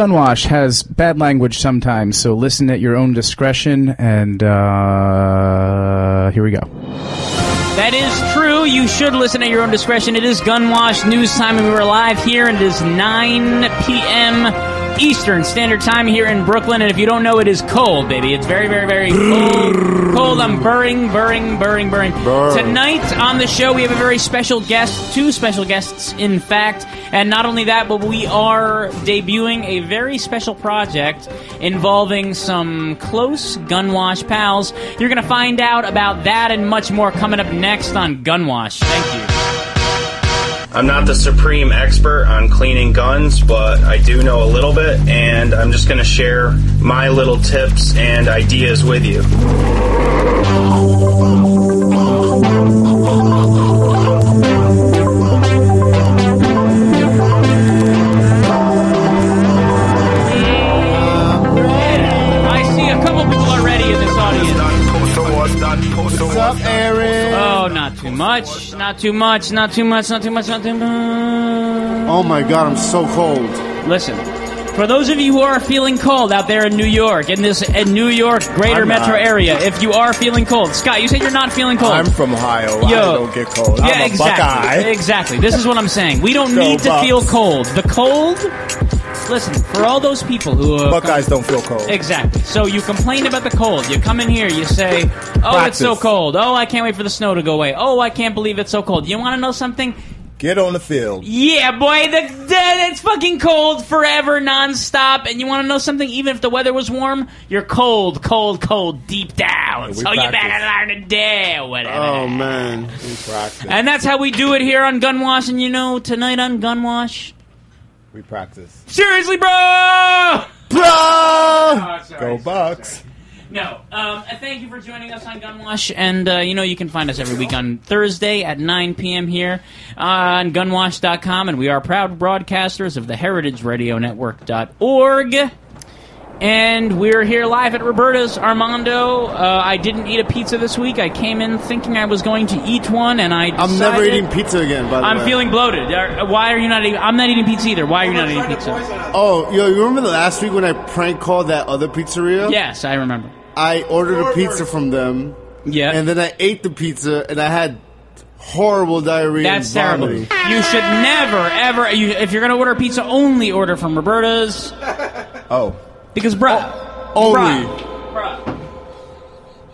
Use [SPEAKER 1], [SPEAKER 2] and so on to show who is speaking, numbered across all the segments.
[SPEAKER 1] Gunwash has bad language sometimes, so listen at your own discretion. And uh, here we go.
[SPEAKER 2] That is true. You should listen at your own discretion. It is Gunwash News Time, and we are live here, and it is 9 p.m. Eastern Standard Time here in Brooklyn. And if you don't know, it is cold, baby. It's very, very, very cold. cold. I'm burring, burring, burring, burring. Tonight on the show, we have a very special guest, two special guests, in fact. And not only that, but we are debuting a very special project involving some close Gunwash pals. You're going to find out about that and much more coming up next on Gunwash. Thank you.
[SPEAKER 3] I'm not the supreme expert on cleaning guns, but I do know a little bit, and I'm just going to share my little tips and ideas with you.
[SPEAKER 2] I see a couple people already in this audience.
[SPEAKER 4] What's up, Aaron?
[SPEAKER 2] Oh, not too much, not too much, not too much, not too much, not too much.
[SPEAKER 4] Oh my god, I'm so cold.
[SPEAKER 2] Listen, for those of you who are feeling cold out there in New York, in this in New York greater
[SPEAKER 4] I'm
[SPEAKER 2] metro
[SPEAKER 4] not.
[SPEAKER 2] area, if you are feeling cold, Scott, you said you're not feeling cold.
[SPEAKER 4] I'm from Ohio. Oh, I
[SPEAKER 2] Yo.
[SPEAKER 4] don't get cold.
[SPEAKER 2] yeah,
[SPEAKER 4] I'm a
[SPEAKER 2] exactly.
[SPEAKER 4] Buckeye.
[SPEAKER 2] Exactly. This is what I'm saying. We don't
[SPEAKER 4] Go
[SPEAKER 2] need to
[SPEAKER 4] Bucks.
[SPEAKER 2] feel cold. The cold. Listen, for all those people who uh,
[SPEAKER 4] Buckeyes don't feel cold.
[SPEAKER 2] Exactly. So you complain about the cold. You come in here, you say, "Oh, it's
[SPEAKER 4] Practice.
[SPEAKER 2] so cold. Oh, I can't wait for the snow to go away. Oh, I can't believe it's so cold." You want to know something?
[SPEAKER 4] Get on the field.
[SPEAKER 2] Yeah, boy, the, the- it's fucking cold forever, nonstop. And you want to know something? Even if the weather was warm, you're cold, cold, cold, deep down.
[SPEAKER 4] we
[SPEAKER 2] so Oh, you better
[SPEAKER 4] practice.
[SPEAKER 2] learn to do whatever.
[SPEAKER 4] Oh man, we practice.
[SPEAKER 2] And that's how we do it here on Gunwash. And you know, tonight on Gunwash,
[SPEAKER 4] we practice.
[SPEAKER 2] seriously, bro.
[SPEAKER 4] Blah!
[SPEAKER 2] sorry,
[SPEAKER 4] Go
[SPEAKER 2] sorry,
[SPEAKER 4] Bucks.
[SPEAKER 2] No. Um, uh, thank you for joining us on Gunwash, and uh, you know you can find us every week on Thursday at 9 p.m. here on Gunwash.com, and we are proud broadcasters of the Heritage Radio Network.org. And we're here live at Roberta's Armando. Uh, I didn't eat a pizza this week. I came in thinking I was going to eat one, and I
[SPEAKER 4] I'm
[SPEAKER 2] decided-
[SPEAKER 4] never eating pizza again. By the way,
[SPEAKER 2] I'm feeling bloated. Are- Why are you not eating? I'm not eating pizza either. Why are you not eating pizza?
[SPEAKER 4] Oh, yo, you remember the last week when I prank called that other pizzeria?
[SPEAKER 2] Yes, I remember.
[SPEAKER 4] I ordered a pizza from them,
[SPEAKER 2] Yeah.
[SPEAKER 4] and then I ate the pizza, and I had horrible diarrhea. and
[SPEAKER 2] That's terrible.
[SPEAKER 4] vomiting.
[SPEAKER 2] You should never, ever. You, if you're gonna order pizza, only order from Roberta's
[SPEAKER 4] Oh,
[SPEAKER 2] because, bruh,
[SPEAKER 4] only.
[SPEAKER 2] bruh, bruh.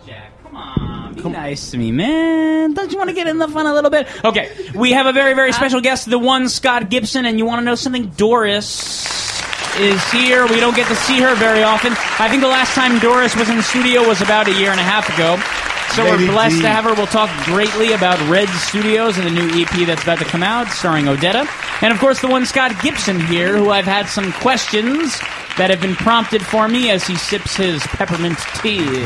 [SPEAKER 2] Jack, come on, be nice to me, man. Don't you want to get in the fun a little bit? Okay, we have a very, very special guest, the one Scott Gibson, and you want to know something? Doris is here. We don't get to see her very often. I think the last time Doris was in the studio was about a year and a half ago. So
[SPEAKER 4] Lady
[SPEAKER 2] we're blessed
[SPEAKER 4] G.
[SPEAKER 2] to have her. We'll talk greatly about Red Studios and the new EP that's about to come out, starring Odetta. And of course, the one Scott Gibson here, who I've had some questions that have been prompted for me as he sips his peppermint tea.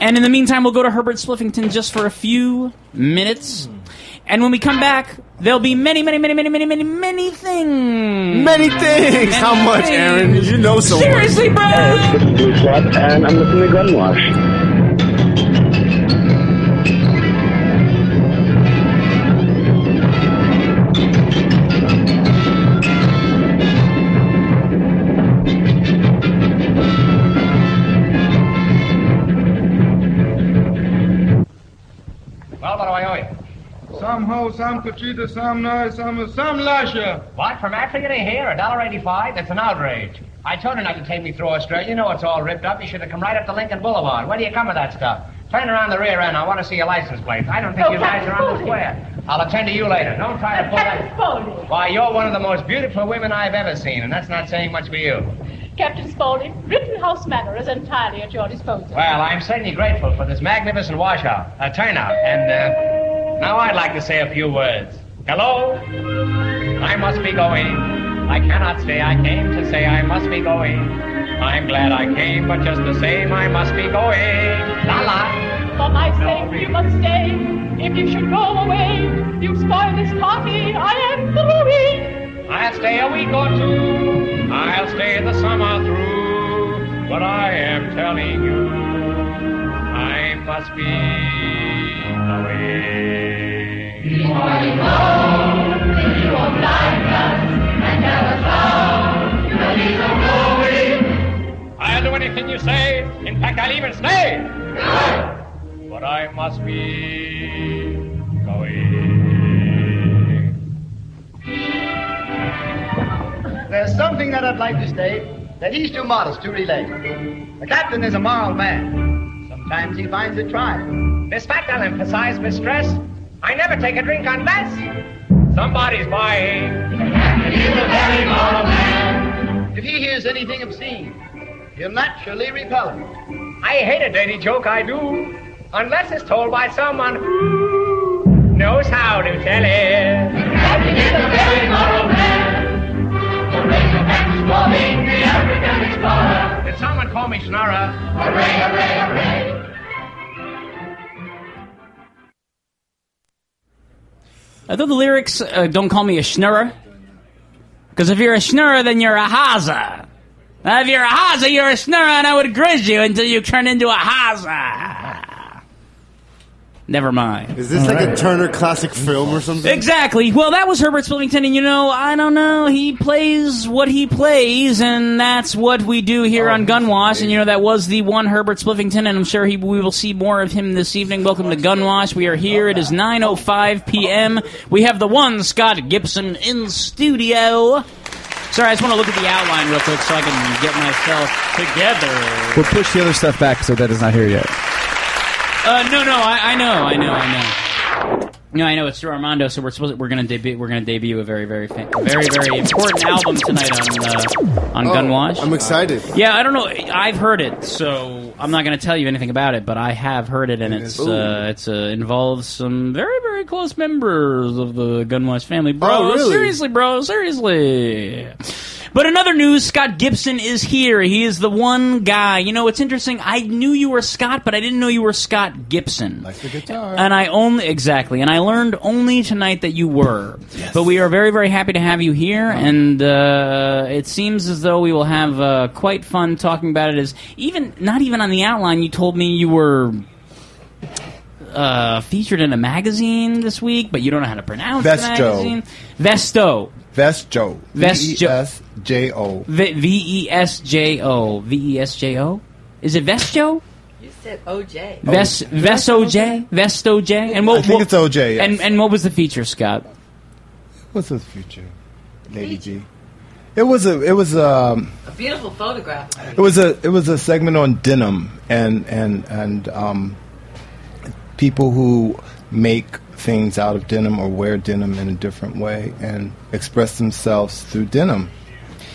[SPEAKER 2] And in the meantime, we'll go to Herbert Spliffington just for a few minutes. And when we come back, there'll be many, many, many, many, many, many, many things.
[SPEAKER 4] Many things. How much,
[SPEAKER 2] things.
[SPEAKER 4] Aaron? You know so much.
[SPEAKER 2] Seriously, bro!
[SPEAKER 5] This is Dude Club, and I'm listening to Gunwash.
[SPEAKER 6] Well, what do I owe you?
[SPEAKER 7] Some hoe, some Kachita, some nurse, some some Lasher.
[SPEAKER 6] What? From Africa to here? A dollar eighty-five? That's an outrage. I told her not to take me through Australia. You know it's all ripped up. You should have come right up to Lincoln Boulevard. Where do you come with that stuff? Turn around the rear end. I want to see your license plate. I don't think
[SPEAKER 8] Oh,
[SPEAKER 6] you guys
[SPEAKER 8] Captain
[SPEAKER 6] are on the
[SPEAKER 8] Foley.
[SPEAKER 6] square. I'll attend to you later. Don't try to pull
[SPEAKER 8] Captain
[SPEAKER 6] that.
[SPEAKER 8] Spaulding.
[SPEAKER 6] Why, you're one of the most beautiful women I've ever seen, and that's not saying much for you.
[SPEAKER 8] Captain Spaulding, Rittenhouse Manor is entirely at your disposal.
[SPEAKER 6] Well, I'm certainly grateful for this magnificent washout, a turnout, and uh, now I'd like to say a few words. Hello? I must be going. I cannot stay. I came to say I must be going. I'm glad I came, but just the same, I must be going. La la.
[SPEAKER 8] For my sake, you must stay. If you should go away, you spoil this party. I am through.
[SPEAKER 6] I'll stay a week or two. I'll stay the summer through. But I am telling you, I must be away.
[SPEAKER 8] Before you go, you will blind us and never found.
[SPEAKER 9] shall even stay. But I must be going.
[SPEAKER 6] There's something that I'd like to say that he's too modest to relate. The captain is a moral man. Sometimes he finds it trying.
[SPEAKER 9] This fact I'll emphasize, mistress. I never take a drink unless somebody's buying.
[SPEAKER 6] If he hears anything obscene, he'll naturally repel it.
[SPEAKER 9] I hate a dirty joke, I do, unless it's told by someone who knows how to tell it. Did someone call me Schnara?
[SPEAKER 2] I thought the lyrics uh, don't call me a schnurrer. Because if you're a schnurrer, then you're a haza. And if you're a haza, you're a schnurrer, and I would grizz you until you turn into a haza. Never mind.
[SPEAKER 4] Is this like a Turner classic film or something?
[SPEAKER 2] Exactly. Well, that was Herbert Splivington, and you know, I don't know. He plays what he plays, and that's what we do here on Gunwash. And you know, that was the one Herbert Splivington, and I'm sure he, we will see more of him this evening. Welcome to Gunwash. We are here. It is 9:05 p.m. We have the one Scott Gibson in studio. Sorry, I just want to look at the outline real quick so I can get myself together.
[SPEAKER 1] We'll push the other stuff back so that is not here yet.
[SPEAKER 2] Uh, no, no, I, I know, I know, I know. No, I know it's through Armando, so we're supposed we're gonna debut we're gonna debut a very very fan- very very important album tonight on uh, on
[SPEAKER 4] Oh,
[SPEAKER 2] Gunwash.
[SPEAKER 4] I'm excited.
[SPEAKER 2] yeah, I don't know. I've heard it, so I'm not gonna tell you anything about it, but I have heard it, and it's
[SPEAKER 4] is-
[SPEAKER 2] uh, it's uh, involves some very very close members of the Gunwash family, bro.
[SPEAKER 4] Oh, really?
[SPEAKER 2] Seriously, bro. Seriously. But another news, Scott Gibson is here. He is the one guy. You know, it's interesting. I knew you were Scott, but I didn't know you were Scott Gibson.
[SPEAKER 4] Like the guitar.
[SPEAKER 2] And I only exactly, and I learned only tonight that you were. But we are very, very happy to have you here, and uh, it seems as though we will have uh, quite fun talking about it. As even not even on the outline, you told me you were uh, featured in a magazine this week, but you don't know how to pronounce the
[SPEAKER 10] Vesto.
[SPEAKER 2] magazine. Vesto.
[SPEAKER 10] Vesjo.
[SPEAKER 2] Vesjo.
[SPEAKER 10] V-E-S-J-O.
[SPEAKER 2] V E S J O. V E S J O. Is it Vesto?
[SPEAKER 11] You said OJ.
[SPEAKER 2] Oh. Ves Vesto J. Vesto J. And what,
[SPEAKER 10] Oh. I think
[SPEAKER 2] what-
[SPEAKER 10] it's OJ, yes.
[SPEAKER 2] And and what was the feature, Scott?
[SPEAKER 10] What's his future? Lady G. It was a it was a
[SPEAKER 11] A beautiful photograph.
[SPEAKER 10] it was a it was a segment on denim and and and um, people who make things out of denim or wear denim in a different way and express themselves through denim.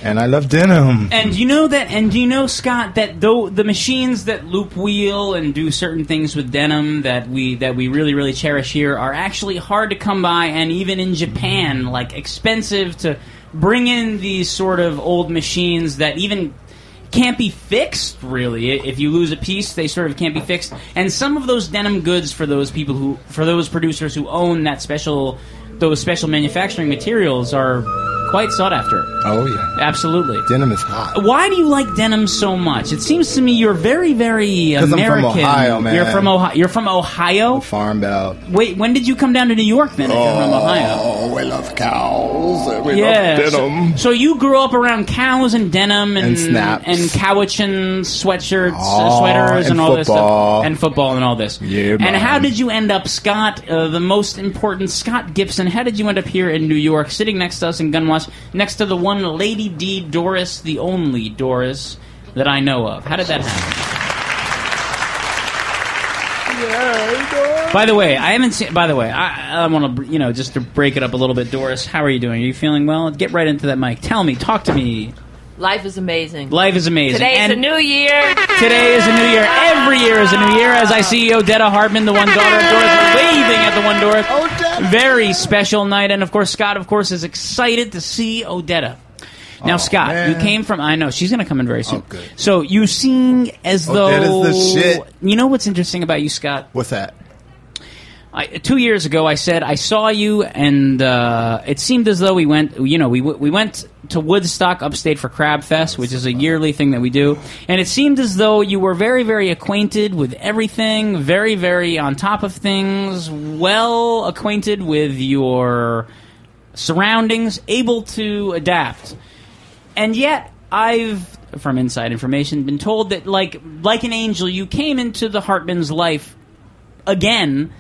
[SPEAKER 10] And I love denim.
[SPEAKER 2] And you know that, and you know Scott that though the machines that loop wheel and do certain things with denim that we that we really really cherish here are actually hard to come by, and even in Japan, like expensive to bring in these sort of old machines that even can't be fixed really I- if you lose a piece they sort of can't be fixed and some of those denim goods for those people who for those producers who own that special those special manufacturing materials are quite sought after
[SPEAKER 10] Oh yeah,
[SPEAKER 2] absolutely
[SPEAKER 10] denim is hot.
[SPEAKER 2] why do you like denim so much? It seems to me you're very, very
[SPEAKER 10] 'Cause I'm from
[SPEAKER 2] American.
[SPEAKER 10] Ohio, man.
[SPEAKER 2] You're from Ohio. You're from Ohio.
[SPEAKER 10] Farm belt.
[SPEAKER 2] Wait, when did you come down to New York then? If you're from Ohio.
[SPEAKER 10] Oh, we love cows. and We
[SPEAKER 2] Yeah.
[SPEAKER 10] love
[SPEAKER 2] so-
[SPEAKER 10] denim.
[SPEAKER 2] So, you grew up around cows and denim and
[SPEAKER 10] And snaps.
[SPEAKER 2] and cowichin sweatshirts, uh,
[SPEAKER 10] Aw,
[SPEAKER 2] sweaters, and,
[SPEAKER 10] and
[SPEAKER 2] all this
[SPEAKER 10] football.
[SPEAKER 2] stuff, and football and all this.
[SPEAKER 10] Yeah,
[SPEAKER 2] and
[SPEAKER 10] man.
[SPEAKER 2] how did you end up, Scott? Uh, the most important, Scott Gibson. How did you end up here in New York, sitting next to us in Gunwash, next to the one Lady D Doris, the only Doris that I know of? How did that happen? By the way, I haven't seen. By the way, I, I want to, you know, just to break it up a little bit. Doris, how are you doing? Are you feeling well? Get right into that mic. Tell me, talk to me.
[SPEAKER 11] Life is amazing.
[SPEAKER 2] Life is amazing.
[SPEAKER 11] Today's
[SPEAKER 2] and
[SPEAKER 11] a new year. Oh,
[SPEAKER 2] Today is a new year. Every year is a new year. As I see Odetta Hartman, the one daughter of Doris, waving at the one Doris.
[SPEAKER 10] Oh,
[SPEAKER 2] Very special night, and of course, Scott, of course, is excited to see Odetta. Now, Scott,
[SPEAKER 10] Oh, man.
[SPEAKER 2] you came from. I know she's going to come in very soon.
[SPEAKER 10] Oh, good.
[SPEAKER 2] So you sing as though
[SPEAKER 10] Odetta's Oh, the shit.
[SPEAKER 2] You know what's interesting about you, Scott?
[SPEAKER 10] What's that?
[SPEAKER 2] I, two years ago, I said I saw you, and uh, it seemed as though we went. You know, we w- we went to Woodstock, upstate for Crab Fest, which is a yearly thing that we do. And it seemed as though you were very, very acquainted with everything, very, very on top of things, well acquainted with your surroundings, able to adapt. And yet, I've from inside information been told that like like an angel you came into the Hartman's life again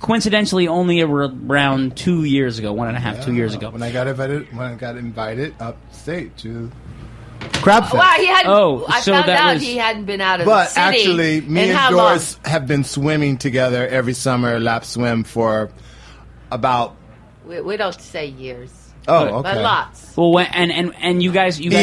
[SPEAKER 2] coincidentally only ar- around two years ago one and a half two years ago
[SPEAKER 10] when I got invited when I got invited upstate to Crab Fest.
[SPEAKER 11] Wow, he hadn't.
[SPEAKER 10] Oh,
[SPEAKER 11] I
[SPEAKER 10] so
[SPEAKER 11] found
[SPEAKER 10] that
[SPEAKER 11] out
[SPEAKER 10] was-
[SPEAKER 11] he hadn't been out of
[SPEAKER 10] but
[SPEAKER 11] the city.
[SPEAKER 10] actually, me
[SPEAKER 11] in
[SPEAKER 10] and
[SPEAKER 11] how
[SPEAKER 10] Doris have been swimming together every summer, lap swim for about
[SPEAKER 11] long? We, we don't say years.
[SPEAKER 10] Oh,
[SPEAKER 11] But
[SPEAKER 10] okay.
[SPEAKER 11] lots.
[SPEAKER 2] well when, and and and you guys you guys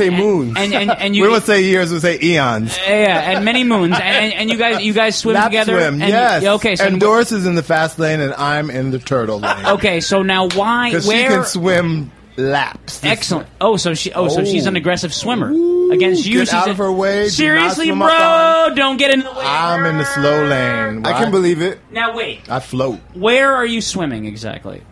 [SPEAKER 10] eons. moons.
[SPEAKER 2] and and, and you
[SPEAKER 10] we don't say years, we say eons.
[SPEAKER 2] yeah and many moons and, and, and you guys you guys swim
[SPEAKER 10] Lap
[SPEAKER 2] together
[SPEAKER 10] swim,
[SPEAKER 2] and
[SPEAKER 10] yes.
[SPEAKER 2] yeah, okay so
[SPEAKER 10] and Doris is in the fast lane, and I'm in the turtle lane
[SPEAKER 2] okay so now why
[SPEAKER 10] because she
[SPEAKER 2] where
[SPEAKER 10] can swim laps.
[SPEAKER 2] Excellent. Oh, so she. Oh, so
[SPEAKER 10] Oh.
[SPEAKER 2] she's an aggressive swimmer. Against you,
[SPEAKER 10] Get
[SPEAKER 2] she's
[SPEAKER 10] out
[SPEAKER 2] a-
[SPEAKER 10] of her way. Do not
[SPEAKER 2] Seriously,
[SPEAKER 10] swim
[SPEAKER 2] bro,
[SPEAKER 10] up on-
[SPEAKER 2] don't get in the way.
[SPEAKER 10] I'm in the slow lane.
[SPEAKER 2] I can
[SPEAKER 10] believe it.
[SPEAKER 2] Now wait,
[SPEAKER 10] I float.
[SPEAKER 2] where are you swimming exactly?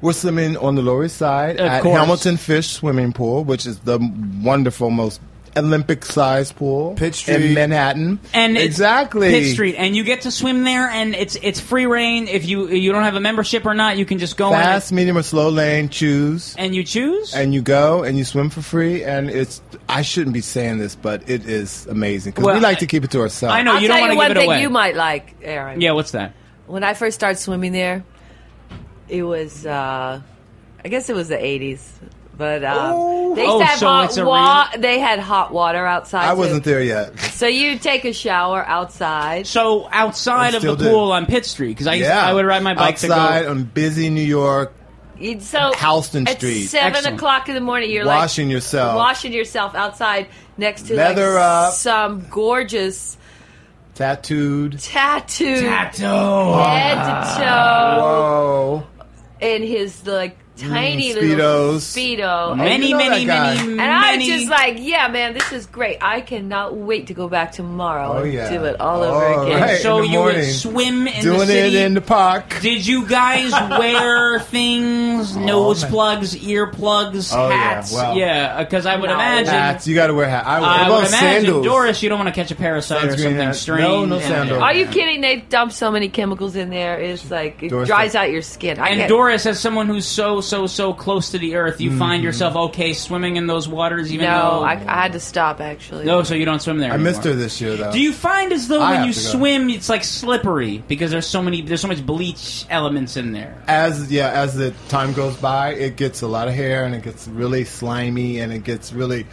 [SPEAKER 10] We're swimming on the Lower East Side
[SPEAKER 2] Of
[SPEAKER 10] at
[SPEAKER 2] course.
[SPEAKER 10] Hamilton Fish Swimming Pool, which is the wonderful, most Olympic-sized pool Pitch in
[SPEAKER 2] Street.
[SPEAKER 10] Manhattan.
[SPEAKER 2] And it's
[SPEAKER 10] exactly
[SPEAKER 2] Pitt Street, and you get to swim there, and it's it's free reign. If you you don't have a membership or not, you can just go
[SPEAKER 10] Fast, medium, or slow lane. Choose.
[SPEAKER 2] in and, and you choose.
[SPEAKER 10] And you go and you swim for free, and it's—I shouldn't be saying this, but it is amazing because
[SPEAKER 2] Well,
[SPEAKER 10] we like to keep it to ourselves.
[SPEAKER 2] I know
[SPEAKER 11] I'll
[SPEAKER 2] you
[SPEAKER 11] tell
[SPEAKER 2] don't want
[SPEAKER 11] you
[SPEAKER 2] to
[SPEAKER 11] one
[SPEAKER 2] give it
[SPEAKER 11] thing
[SPEAKER 2] away.
[SPEAKER 11] you might like, Aaron.
[SPEAKER 2] yeah, what's that?
[SPEAKER 11] When I first started swimming there, it was, uh, I guess it was the 80s. But um, they used
[SPEAKER 10] Oh,
[SPEAKER 11] to have
[SPEAKER 10] so
[SPEAKER 11] hot
[SPEAKER 10] it's a
[SPEAKER 11] water. They had hot water outside.
[SPEAKER 10] I
[SPEAKER 11] too.
[SPEAKER 10] wasn't there yet.
[SPEAKER 11] So you take a shower outside.
[SPEAKER 2] So outside
[SPEAKER 10] I
[SPEAKER 2] of the
[SPEAKER 10] still do.
[SPEAKER 2] pool on Pitt Street, because I used- I would ride my bike
[SPEAKER 10] outside
[SPEAKER 2] to go.
[SPEAKER 10] on busy New York,
[SPEAKER 11] You'd, so
[SPEAKER 10] Houston
[SPEAKER 11] at
[SPEAKER 10] Street.
[SPEAKER 11] seven
[SPEAKER 10] Excellent.
[SPEAKER 11] o'clock in the morning, you're
[SPEAKER 10] washing
[SPEAKER 11] like
[SPEAKER 10] yourself.
[SPEAKER 11] washing yourself outside next to
[SPEAKER 10] Leather
[SPEAKER 11] like
[SPEAKER 10] up.
[SPEAKER 11] some gorgeous
[SPEAKER 10] tattooed.
[SPEAKER 11] tattooed
[SPEAKER 10] Tattoo.
[SPEAKER 11] head to toe
[SPEAKER 10] Whoa.
[SPEAKER 11] in his like tiny
[SPEAKER 10] Mm,
[SPEAKER 11] little
[SPEAKER 10] Speedos.
[SPEAKER 11] speedo. And-
[SPEAKER 2] Many,
[SPEAKER 10] You know
[SPEAKER 2] many,
[SPEAKER 10] that guy.
[SPEAKER 2] many,
[SPEAKER 11] and I was
[SPEAKER 2] many-
[SPEAKER 11] just like, yeah, man, this is great. I cannot wait to go back tomorrow
[SPEAKER 10] Oh,
[SPEAKER 11] and
[SPEAKER 10] yeah.
[SPEAKER 11] do it all over
[SPEAKER 10] All
[SPEAKER 11] again.
[SPEAKER 10] right, in
[SPEAKER 2] so
[SPEAKER 10] the
[SPEAKER 2] you would
[SPEAKER 10] morning.
[SPEAKER 2] swim in
[SPEAKER 10] Doing
[SPEAKER 2] the
[SPEAKER 10] it
[SPEAKER 2] city
[SPEAKER 10] in the park.
[SPEAKER 2] Did you guys wear things, nose plugs, ear plugs,
[SPEAKER 10] Oh, yeah,
[SPEAKER 2] hats?
[SPEAKER 10] well.
[SPEAKER 2] Yeah, because I would
[SPEAKER 10] No.
[SPEAKER 2] imagine.
[SPEAKER 10] Hats, you got to wear hats. I,
[SPEAKER 2] I
[SPEAKER 10] wear
[SPEAKER 2] would imagine,
[SPEAKER 10] sandals.
[SPEAKER 2] Doris, you don't want to catch a parasite or
[SPEAKER 10] Sunscreen
[SPEAKER 2] something
[SPEAKER 10] hat.
[SPEAKER 2] strange.
[SPEAKER 10] No, no sandals.
[SPEAKER 11] Are you kidding? They dump so many chemicals in there. It's like it
[SPEAKER 2] Doris-
[SPEAKER 11] dries out your skin. I
[SPEAKER 2] And
[SPEAKER 11] can't-
[SPEAKER 2] Doris, as someone who's so, so, so close to the earth, you
[SPEAKER 10] Mm-hmm.
[SPEAKER 2] find yourself okay swimming in those waters, even
[SPEAKER 11] no,
[SPEAKER 2] though.
[SPEAKER 11] I, I had to stop actually.
[SPEAKER 2] no, so you don't swim there.
[SPEAKER 10] I missed her
[SPEAKER 2] anymore.
[SPEAKER 10] this year though.
[SPEAKER 2] Do you find as though
[SPEAKER 10] I
[SPEAKER 2] when
[SPEAKER 10] have
[SPEAKER 2] you
[SPEAKER 10] to go.
[SPEAKER 2] swim, it's like slippery because there's so many, there's so much bleach elements in there.
[SPEAKER 10] as yeah, as the time goes by, it gets a lot of hair and it gets really slimy and it gets really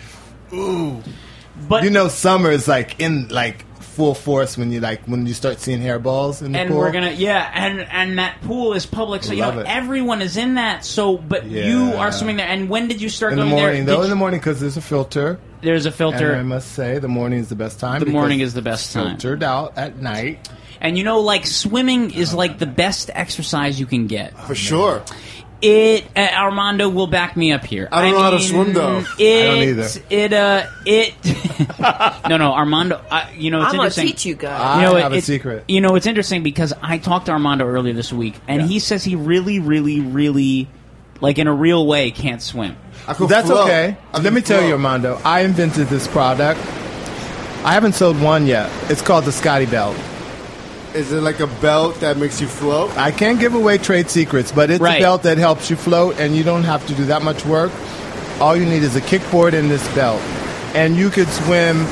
[SPEAKER 10] ooh.
[SPEAKER 2] But
[SPEAKER 10] you know, summer is like in like full force when you like when you start seeing hairballs in the
[SPEAKER 2] and
[SPEAKER 10] pool.
[SPEAKER 2] we're gonna yeah and and that pool is public so you
[SPEAKER 10] Love
[SPEAKER 2] know
[SPEAKER 10] it.
[SPEAKER 2] everyone is in that so but you
[SPEAKER 10] Yeah.
[SPEAKER 2] are swimming there and when did you start
[SPEAKER 10] in the
[SPEAKER 2] going
[SPEAKER 10] morning
[SPEAKER 2] there
[SPEAKER 10] though,
[SPEAKER 2] Did
[SPEAKER 10] in the
[SPEAKER 2] you-
[SPEAKER 10] morning because there's a filter.
[SPEAKER 2] There's a filter.
[SPEAKER 10] And I must say, the morning is the best time.
[SPEAKER 2] the
[SPEAKER 10] because
[SPEAKER 2] morning is the best time
[SPEAKER 10] filtered out at night
[SPEAKER 2] and you know like swimming is like the best exercise you can get
[SPEAKER 4] For sure.
[SPEAKER 2] it uh, Armando will back me up here.
[SPEAKER 4] I don't know how to
[SPEAKER 2] mean,
[SPEAKER 4] swim, though. I
[SPEAKER 2] It,
[SPEAKER 4] don't either.
[SPEAKER 2] It uh, it. no, no, Armando. I, you know, it's
[SPEAKER 11] I'm gonna
[SPEAKER 2] interesting.
[SPEAKER 11] teach you guys.
[SPEAKER 10] I have a
[SPEAKER 2] it's-
[SPEAKER 10] secret.
[SPEAKER 2] You know, it's interesting because I talked to Armando earlier this week, and he says he really, really, really, like in a real way, can't swim.
[SPEAKER 10] That's okay. Let me tell you, Armando. I invented this product. I haven't sold one yet. It's called the Scotty Belt.
[SPEAKER 4] Is it like a belt that makes you float?
[SPEAKER 10] I can't give away trade secrets, but it's
[SPEAKER 4] Right.
[SPEAKER 10] a belt that helps you float, and you don't have to do that much work. All you need is a kickboard and this belt, and you could swim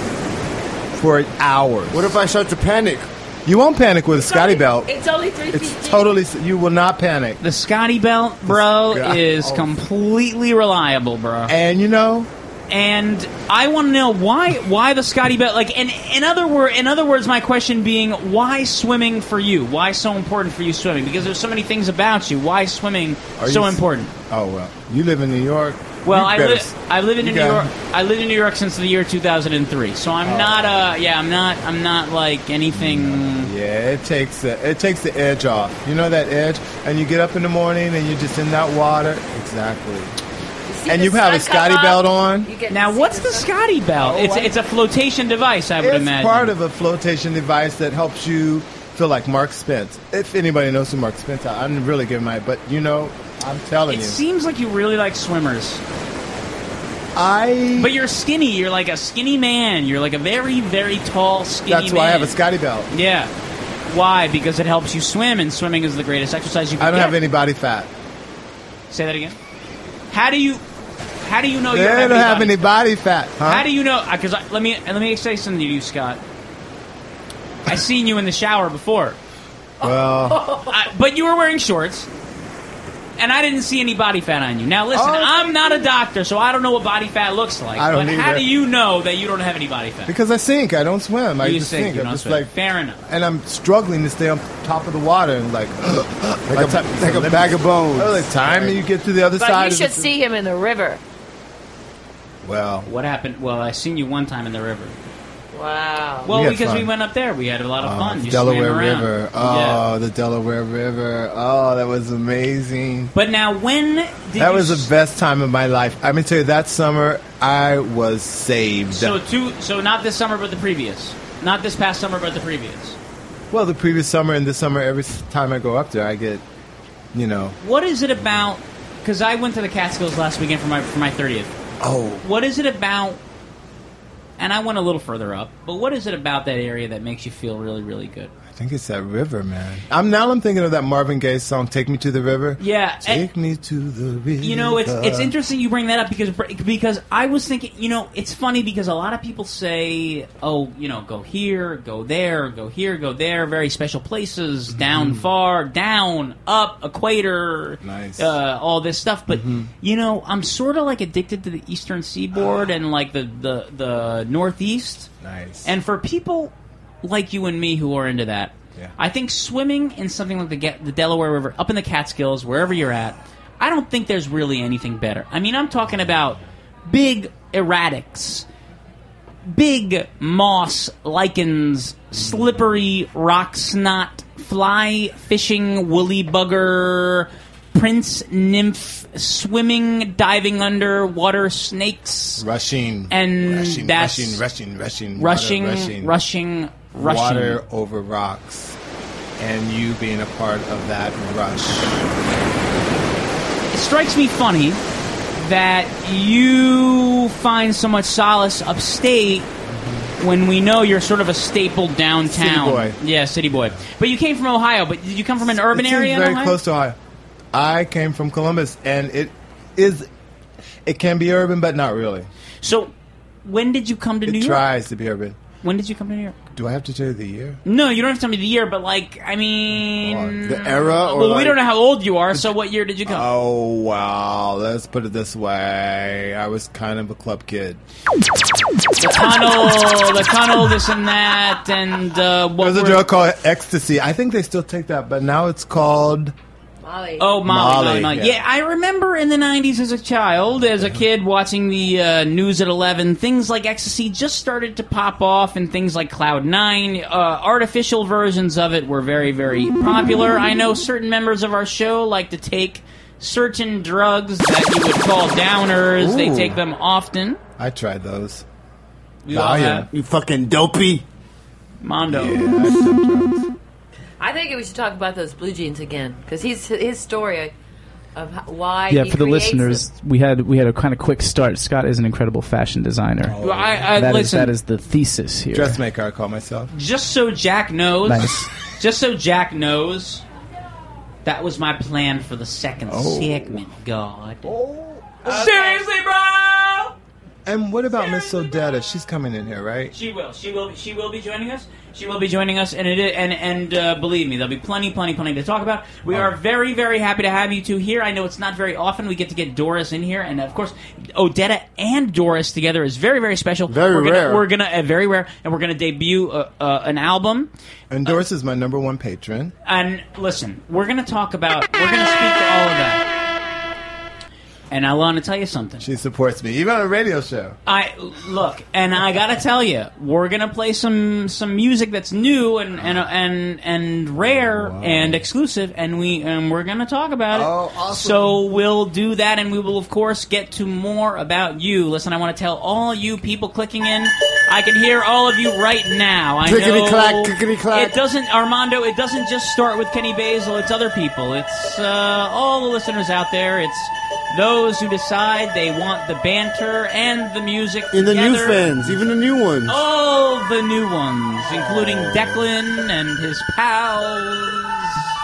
[SPEAKER 10] for hours. What
[SPEAKER 4] if I start to panic?
[SPEAKER 10] You won't panic with a Scotty Belt.
[SPEAKER 11] It's only three
[SPEAKER 10] It's totally. You will not panic.
[SPEAKER 2] The Scotty Belt, bro,
[SPEAKER 10] Scotty-
[SPEAKER 2] is
[SPEAKER 10] Oh.
[SPEAKER 2] completely reliable, bro.
[SPEAKER 10] And you know,
[SPEAKER 2] and I want to know why why the Scotty Belt? Like, in in other word, in other words, my question being, why swimming for you? Why so important for you swimming? Because there's so many things about you. Why swimming
[SPEAKER 10] Are
[SPEAKER 2] so
[SPEAKER 10] you s-
[SPEAKER 2] important?
[SPEAKER 10] Oh well, you live in New York.
[SPEAKER 2] Well,
[SPEAKER 10] You
[SPEAKER 2] I
[SPEAKER 10] better
[SPEAKER 2] live
[SPEAKER 10] s-
[SPEAKER 2] I live in
[SPEAKER 10] you
[SPEAKER 2] New
[SPEAKER 10] got-
[SPEAKER 2] York. I live in New York since the year 2003. So I'm
[SPEAKER 10] Oh.
[SPEAKER 2] not uh yeah I'm not I'm not like anything.
[SPEAKER 10] Yeah, it takes the, it takes the edge off. You know that edge, and you get up in the morning and you're just in that water. Exactly. and
[SPEAKER 2] the
[SPEAKER 10] you have a
[SPEAKER 2] sun come
[SPEAKER 10] Scotty
[SPEAKER 2] up,
[SPEAKER 10] belt on.
[SPEAKER 2] Now what's the Scotty Belt?
[SPEAKER 10] Oh,
[SPEAKER 2] it's
[SPEAKER 10] I-
[SPEAKER 2] it's a flotation device. I would
[SPEAKER 10] it's
[SPEAKER 2] imagine.
[SPEAKER 10] part of a flotation device that helps you feel like Mark Spence. If anybody knows who Mark Spence, I- I'm really giving my. But you know, I'm telling
[SPEAKER 2] It
[SPEAKER 10] you.
[SPEAKER 2] seems like you really like swimmers.
[SPEAKER 10] I.
[SPEAKER 2] But you're skinny. You're like a skinny man. You're like a very, very tall, skinny.
[SPEAKER 10] That's why I have a
[SPEAKER 2] man.
[SPEAKER 10] Scotty belt.
[SPEAKER 2] Yeah. Why? Because it helps you swim, and swimming is the greatest exercise you can
[SPEAKER 10] I don't
[SPEAKER 2] get.
[SPEAKER 10] have any body fat.
[SPEAKER 2] Say that again. How do you? How do you know
[SPEAKER 10] They
[SPEAKER 2] you don't have,
[SPEAKER 10] don't have any body fat, huh?
[SPEAKER 2] How do you know? Because let me let me say something to you, Scott. I seen you in the shower before.
[SPEAKER 10] Well,
[SPEAKER 2] I- but you were wearing shorts, and I didn't see any body fat on you. Now listen,
[SPEAKER 10] Oh.
[SPEAKER 2] I'm not a doctor, so I don't know what body fat looks like.
[SPEAKER 10] I don't
[SPEAKER 2] but how
[SPEAKER 10] either.
[SPEAKER 2] do you know that you don't have any body fat?
[SPEAKER 10] because I sink, I don't swim. I
[SPEAKER 2] You
[SPEAKER 10] just
[SPEAKER 2] sink,
[SPEAKER 10] sink.
[SPEAKER 2] you
[SPEAKER 10] I'm
[SPEAKER 2] don't
[SPEAKER 10] just
[SPEAKER 2] swim.
[SPEAKER 10] like
[SPEAKER 2] fair enough.
[SPEAKER 10] And I'm struggling to stay on top of the water and like
[SPEAKER 4] Like a- like a bag of bones.
[SPEAKER 10] By the time you get to the other
[SPEAKER 11] But
[SPEAKER 10] side,
[SPEAKER 11] you
[SPEAKER 10] of
[SPEAKER 11] should
[SPEAKER 10] the-
[SPEAKER 11] see him in the river.
[SPEAKER 10] well,
[SPEAKER 2] what happened? Well, I seen you one time in the river.
[SPEAKER 11] Wow.
[SPEAKER 2] Well,
[SPEAKER 10] We had
[SPEAKER 2] because we
[SPEAKER 10] fun. Uh,
[SPEAKER 2] went up there, we had a lot of fun. You
[SPEAKER 10] Delaware
[SPEAKER 2] swam around.
[SPEAKER 10] River. Oh,
[SPEAKER 2] Yeah.
[SPEAKER 10] the Delaware River. Oh, that was amazing.
[SPEAKER 2] But now, when did
[SPEAKER 10] that
[SPEAKER 2] you
[SPEAKER 10] was the best time of my life. I'm gonna tell you that summer I was saved.
[SPEAKER 2] So two. So not this summer, but the previous. Not this past summer, but the previous.
[SPEAKER 10] well, the previous summer and this summer, every s- time I go up there, I get, you know,
[SPEAKER 2] What is it about? Because I went to the Catskills last weekend for my for my thirtieth.
[SPEAKER 10] oh,
[SPEAKER 2] What is it about? And I went a little further up, but what is it about that area that makes you feel really, really good?
[SPEAKER 10] I think it's that river, man. I'm now I'm thinking of that Marvin Gaye song, "Take Me to the River."
[SPEAKER 2] Yeah,
[SPEAKER 10] take me to the river.
[SPEAKER 2] Eh, You know, it's
[SPEAKER 10] Uh-huh.
[SPEAKER 2] it's interesting you bring that up because because I was thinking, you know, it's funny because a lot of people say, oh, you know, go here, go there, go here, go there, very special places,
[SPEAKER 10] Mm-hmm.
[SPEAKER 2] down far, down, up, equator,
[SPEAKER 10] Nice. Mm-hmm.
[SPEAKER 2] uh, all this stuff. But you know, I'm sort of like addicted to the Eastern Seaboard and like the the the Northeast.
[SPEAKER 10] Ah. Nice.
[SPEAKER 2] And for people like you and me who are into that,
[SPEAKER 10] Yeah.
[SPEAKER 2] I think swimming in something like the Ga- the Delaware River, up in the Catskills, wherever you're at, I don't think there's really anything better. I mean, I'm talking about big erratics, big moss, lichens, slippery rock snot, fly fishing, woolly bugger, prince nymph, swimming, diving under, water snakes,
[SPEAKER 10] rushing
[SPEAKER 2] and
[SPEAKER 10] rushing,
[SPEAKER 2] that's
[SPEAKER 10] rushing, rushing, rushing,
[SPEAKER 2] rushing,
[SPEAKER 10] water
[SPEAKER 2] rushing, rushing, rushing.
[SPEAKER 10] water over rocks, and you being a part of that rush.
[SPEAKER 2] It strikes me funny that you find so much solace upstate when we know you're sort of a staple downtown.
[SPEAKER 10] City boy.
[SPEAKER 2] Yeah, city boy. But you came from Ohio, but did you come from an urban
[SPEAKER 10] it seems
[SPEAKER 2] area? in
[SPEAKER 10] very
[SPEAKER 2] Ohio?
[SPEAKER 10] close to Ohio. I came from Columbus, and it is it can be urban, but not really.
[SPEAKER 2] So, when did you come to
[SPEAKER 10] It
[SPEAKER 2] New York?
[SPEAKER 10] tries to be urban.
[SPEAKER 2] When did you come to New York?
[SPEAKER 10] Do I have to tell you the year?
[SPEAKER 2] No, you don't have to tell me the year, but like, I mean,
[SPEAKER 10] The era, or
[SPEAKER 2] well, we
[SPEAKER 10] like-
[SPEAKER 2] don't know how old you are. So, what year did you come?
[SPEAKER 10] Oh wow! Let's put it this way: I was kind of a club kid.
[SPEAKER 2] the tunnel, the tunnel, this and that, and uh, what
[SPEAKER 10] There's a
[SPEAKER 2] were-
[SPEAKER 10] drug called ecstasy. I think they still take that, but now it's called
[SPEAKER 11] Molly.
[SPEAKER 2] Oh, Molly, Molly,
[SPEAKER 10] Molly,
[SPEAKER 2] Molly. Yeah.
[SPEAKER 10] yeah.
[SPEAKER 2] I remember in the 90s as a child, as a kid watching the uh, news at 11, things like ecstasy just started to pop off, and things like Cloud 9, uh, artificial versions of it were very, very popular. I know certain members of our show like to take certain drugs that you would call downers, they
[SPEAKER 10] Ooh.
[SPEAKER 2] take them often.
[SPEAKER 10] I tried those.
[SPEAKER 2] We all
[SPEAKER 10] Valium.
[SPEAKER 2] have-
[SPEAKER 4] You fucking dopey.
[SPEAKER 2] Mondo.
[SPEAKER 11] I think we should talk about those blue jeans again because he's his story of how, why.
[SPEAKER 1] Yeah,
[SPEAKER 11] he
[SPEAKER 1] for the
[SPEAKER 11] creates
[SPEAKER 1] listeners,
[SPEAKER 11] them.
[SPEAKER 1] we had we had a kind of quick start. Scott is an incredible fashion designer.
[SPEAKER 2] Well, I, I,
[SPEAKER 1] That is-
[SPEAKER 2] listen,
[SPEAKER 1] that is the thesis here.
[SPEAKER 10] Dressmaker, I call myself.
[SPEAKER 2] just so Jack knows.
[SPEAKER 1] Nice.
[SPEAKER 2] Just so Jack knows. That was my plan for the second segment, God. Seriously, bro!
[SPEAKER 10] And what about Miss Odetta? She's coming in here, right?
[SPEAKER 2] She will. She will. She will be joining us. She will be joining us, and it is, and and uh, believe me, there'll be plenty, plenty, plenty to talk about. We are very, very happy to have you two here. I know it's not very often we get to get Doris in here, and of course, Odetta and Doris together is very, very special.
[SPEAKER 4] Very
[SPEAKER 2] we're gonna,
[SPEAKER 4] rare.
[SPEAKER 2] We're gonna uh, very rare, and we're gonna debut uh, uh, an album.
[SPEAKER 10] And Doris is my number one patron.
[SPEAKER 2] And listen, we're going to talk about, we're going to speak to all of that. And I want to tell you something.
[SPEAKER 10] She supports me, even on a radio show.
[SPEAKER 2] I look, and I gotta tell you, we're gonna play some some music that's new and and and and rare and exclusive, and we and we're gonna talk about it.
[SPEAKER 10] Oh, awesome.
[SPEAKER 2] So we'll do that, and we will of course get to more about you. Listen, I want to tell all you people clicking in. I can hear all of you right now. I know
[SPEAKER 4] Clickety-clack, clickety-clack.
[SPEAKER 2] it doesn't, Armando. It doesn't just start with Kenny Basil. It's other people. It's uh, all the listeners out there. It's those who decide they want the banter and the music
[SPEAKER 4] In the new
[SPEAKER 2] together.
[SPEAKER 4] fans, even the new ones.
[SPEAKER 2] All the new ones, including Declan and his pals.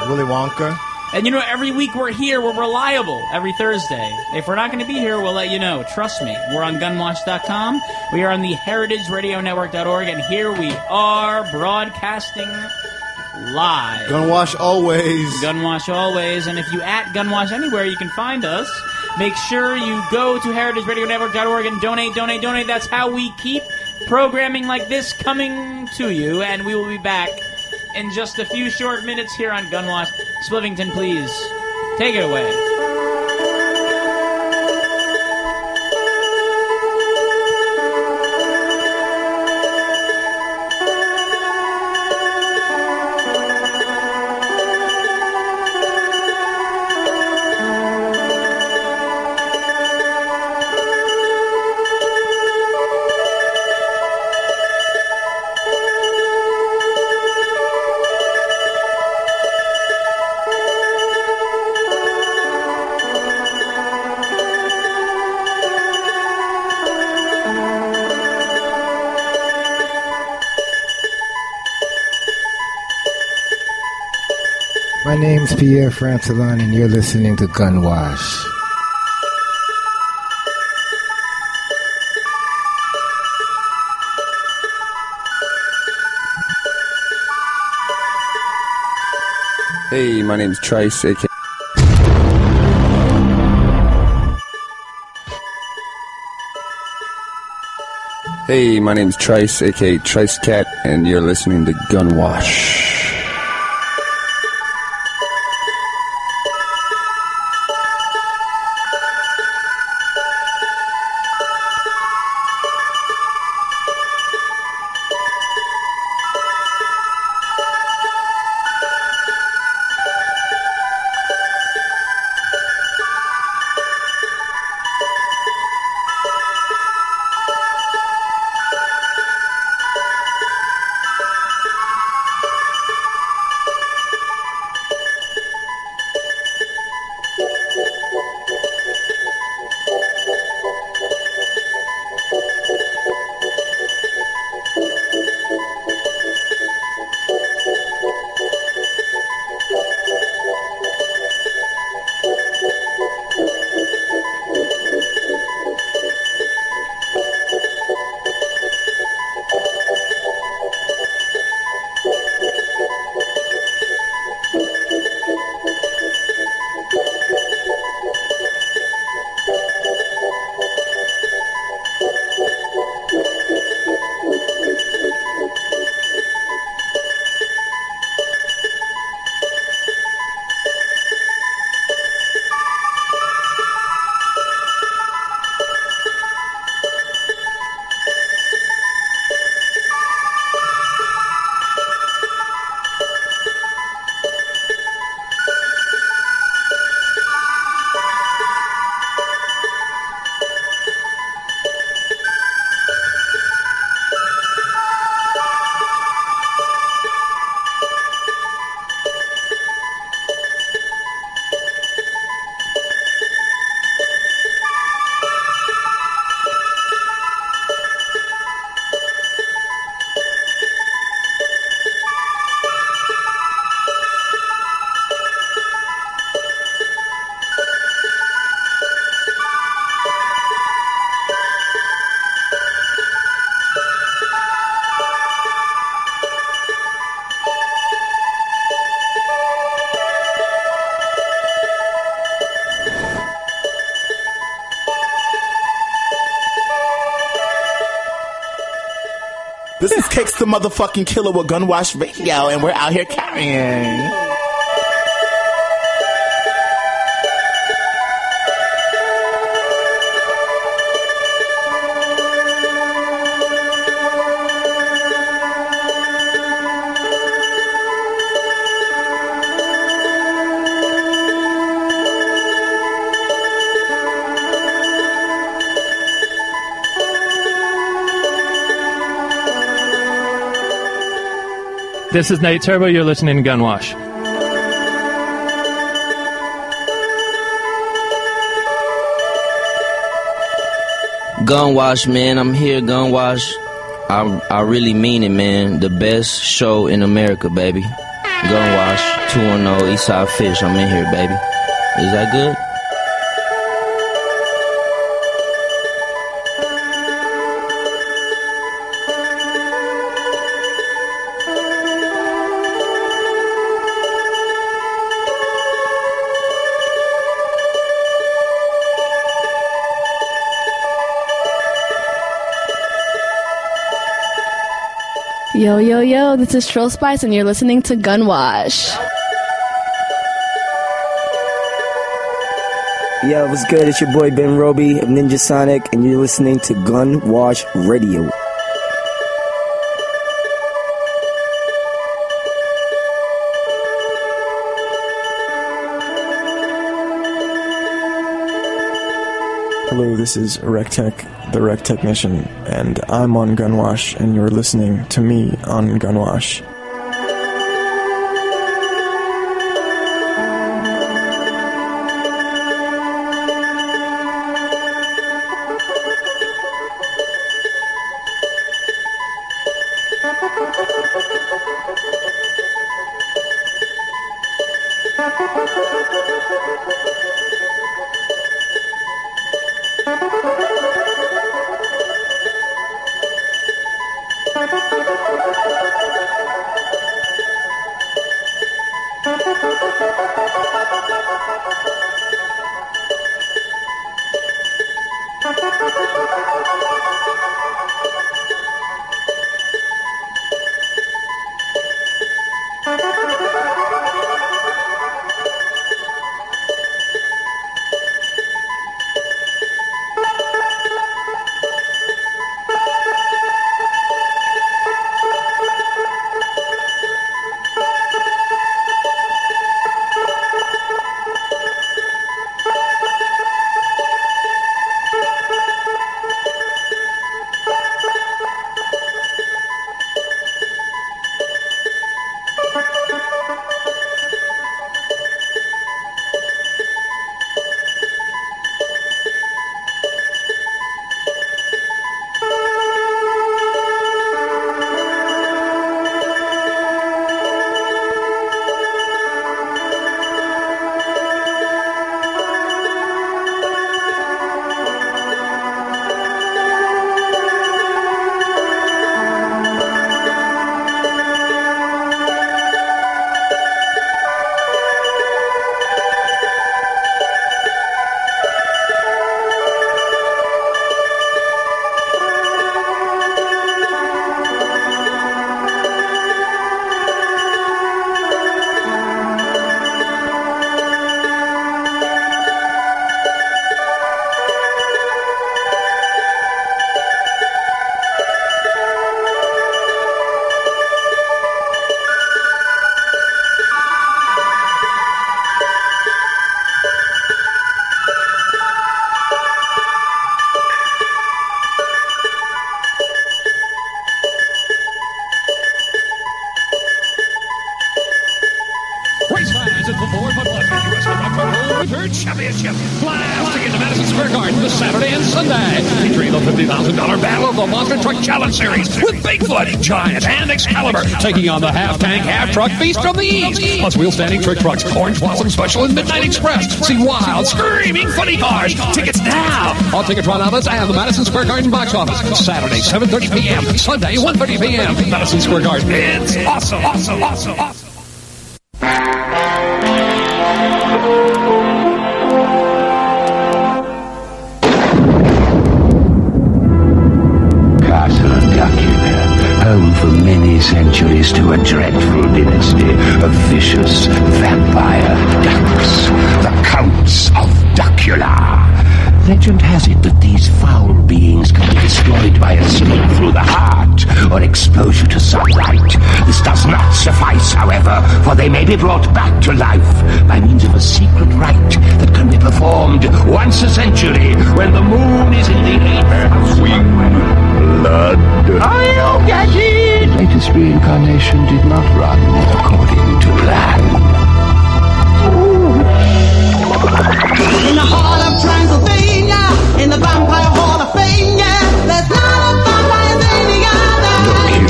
[SPEAKER 10] Willy Wonka.
[SPEAKER 2] And you know, every week we're here. We're reliable every Thursday. If we're not going to be here, we'll let you know. Trust me. We're on gunwash.com. We are on the heritageradionetwork.org. And here we are broadcasting live.
[SPEAKER 4] Gunwash always.
[SPEAKER 2] Gunwash always. And if you at Gunwash anywhere, you can find us. Make sure you go to heritageradionetwork.org and donate, donate, donate. That's how we keep programming like this coming to you. And we will be back in just a few short minutes here on Gunwash. Splivington, please take it away.
[SPEAKER 12] My name's Pierre Francelon, and you're listening to Gunwash.
[SPEAKER 13] Hey, my name's Trice, aka. Hey, my name's Trice, aka Trice Cat, and you're listening to Gunwash.
[SPEAKER 10] This is Kicks the motherfucking killer with Gunwash Radio, and we're out here carrying.
[SPEAKER 9] This is Nate Turbo. You're listening to Gunwash.
[SPEAKER 14] Gunwash, man, I'm here, Gunwash. I I really mean it, man. The best show in America, baby.
[SPEAKER 15] Gunwash 210 Eastside oh Fish. I'm in here, baby. Is that good?
[SPEAKER 16] Yo, yo, yo, this is Trill Spice, and you're listening to Gunwash.
[SPEAKER 14] Yo, what's good? It's your boy Ben Roby of Ninja Sonic, and you're listening to Gun Wash Radio.
[SPEAKER 17] Hello, this is RecTech, the Rec Technician, and I'm on Gunwash, and you're listening to me on Gunwash.
[SPEAKER 8] Race flies into the board, but left for U.S. Rock and Roll Return Championship. Blasting into Madison Square Garden this Saturday and Sunday. Featuring the $50,000 Battle of the Monster Truck Challenge Series with Bigfoot, Giant, and Excalibur taking on the half tank, half truck beast from the East. Plus wheel standing trick trucks, Orange Blossom Special, and Midnight Express. See wild, screaming funny cars. Tickets now on Ticketron outlets and the Madison Square Garden box office. Saturday, 7.30 p.m. Sunday, 1.30 p.m. Madison Square Garden. It's awesome, awesome, awesome, awesome.
[SPEAKER 13] Castle Dracula, home for many centuries to a dreadful dynasty of vicious vampire ducks, the Counts of Duckula. Legend has it that these foul beings can be destroyed by a stroke through the heart or exposure to sunlight. This does not suffice, however, for they may be brought back to life by means of a secret rite that can be performed once a century when the moon is in the eighth house. Blood. I'll get it! Latest reincarnation did not run according to plan.
[SPEAKER 18] In the Hall of Transylvania, in the Vampire Hall of Fame, yeah. There's not a vampire than the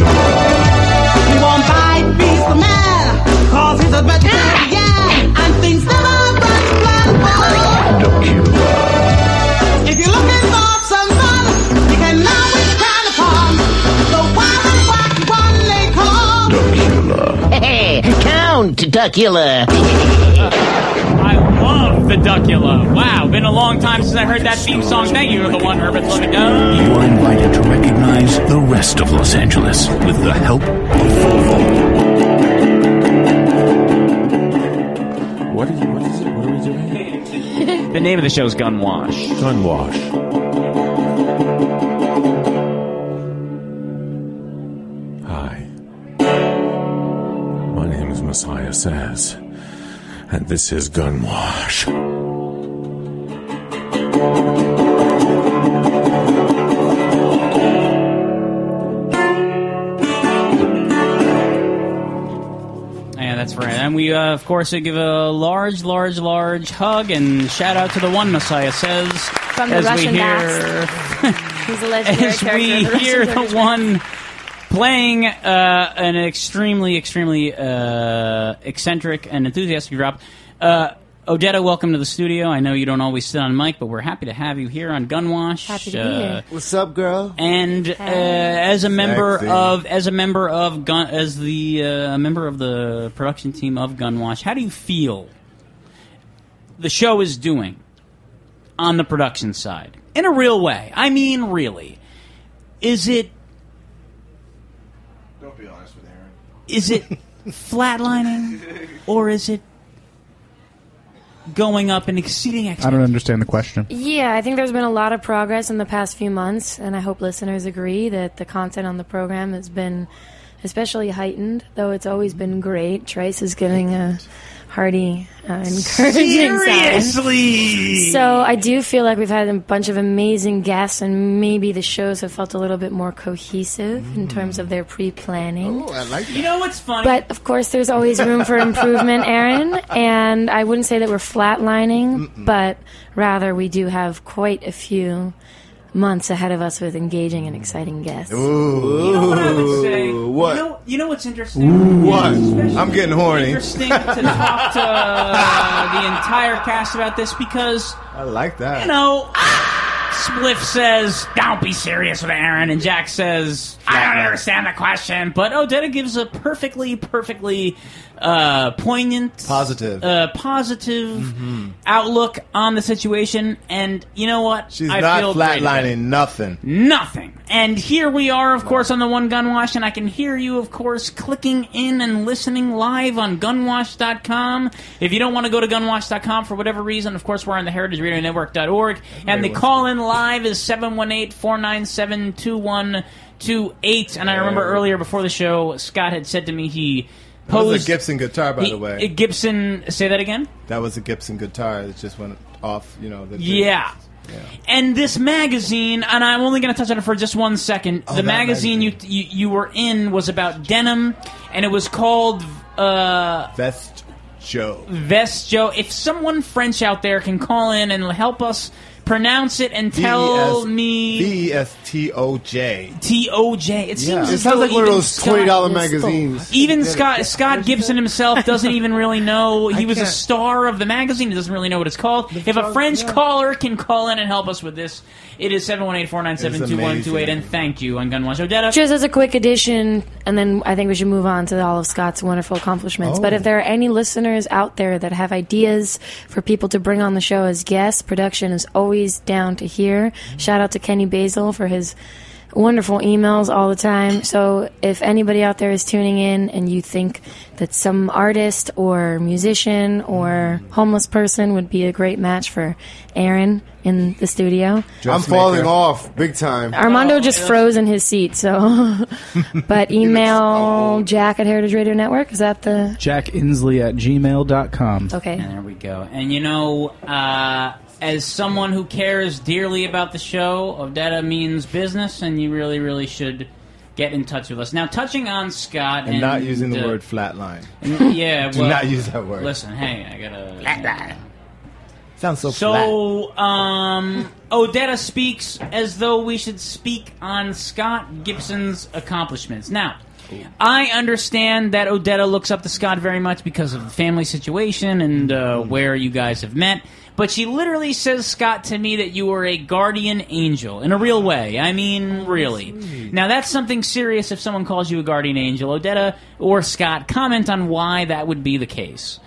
[SPEAKER 18] other. We won't fight beast the man, 'cause
[SPEAKER 3] Duckula.
[SPEAKER 2] Love the Duckula. Wow, been a long time since I heard that theme song. Thank you to the one Herbert Fleming.
[SPEAKER 19] You are invited to recognize the rest of Los Angeles with the help of Volvo.
[SPEAKER 2] What is, what is it? What are we doing? the name of the show is Gun Wash.
[SPEAKER 19] Gun Wash.
[SPEAKER 20] Hi. My name is Messiah Says, and this is Gun Wash.
[SPEAKER 2] Yeah, that's right. And we, uh, of course, uh, give a large, large, large hug and shout out to the one Messiah says
[SPEAKER 21] From the
[SPEAKER 2] as
[SPEAKER 21] Russian
[SPEAKER 2] we hear
[SPEAKER 21] Bats. He's a legendary
[SPEAKER 2] as
[SPEAKER 21] character.
[SPEAKER 2] we
[SPEAKER 21] in Russian
[SPEAKER 2] hear the
[SPEAKER 21] literature.
[SPEAKER 2] one playing uh, an extremely, extremely uh, eccentric and enthusiastic drop. Uh, Odetta, welcome to the studio. I know you don't always sit on mic, but we're happy to have you here on Gunwash.
[SPEAKER 4] Happy to be
[SPEAKER 2] Uh,
[SPEAKER 4] here. What's up, girl?
[SPEAKER 2] And uh, as a member
[SPEAKER 4] Sexy.
[SPEAKER 2] of as a member of Gun as the uh, member of the production team of Gunwash, how do you feel the show is doing on the production side in a real way? I mean, really, is it
[SPEAKER 10] Don't be honest with Aaron.
[SPEAKER 2] is it flatlining or is it going up and exceeding
[SPEAKER 1] I don't understand the question.
[SPEAKER 21] Yeah, I think there's been a lot of progress in the past few months, and I hope listeners agree that the content on the program has been especially heightened, though it's always been great. Trace is giving a hearty, uh, encouraging sign.
[SPEAKER 2] Seriously.
[SPEAKER 21] So I do feel like we've had a bunch of amazing guests, and maybe the shows have felt a little bit more cohesive in terms of their pre-planning.
[SPEAKER 2] Oh, I like You know what's funny?
[SPEAKER 21] But of course, there's always room for improvement, Aaron. And I wouldn't say that we're flatlining, but rather we do have quite a few months ahead of us with engaging and exciting guests.
[SPEAKER 2] You know what I would say? What? You know, you know what's interesting?
[SPEAKER 10] What?
[SPEAKER 2] It's
[SPEAKER 10] I'm getting horny.
[SPEAKER 2] Interesting to talk to uh, the entire cast about this because
[SPEAKER 10] I like that.
[SPEAKER 2] you know. Spliff says, "Don't be serious with Aaron," and Jack says, "I don't understand the question." But Odetta gives a perfectly, perfectly uh, poignant,
[SPEAKER 10] Positive. Mm-hmm.
[SPEAKER 2] uh, positive outlook on the situation. And you know what?
[SPEAKER 10] She's
[SPEAKER 2] I
[SPEAKER 10] not
[SPEAKER 2] feel great about it.
[SPEAKER 10] flatlining nothing.
[SPEAKER 2] Nothing. And here we are, of course, on the One Gun Wash, and I can hear you, of course, clicking in and listening live on gunwash.com. If you don't want to go to gunwash.com for whatever reason, of course, we're on the heritageradionetwork.org. And the call in live is 718 497 2128. And I remember earlier before the show, Scott had said to me he
[SPEAKER 10] That was a
[SPEAKER 2] posed.
[SPEAKER 10] Gibson guitar, by
[SPEAKER 2] he-
[SPEAKER 10] the way.
[SPEAKER 2] Gibson, say that again?
[SPEAKER 10] that was a Gibson guitar that just went off. You know. The,
[SPEAKER 2] Yeah. And this magazine, and I'm only going to touch on it for just one second. the
[SPEAKER 10] Oh, that
[SPEAKER 2] magazine, You, you you were in was about denim, and it was called uh,
[SPEAKER 10] Vest Joe.
[SPEAKER 2] Vest Joe. If someone French out there can call in and help us pronounce it and
[SPEAKER 10] V E S-
[SPEAKER 2] tell me
[SPEAKER 10] V E S T O J.
[SPEAKER 2] T O J. It seems
[SPEAKER 10] Yeah.
[SPEAKER 2] as
[SPEAKER 10] It sounds
[SPEAKER 2] though
[SPEAKER 10] like one of
[SPEAKER 2] even
[SPEAKER 10] those
[SPEAKER 2] Scott-
[SPEAKER 10] $20 magazines.
[SPEAKER 2] Even Scott Scott Gibson himself doesn't even really know. He was a star of the magazine. He doesn't really know what it's called. If a French caller can call in and help us with this, it is seven one eight four nine seven two one two eight. And thank you on Gunwash Odetta.
[SPEAKER 21] Just as a quick addition, and then I think we should move on to all of Scott's wonderful accomplishments.
[SPEAKER 2] Oh.
[SPEAKER 21] But if there are any listeners out there that have ideas for people to bring on the show as guests, production is always down to hear. Shout out to Kenny Basil for his wonderful emails all the time. So if anybody out there is tuning in and you think that some artist or musician or homeless person would be a great match for Aaron in the studio,
[SPEAKER 4] I'm falling off big time.
[SPEAKER 21] Armando just froze in his seat, so. but email jack at Heritage Radio Network. Is that the.
[SPEAKER 1] JackInsley at gmail.com.
[SPEAKER 21] Okay.
[SPEAKER 2] And there we go. And you know, uh, as someone who cares dearly about the show, Odetta means business, and you really, really should get in touch with us. Now, touching on Scott
[SPEAKER 10] And not using the
[SPEAKER 2] uh,
[SPEAKER 10] word flatline.
[SPEAKER 2] N- yeah,
[SPEAKER 10] Do
[SPEAKER 2] well,
[SPEAKER 10] not use that word.
[SPEAKER 2] Listen, hey, I gotta.
[SPEAKER 10] Sounds so,
[SPEAKER 2] So, um, Odetta speaks as though we should speak on Scott Gibson's accomplishments. Now, I understand that Odetta looks up to Scott very much because of the family situation and uh, where you guys have met. But she literally says, Scott, to me that you are a guardian angel in a real way. I mean, really. Now, that's something serious if someone calls you a guardian angel. Odetta or Scott, comment on why that would be the case.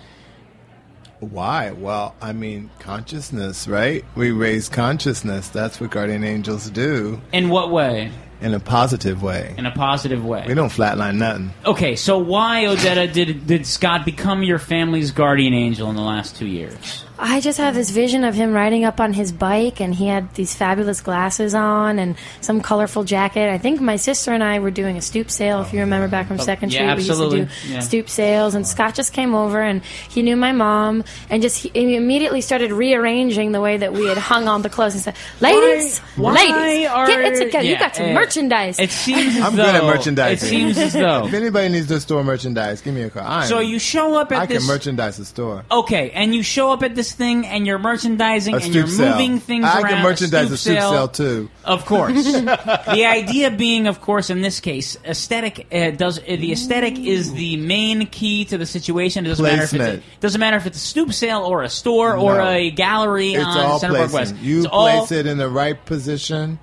[SPEAKER 10] Why? Well, I mean, consciousness, right? We raise consciousness. That's what guardian angels do
[SPEAKER 2] In what way?
[SPEAKER 10] in a positive way.
[SPEAKER 2] In a positive way.
[SPEAKER 10] We don't flatline nothing.
[SPEAKER 2] Okay, so why, Odetta, did, did Scott become your family's guardian angel in the last two years?
[SPEAKER 21] I just have this vision of him riding up on his bike, and he had these fabulous glasses on and some colorful jacket. I think my sister and I were doing a stoop sale, if you remember back from
[SPEAKER 2] Oh,
[SPEAKER 21] Second
[SPEAKER 2] yeah,
[SPEAKER 21] Street. We
[SPEAKER 2] absolutely.
[SPEAKER 21] used to do
[SPEAKER 2] Yeah.
[SPEAKER 21] stoop sales, and Scott just came over, and he knew my mom, and just he, he immediately started rearranging the way that we had hung on the clothes and said, "Ladies,
[SPEAKER 2] Why-
[SPEAKER 21] ladies,
[SPEAKER 2] why
[SPEAKER 21] get it
[SPEAKER 2] are-
[SPEAKER 21] together.
[SPEAKER 2] Yeah,
[SPEAKER 21] you got some
[SPEAKER 2] eh,
[SPEAKER 21] merchandise."
[SPEAKER 2] it seems as
[SPEAKER 10] I'm good at
[SPEAKER 2] though-
[SPEAKER 10] merchandising.
[SPEAKER 2] it seems as though-
[SPEAKER 10] if anybody needs to store merchandise, give me a call. I am-
[SPEAKER 2] So you show up at
[SPEAKER 10] I
[SPEAKER 2] this-
[SPEAKER 10] can merchandise the store.
[SPEAKER 2] Okay, and you show up at this thing, and you're merchandising,
[SPEAKER 10] A
[SPEAKER 2] and you're
[SPEAKER 10] stoop sale.
[SPEAKER 2] moving things
[SPEAKER 10] I
[SPEAKER 2] around.
[SPEAKER 10] can merchandise a stoop sale, too.
[SPEAKER 2] Of course. the idea being, of course, in this case, aesthetic uh, does uh, the aesthetic is the main key to the situation. It doesn't matter if
[SPEAKER 10] Placement.
[SPEAKER 2] it's a, doesn't matter if it's a stoop sale or a store or
[SPEAKER 10] No.
[SPEAKER 2] a gallery
[SPEAKER 10] It's
[SPEAKER 2] on
[SPEAKER 10] all
[SPEAKER 2] Center Park West.
[SPEAKER 10] placing. You
[SPEAKER 2] it's all
[SPEAKER 10] place it in the right position,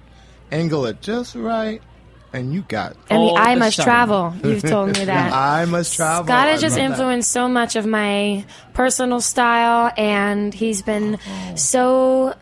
[SPEAKER 10] angle it just right, and you got.
[SPEAKER 21] And the
[SPEAKER 10] all
[SPEAKER 21] eye must
[SPEAKER 10] sun.
[SPEAKER 21] travel. You've told me that.
[SPEAKER 10] The eye must travel.
[SPEAKER 21] Scott
[SPEAKER 10] I
[SPEAKER 21] has just
[SPEAKER 10] love that.
[SPEAKER 21] influenced so much of my personal style, and he's been
[SPEAKER 10] Oh.
[SPEAKER 21] so.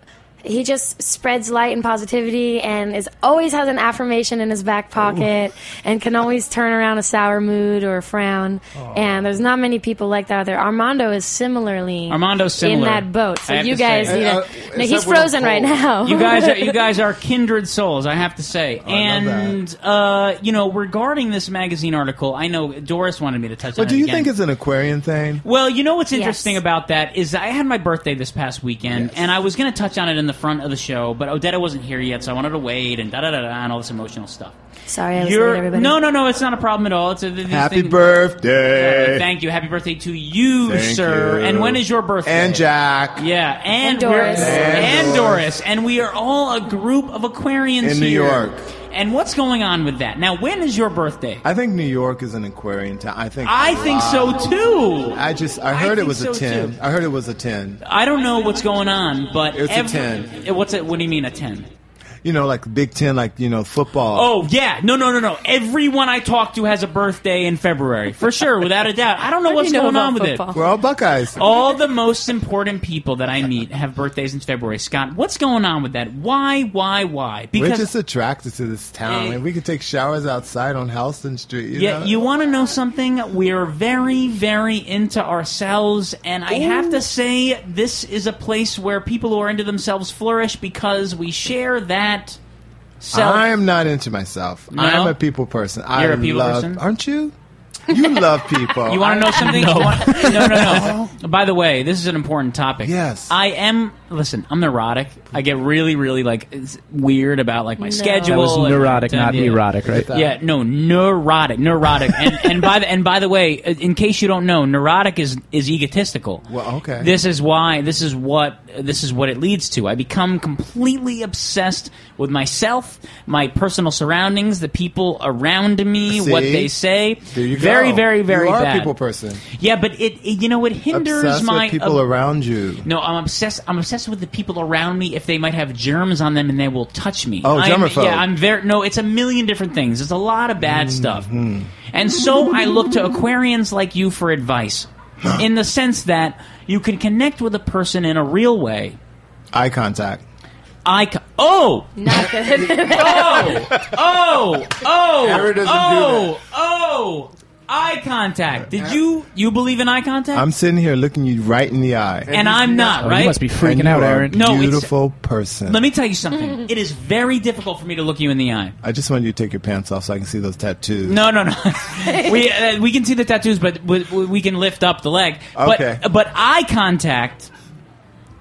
[SPEAKER 21] He just spreads light and positivity, and is always has an affirmation in his
[SPEAKER 10] Oh.
[SPEAKER 21] back pocket, and can always turn around a sour mood or a frown.
[SPEAKER 10] Oh.
[SPEAKER 21] And there's not many people like that out there. Armando is similarly
[SPEAKER 2] Armando's
[SPEAKER 21] in
[SPEAKER 2] similar.
[SPEAKER 21] that boat. So
[SPEAKER 2] I have
[SPEAKER 21] you
[SPEAKER 2] to say.
[SPEAKER 21] guys, need to-
[SPEAKER 2] Uh, uh,
[SPEAKER 21] no,
[SPEAKER 2] except
[SPEAKER 21] he's
[SPEAKER 2] we're
[SPEAKER 21] frozen right now.
[SPEAKER 2] you guys are you guys are kindred souls, I have to say.
[SPEAKER 10] Oh,
[SPEAKER 2] and uh, you know, regarding this magazine article, I know Doris wanted me to touch
[SPEAKER 10] But
[SPEAKER 2] on
[SPEAKER 10] do
[SPEAKER 2] it
[SPEAKER 10] you
[SPEAKER 2] again.
[SPEAKER 10] think it's an Aquarian thing?
[SPEAKER 2] Well, you know what's interesting about that is I had my birthday this past weekend, and I was going to touch on it in the front of the show, but Odetta wasn't here yet, so I wanted to wait and da da da da and all this emotional stuff.
[SPEAKER 21] Sorry, I was
[SPEAKER 2] You're-
[SPEAKER 21] late, everybody.
[SPEAKER 2] no, no, no. It's not a problem at all. It's a, these
[SPEAKER 10] Happy
[SPEAKER 2] things-
[SPEAKER 10] birthday.
[SPEAKER 2] Uh, thank you. Happy birthday to you,
[SPEAKER 10] Thank
[SPEAKER 2] sir.
[SPEAKER 10] you.
[SPEAKER 2] And when is your birthday?
[SPEAKER 10] And Jack.
[SPEAKER 2] Yeah, Uh, and,
[SPEAKER 21] And Doris.
[SPEAKER 2] we're-
[SPEAKER 10] And
[SPEAKER 2] and Doris, and we are all a group of Aquarians
[SPEAKER 10] In New
[SPEAKER 2] here.
[SPEAKER 10] York.
[SPEAKER 2] And what's going on with that? Now, when is your birthday?
[SPEAKER 10] I think New York is an Aquarian town. I think.
[SPEAKER 2] I
[SPEAKER 10] a
[SPEAKER 2] think
[SPEAKER 10] lot.
[SPEAKER 2] so, too.
[SPEAKER 10] I just. I heard it
[SPEAKER 2] think
[SPEAKER 10] was
[SPEAKER 2] so,
[SPEAKER 10] a ten.
[SPEAKER 2] too.
[SPEAKER 10] I heard it was a ten.
[SPEAKER 2] I don't know what's going on, but
[SPEAKER 10] It's a
[SPEAKER 2] every-
[SPEAKER 10] 10.
[SPEAKER 2] Eh, What's it? What do you mean a ten?
[SPEAKER 10] You know, like Big Ten, like you know football.
[SPEAKER 2] Oh yeah, no, no, no, no. Everyone I talk to has a birthday in February for sure, without a doubt. I don't know
[SPEAKER 21] How do
[SPEAKER 2] what's
[SPEAKER 21] you know
[SPEAKER 2] going
[SPEAKER 21] about
[SPEAKER 2] on with
[SPEAKER 21] football?
[SPEAKER 2] it.
[SPEAKER 10] We're all Buckeyes.
[SPEAKER 2] All the most important people that I meet have birthdays in February. Scott, what's going on with that? Why, why, why?
[SPEAKER 10] We're
[SPEAKER 2] Because
[SPEAKER 10] just attracted to this town,
[SPEAKER 2] Eh.
[SPEAKER 10] and we could take showers outside on Houston Street. You
[SPEAKER 2] yeah,
[SPEAKER 10] know?
[SPEAKER 2] you want to know something? We're very, very into ourselves, and I have to say, this is a place where people who are into themselves flourish because we share that. Self.
[SPEAKER 10] I am not into myself.
[SPEAKER 2] No?
[SPEAKER 10] I am a people person.
[SPEAKER 2] You're
[SPEAKER 10] I
[SPEAKER 2] a people
[SPEAKER 10] love,
[SPEAKER 2] person?
[SPEAKER 10] aren't you? You love people.
[SPEAKER 2] You want to know something?
[SPEAKER 10] Oh, No.
[SPEAKER 2] You want- no, no, no. By the way, this is an important topic. Yes, I am. Listen, I'm neurotic. I get really, really like it's weird about like my
[SPEAKER 1] No.
[SPEAKER 2] schedule.
[SPEAKER 1] That was
[SPEAKER 2] and-
[SPEAKER 1] neurotic,
[SPEAKER 2] and-
[SPEAKER 1] not
[SPEAKER 2] yeah.
[SPEAKER 1] erotic, right?
[SPEAKER 2] Yeah, no, neurotic, neurotic. and, and by the and by the way, in case you don't know, neurotic is is egotistical.
[SPEAKER 10] Well, okay.
[SPEAKER 2] This is why. This is what. This is what it leads to. I become completely obsessed with myself, my personal surroundings, the people around me, what
[SPEAKER 10] See?
[SPEAKER 2] they say.
[SPEAKER 10] There you
[SPEAKER 2] very,
[SPEAKER 10] go.
[SPEAKER 2] very, very
[SPEAKER 10] You are
[SPEAKER 2] bad.
[SPEAKER 10] a people person.
[SPEAKER 2] Yeah, but it, it- you know it hinders
[SPEAKER 10] Obsessed
[SPEAKER 2] my
[SPEAKER 10] with people
[SPEAKER 2] ab-
[SPEAKER 10] around you.
[SPEAKER 2] No, I'm obsessed. I'm obsessed with the people around me if they might have germs on them and they will touch me.
[SPEAKER 10] Oh,
[SPEAKER 2] I'm,
[SPEAKER 10] germaphobe. Mm-hmm.
[SPEAKER 2] Yeah, I'm very no. It's a million different things. It's a lot of bad stuff.
[SPEAKER 20] Hmm.
[SPEAKER 2] And so I look to Aquarians like you for advice, in the sense that you can connect with a person in a real way.
[SPEAKER 10] Eye contact.
[SPEAKER 2] I co- oh
[SPEAKER 21] Not good.
[SPEAKER 2] oh oh
[SPEAKER 10] Aaron doesn't do
[SPEAKER 2] oh oh eye contact. Did you you believe in eye contact?
[SPEAKER 10] I'm sitting here looking you right in the eye,
[SPEAKER 2] And I'm not, Oh, you right? must be freaking
[SPEAKER 10] And you
[SPEAKER 2] out,
[SPEAKER 10] are a
[SPEAKER 2] Aaron. No, it's-
[SPEAKER 10] beautiful person.
[SPEAKER 2] Let me tell you something. It is very difficult for me to look you in the eye.
[SPEAKER 10] I just want you to take your pants off so I can see those tattoos.
[SPEAKER 2] No, no, no. we uh, we can see the tattoos, but we, we can lift up the leg. But,
[SPEAKER 10] Okay.
[SPEAKER 2] But eye contact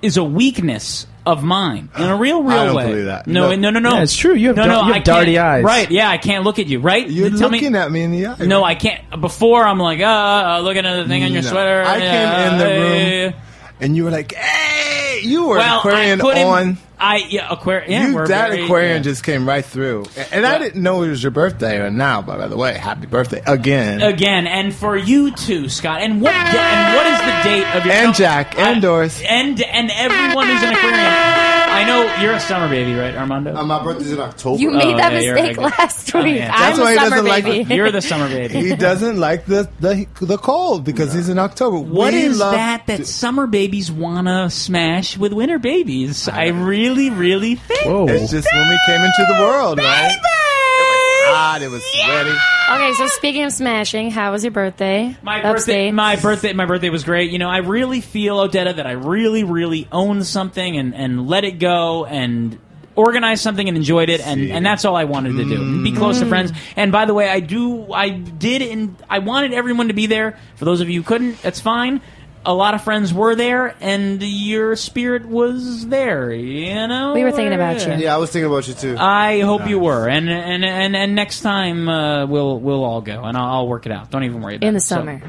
[SPEAKER 2] is a weakness of mine in a real, real
[SPEAKER 1] I don't
[SPEAKER 2] way.
[SPEAKER 1] believe that.
[SPEAKER 2] No,
[SPEAKER 1] No.
[SPEAKER 2] no, no, no.
[SPEAKER 1] Yeah, it's true. You have
[SPEAKER 2] no,
[SPEAKER 1] dar-
[SPEAKER 2] no,
[SPEAKER 1] you have
[SPEAKER 2] I can't-
[SPEAKER 1] darty eyes.
[SPEAKER 2] Right? Yeah, I can't look at you. Right?
[SPEAKER 10] You're
[SPEAKER 2] Tell me-
[SPEAKER 10] looking at me in the eye.
[SPEAKER 2] No, I can't. Before I'm like, uh, uh looking at the thing on your
[SPEAKER 10] No.
[SPEAKER 2] sweater.
[SPEAKER 10] I
[SPEAKER 2] yeah,
[SPEAKER 10] came in the
[SPEAKER 2] yeah, yeah, yeah.
[SPEAKER 10] room, and you were like, "Hey, you were
[SPEAKER 2] Well, I
[SPEAKER 10] Aquarian
[SPEAKER 2] put him-
[SPEAKER 10] on."
[SPEAKER 2] I yeah, aquarium. Yeah,
[SPEAKER 10] you,
[SPEAKER 2] we're
[SPEAKER 10] that
[SPEAKER 2] very-
[SPEAKER 10] aquarium
[SPEAKER 2] yeah.
[SPEAKER 10] just came right through, A- and I didn't know it was your birthday. And now, by, by the way, happy birthday again,
[SPEAKER 2] again, and for you too, Scott. And what? da- and what is the date of your
[SPEAKER 10] and Jack and Doris.
[SPEAKER 2] and and everyone who's an aquarium? I know you're a summer baby, right, Armando?
[SPEAKER 4] Uh, my birthday's in October.
[SPEAKER 16] You
[SPEAKER 2] Oh,
[SPEAKER 16] made that mistake last week. I'm a summer baby.
[SPEAKER 2] You're the summer baby.
[SPEAKER 10] He doesn't like the the, the cold because he's in October.
[SPEAKER 2] What
[SPEAKER 10] We
[SPEAKER 2] is
[SPEAKER 10] love-
[SPEAKER 2] that that summer babies wanna smash with winter babies? I really, really think.
[SPEAKER 10] It's just when we came into the world, right? It was hot. It was sweaty.
[SPEAKER 21] Okay, so speaking of smashing, how was your birthday?
[SPEAKER 2] My birthday, my birthday, my birthday was great. You know, I really feel Odetta that I really, really owned something and and let it go and organized something and enjoyed it and and that's all I wanted to do. Be close to
[SPEAKER 3] Mm.
[SPEAKER 2] friends. And by the way, I do, I did, and I wanted everyone to be there. For those of you who couldn't, that's fine. A lot of friends were there, and your spirit was there. You know,
[SPEAKER 21] We were thinking about you.
[SPEAKER 4] Yeah, I was thinking about you too.
[SPEAKER 2] I hope you were, and and and and next time uh, we'll we'll all go, and I'll, I'll work it out. Don't even worry about it.
[SPEAKER 21] In the
[SPEAKER 2] So-
[SPEAKER 21] summer.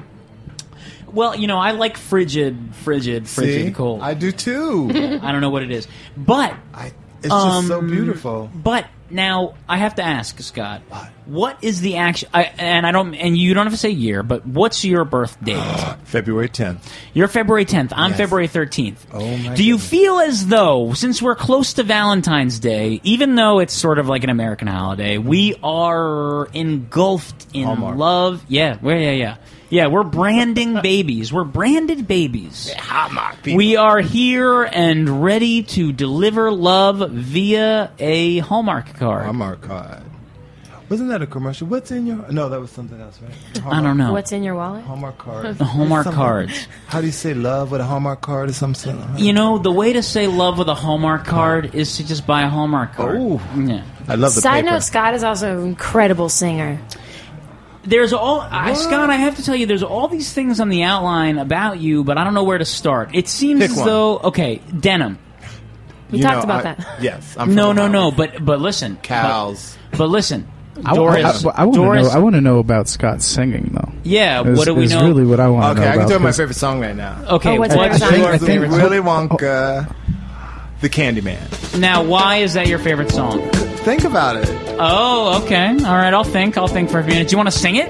[SPEAKER 2] well, you know, I like frigid, frigid, frigid
[SPEAKER 10] See?
[SPEAKER 2] cold. I
[SPEAKER 10] do too.
[SPEAKER 2] I don't know what it is, but I,
[SPEAKER 10] It's just so beautiful.
[SPEAKER 2] But now I have to ask Scott, what is the action? I, and I don't, and you don't have to say year, but what's your birth date?
[SPEAKER 10] February tenth.
[SPEAKER 2] You're February tenth. I'm
[SPEAKER 10] Yes.
[SPEAKER 2] February thirteenth.
[SPEAKER 10] Oh my
[SPEAKER 2] Do you feel as though, since we're close to Valentine's Day, even though it's sort of like an American holiday, we are engulfed in love? Yeah, well, yeah, yeah. Yeah, we're branding babies. We're branded babies. We are here and ready to deliver love via a Hallmark card.
[SPEAKER 10] Hallmark card. Wasn't that a commercial? What's in your? No, that was something else, right?
[SPEAKER 2] I don't know.
[SPEAKER 21] What's in your wallet?
[SPEAKER 10] Hallmark card.
[SPEAKER 2] The Hallmark
[SPEAKER 10] Something-
[SPEAKER 2] cards.
[SPEAKER 10] How do you say love with a Hallmark card or something?
[SPEAKER 2] You know, the way to say love with a Hallmark card is to just buy a Hallmark card. Oh, yeah.
[SPEAKER 10] I love
[SPEAKER 21] Side note: Scott is also an incredible singer.
[SPEAKER 2] There's all I, Scott. I have to tell you, there's all these things on the outline about you, but I don't know where to start. It seems
[SPEAKER 10] Pick
[SPEAKER 2] as
[SPEAKER 10] one.
[SPEAKER 2] though okay, denim.
[SPEAKER 10] We You talked know, about I- that. yes, I'm
[SPEAKER 2] no,
[SPEAKER 10] from
[SPEAKER 2] no, no. But but listen, cows. But, but listen,
[SPEAKER 1] I,
[SPEAKER 2] Doris.
[SPEAKER 1] I, I, want to
[SPEAKER 2] Doris.
[SPEAKER 1] know. I want to know about Scott's singing, though.
[SPEAKER 2] Yeah,
[SPEAKER 1] Is-
[SPEAKER 2] what do we
[SPEAKER 1] is
[SPEAKER 2] know-
[SPEAKER 1] really what I want to
[SPEAKER 10] Okay,
[SPEAKER 1] know
[SPEAKER 10] I can
[SPEAKER 1] about,
[SPEAKER 10] tell you my
[SPEAKER 1] 'cause-
[SPEAKER 10] favorite song right now.
[SPEAKER 2] Okay, Oh, what's what's your
[SPEAKER 10] I think
[SPEAKER 2] favorite
[SPEAKER 10] it's
[SPEAKER 2] song?
[SPEAKER 10] the Willy Wonka, The Candyman.
[SPEAKER 2] now, why is that your favorite song?
[SPEAKER 10] Think about it.
[SPEAKER 2] Oh, okay. All right, I'll think. I'll think for a few minutes. You want to sing it?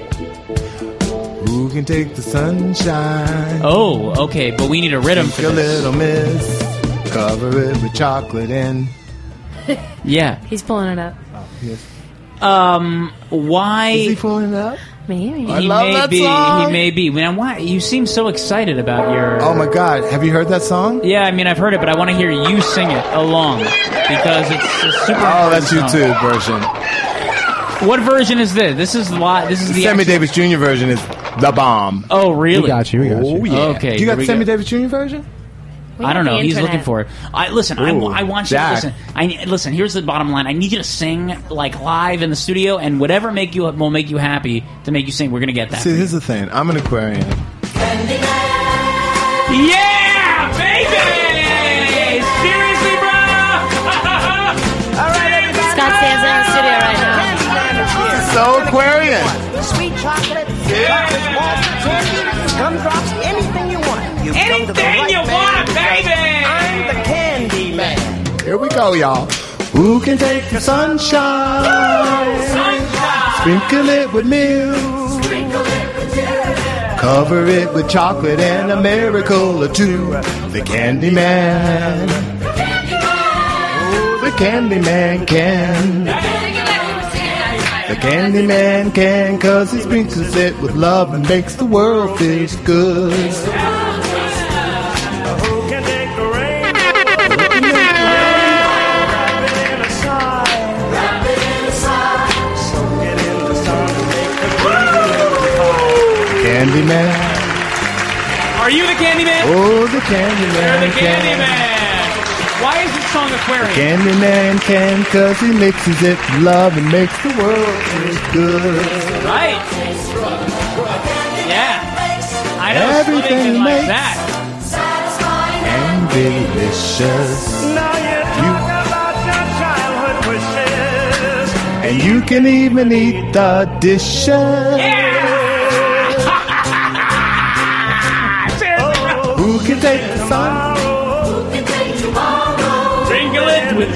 [SPEAKER 10] Who can take the sunshine?
[SPEAKER 2] Oh, okay. But we need a rhythm for
[SPEAKER 10] Your
[SPEAKER 2] this.
[SPEAKER 10] little miss, cover it with chocolate and.
[SPEAKER 2] Yeah.
[SPEAKER 21] He's pulling it up.
[SPEAKER 10] Yes.
[SPEAKER 2] Um, why?
[SPEAKER 21] Is he
[SPEAKER 10] pulling it up?
[SPEAKER 21] Maybe.
[SPEAKER 2] he may be. He may be. Now, why? You seem so excited about your.
[SPEAKER 10] Oh my God! Have you heard that song?
[SPEAKER 2] Yeah, I mean, I've heard it, but I want to hear you sing it along because it's a super.
[SPEAKER 10] Oh, that's
[SPEAKER 2] important
[SPEAKER 10] YouTube
[SPEAKER 2] song.
[SPEAKER 10] version.
[SPEAKER 2] What version is this? This is lot. This is the.
[SPEAKER 10] Sammy
[SPEAKER 2] actual-
[SPEAKER 10] Davis Jr. version is the bomb.
[SPEAKER 2] Oh, really? We got
[SPEAKER 1] you. We got
[SPEAKER 10] oh,
[SPEAKER 2] you.
[SPEAKER 10] yeah.
[SPEAKER 2] Okay,
[SPEAKER 10] You
[SPEAKER 2] here
[SPEAKER 10] got
[SPEAKER 2] we
[SPEAKER 10] the Sammy
[SPEAKER 2] go.
[SPEAKER 10] Davis Jr. version?
[SPEAKER 2] I don't
[SPEAKER 10] We
[SPEAKER 2] know.
[SPEAKER 10] have the
[SPEAKER 2] He's
[SPEAKER 10] internet.
[SPEAKER 2] looking for it. I listen. I,
[SPEAKER 10] Ooh,
[SPEAKER 2] I want you to
[SPEAKER 10] Jack.
[SPEAKER 2] listen. I listen. Here's the bottom line. I need you to sing like live in the studio, and whatever make you will make you happy to make you sing. We're gonna get that.
[SPEAKER 10] See, here's the thing. I'm an Aquarian.
[SPEAKER 2] Yeah, baby! Seriously, bro! All right, everybody.
[SPEAKER 21] Scott stands in the studio right now.
[SPEAKER 10] So Aquarian.
[SPEAKER 22] Sweet chocolate, chocolate balls, candy, gumdrops, anything you want. You come to the
[SPEAKER 2] Anything
[SPEAKER 22] right
[SPEAKER 2] you want,
[SPEAKER 22] man, 'cause
[SPEAKER 2] baby.
[SPEAKER 22] I'm the candy man.
[SPEAKER 10] Here we go, y'all. Who can take the sunshine? Sprinkle it with milk. Cover it with chocolate and a miracle or two. The Candyman. Oh, the Candyman can. The Candyman can, cause he sprinkles it with love and makes the world feel good. Candyman.
[SPEAKER 2] Are you the Candyman?
[SPEAKER 10] Oh, the Candyman.
[SPEAKER 2] You're the
[SPEAKER 10] can.
[SPEAKER 2] Candyman. Why is this song Aquarium?
[SPEAKER 10] Candyman can, cause he mixes it with love and makes the world feel good.
[SPEAKER 2] Right. Yeah. I know
[SPEAKER 10] Everything
[SPEAKER 2] something
[SPEAKER 10] he
[SPEAKER 2] like
[SPEAKER 10] makes.
[SPEAKER 2] that.
[SPEAKER 10] And delicious. And you can even eat the dishes. Who can take the sun?
[SPEAKER 2] Sprinkle it
[SPEAKER 3] with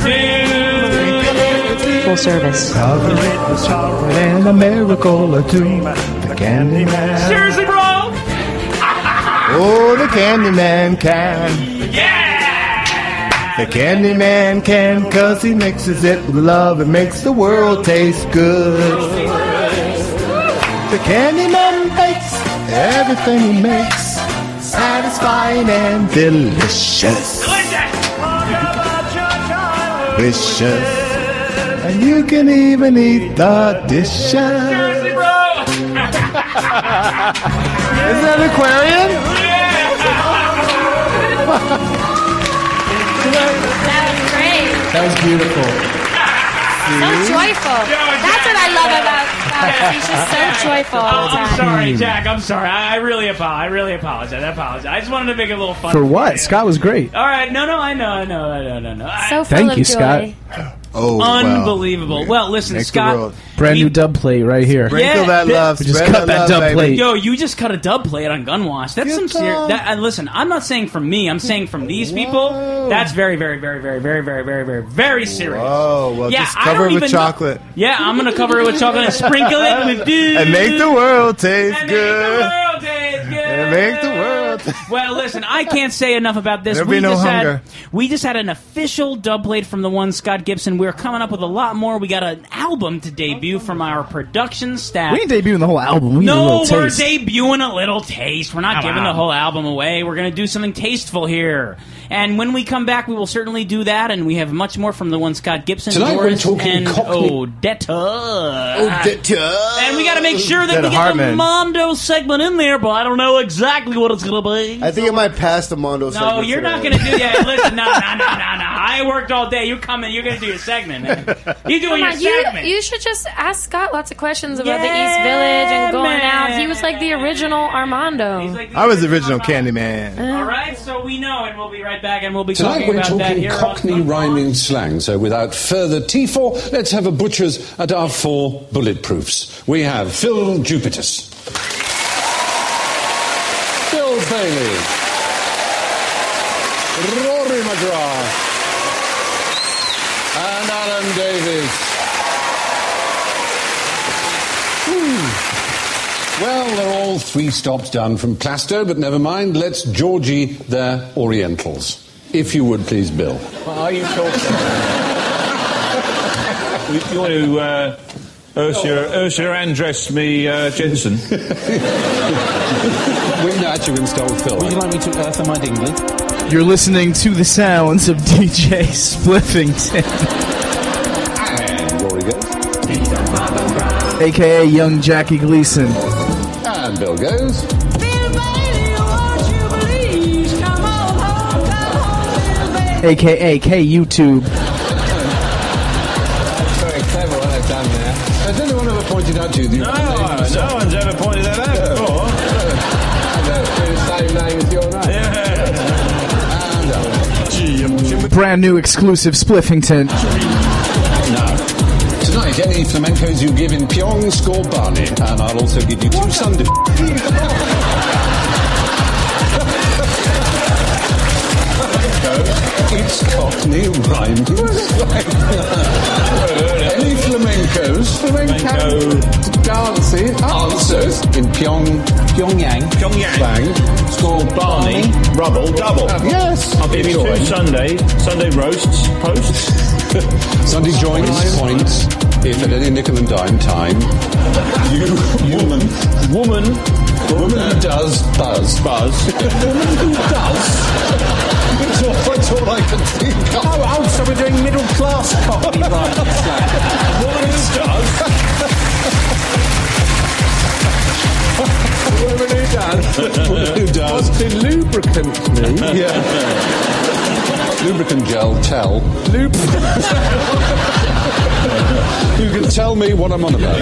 [SPEAKER 21] Full service.
[SPEAKER 23] Cover it with chocolate and a miracle or two. The Candyman.
[SPEAKER 3] Seriously, bro?
[SPEAKER 10] Oh, the Candyman can. The Candyman can, cause he mixes it with love. It makes the world taste good. The Candyman makes everything he makes satisfying and delicious. Delicious. And you can even eat the dishes.
[SPEAKER 3] Seriously, bro?
[SPEAKER 10] Is that an aquarium?
[SPEAKER 3] That
[SPEAKER 10] That was beautiful.
[SPEAKER 3] was great.
[SPEAKER 10] See?
[SPEAKER 3] joyful. That's what I love about
[SPEAKER 21] Val. She's just so joyful all the
[SPEAKER 2] I'm
[SPEAKER 21] time.
[SPEAKER 2] Oh, sorry, Jack.
[SPEAKER 1] Hmm.
[SPEAKER 2] I'm sorry. I I really apologize. I really apologize. I apologize. I just wanted to make it a little fun.
[SPEAKER 1] For what? Scott was great.
[SPEAKER 2] All right. No, no. I know. I know. I know. No, no. I-
[SPEAKER 21] So full
[SPEAKER 1] Thank
[SPEAKER 21] of
[SPEAKER 1] you,
[SPEAKER 21] joy.
[SPEAKER 1] Scott.
[SPEAKER 10] Oh,
[SPEAKER 2] Unbelievable. Well, listen,
[SPEAKER 1] Make the
[SPEAKER 2] Scott.
[SPEAKER 1] world. Brand new dub plate right here.
[SPEAKER 2] Yeah, thi-
[SPEAKER 1] We just cut that dub plate.
[SPEAKER 2] Yo, you just cut a dub plate on Gunwash. That's some serious.
[SPEAKER 1] on.
[SPEAKER 2] That, and listen, I'm not saying from me. I'm saying from these people. That's very, very, very, very, very, very, very, very, very serious.
[SPEAKER 10] Oh, well,
[SPEAKER 2] Yeah,
[SPEAKER 10] just
[SPEAKER 2] I
[SPEAKER 10] cover
[SPEAKER 2] don't
[SPEAKER 10] it with
[SPEAKER 2] even know-
[SPEAKER 10] chocolate.
[SPEAKER 2] Yeah, I'm gonna cover it with chocolate and sprinkle it with dude.
[SPEAKER 10] And make the world taste
[SPEAKER 2] And make
[SPEAKER 10] good. And make the world.
[SPEAKER 2] Well, listen, I can't say enough about this.
[SPEAKER 10] There'll
[SPEAKER 2] we
[SPEAKER 10] be no
[SPEAKER 2] just
[SPEAKER 10] hunger.
[SPEAKER 2] had we just had an official dub plate from the one Scott Gibson. We're coming up with a lot more. We got an album to debut from our production staff.
[SPEAKER 1] We ain't debuting the whole album. We need a
[SPEAKER 2] no,
[SPEAKER 1] little
[SPEAKER 2] we're
[SPEAKER 1] taste.
[SPEAKER 2] debuting a little taste. We're not
[SPEAKER 1] Come
[SPEAKER 2] giving
[SPEAKER 1] on.
[SPEAKER 2] the whole album away. We're going to do something tasteful here. And when we come back, we will certainly do that. And we have much more from the one Scott Gibson,
[SPEAKER 3] Tonight we're
[SPEAKER 2] Doris,
[SPEAKER 3] talking
[SPEAKER 2] and
[SPEAKER 3] Cockney-
[SPEAKER 2] Odetta. And we got to make sure
[SPEAKER 4] Odetta
[SPEAKER 2] that we get the
[SPEAKER 4] Hartman.
[SPEAKER 2] Mondo segment in there, but I don't know exactly what it's going to be.
[SPEAKER 4] I think it might pass the Mondo.
[SPEAKER 2] No, you're not going to do that. Listen, no, no, no, no, no. I worked all day. You're coming. You're going to do your segment. Man. You're doing
[SPEAKER 21] Come
[SPEAKER 2] your
[SPEAKER 21] on, you,
[SPEAKER 2] segment.
[SPEAKER 21] you should just ask Scott lots of questions about the East
[SPEAKER 2] Yeah,
[SPEAKER 21] Village and going
[SPEAKER 2] man.
[SPEAKER 21] out. He was like the original Armando. He's like
[SPEAKER 10] I was the original Candyman.
[SPEAKER 2] all right, so we know, and we'll be right back, and we'll be
[SPEAKER 24] Tonight
[SPEAKER 2] talking
[SPEAKER 24] we're
[SPEAKER 2] about that
[SPEAKER 24] talking
[SPEAKER 2] here. on-
[SPEAKER 24] Cockney rhyming slang, so without further T4, let's have a butcher's at our four bulletproofs. We have Phil Jupiters, Bill Bailey, Rory McGrath, and Alan Davies. Whew. Well, they're all three stops down from Plasto, but never mind. Let's Georgie their Orientals. If you would please, Bill.
[SPEAKER 25] What are you talking? you want to uh, Ursula, Ursula Andress me uh, Jensen?
[SPEAKER 24] we know actually we installed Phil. Would you like me to earth my dingly?
[SPEAKER 1] You're listening to the sounds of DJ Spliffington.
[SPEAKER 24] And Rory goes.
[SPEAKER 1] AKA Young Jackie Gleason.
[SPEAKER 24] And Bill goes.
[SPEAKER 1] AKA K YouTube.
[SPEAKER 24] Very clever what I've done there. Has anyone ever pointed out to you that you
[SPEAKER 25] no, no one's ever pointed that out before.
[SPEAKER 24] same name as your name? Ah,
[SPEAKER 1] Brand new exclusive Spliffington.
[SPEAKER 24] No. Tonight, any flamencos you give in Pyong score Barney, and I'll also give you two Sunday. It's Cockney rhyming slang. Any flamencos? Flamenco. Dancing. Answers in Pyong, Pyongyang.
[SPEAKER 25] Pyongyang.
[SPEAKER 24] Slang. Score Barney. Uh,
[SPEAKER 25] Rubble, double.
[SPEAKER 24] Yes.
[SPEAKER 25] I'll give you
[SPEAKER 24] Enjoy.
[SPEAKER 25] two Sunday, Sunday roasts, posts.
[SPEAKER 24] Sunday joints, points, if at any nickel and dime time, you, woman,
[SPEAKER 25] woman,
[SPEAKER 24] woman who does buzz, buzz, woman who does. It's all, it's all I can think of.
[SPEAKER 25] Oh, oh, so we're doing middle class Cockney rhyming slang. Woman who
[SPEAKER 24] Woman who does. Woman who
[SPEAKER 25] does.
[SPEAKER 24] does. What's the lubricant mean? Yeah. lubricant gel, tell. you can tell me what I'm on about.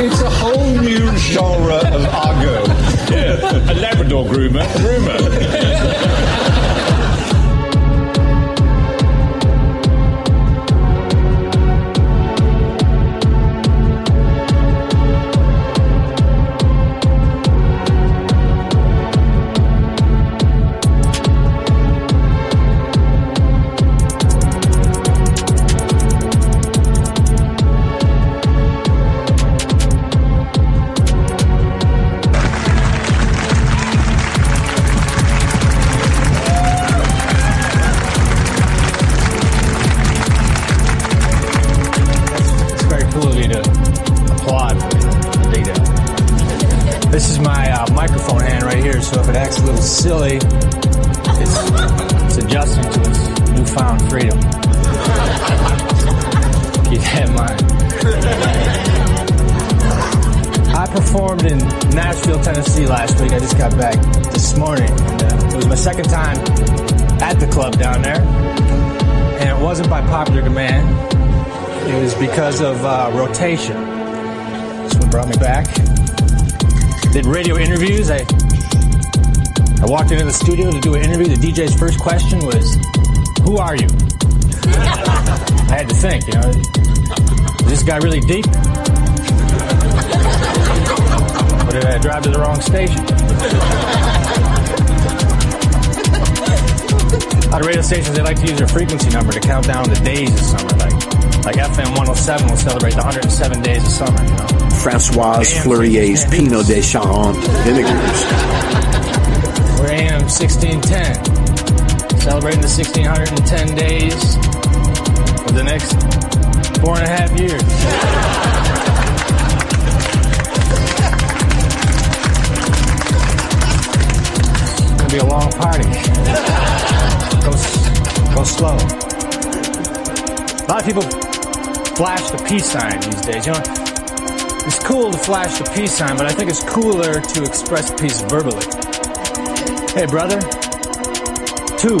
[SPEAKER 24] It's a whole new genre of argo.
[SPEAKER 25] Yeah, a Labrador groomer. Groomer.
[SPEAKER 9] quad data. This is my uh, microphone hand right here, so if it acts a little silly, it's, it's adjusting to its newfound freedom. Keep that in mind. I performed in Nashville, Tennessee last week. I just got back this morning. And, uh, it was my second time at the club down there, and it wasn't by popular demand. It was because of uh, rotation. That's what brought me back. Did radio interviews. I I walked into the studio to do an interview. The DJ's first question was, "Who are you?" I had to think. You know, is this guy really deep? Or did I drive to the wrong station? A lot of radio stations they like to use their frequency number to count down the days of summer. Like like FM 107 will celebrate the 107 days of summer. You know.
[SPEAKER 6] Francoise Fleurier's Pinot de Charente vinegars.
[SPEAKER 9] We're AM 1610, celebrating the 1610 days of the next four and a half years. It's gonna be a long party. Go, s- go slow. A lot of people flash the peace sign these days. You know, it's cool to flash the peace sign, but I think it's cooler to express peace verbally. Hey, brother. Two.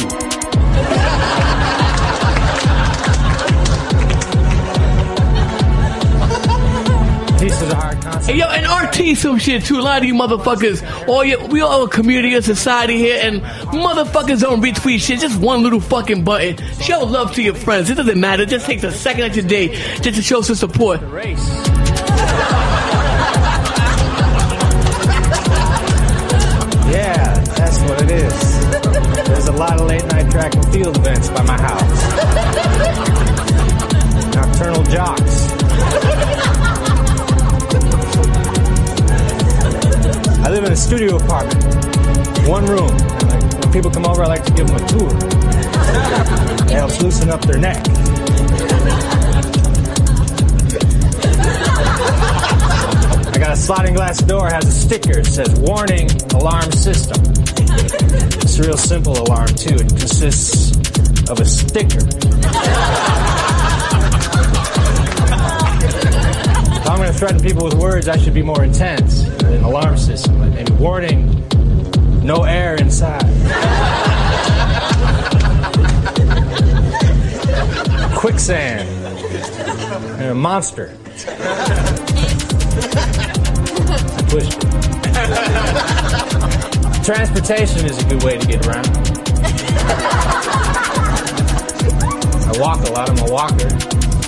[SPEAKER 9] Peace is a hard concept.
[SPEAKER 11] Hey, yo, and RT some shit too. A lot of you motherfuckers, all you, we all a community and society here, and motherfuckers don't retweet shit. Just one little fucking button. Show love to your friends. It doesn't matter. It just takes a second at your day just to show some support.
[SPEAKER 9] Yeah, that's what it is. There's a lot of late night track and field events by my house. Nocturnal jocks. I live in a studio apartment, one room. And like, when people come over, I like to give them a tour. It helps loosen up their neck. I got a sliding glass door, has a sticker. It says "Warning: Alarm System." It's a real simple alarm too. It consists of a sticker. If I'm going to threaten people with words, I should be more intense. An alarm system like maybe warning: No air inside. Quicksand. And a monster. I pushed it. Transportation is a good way to get around. I walk a lot. I'm a walker.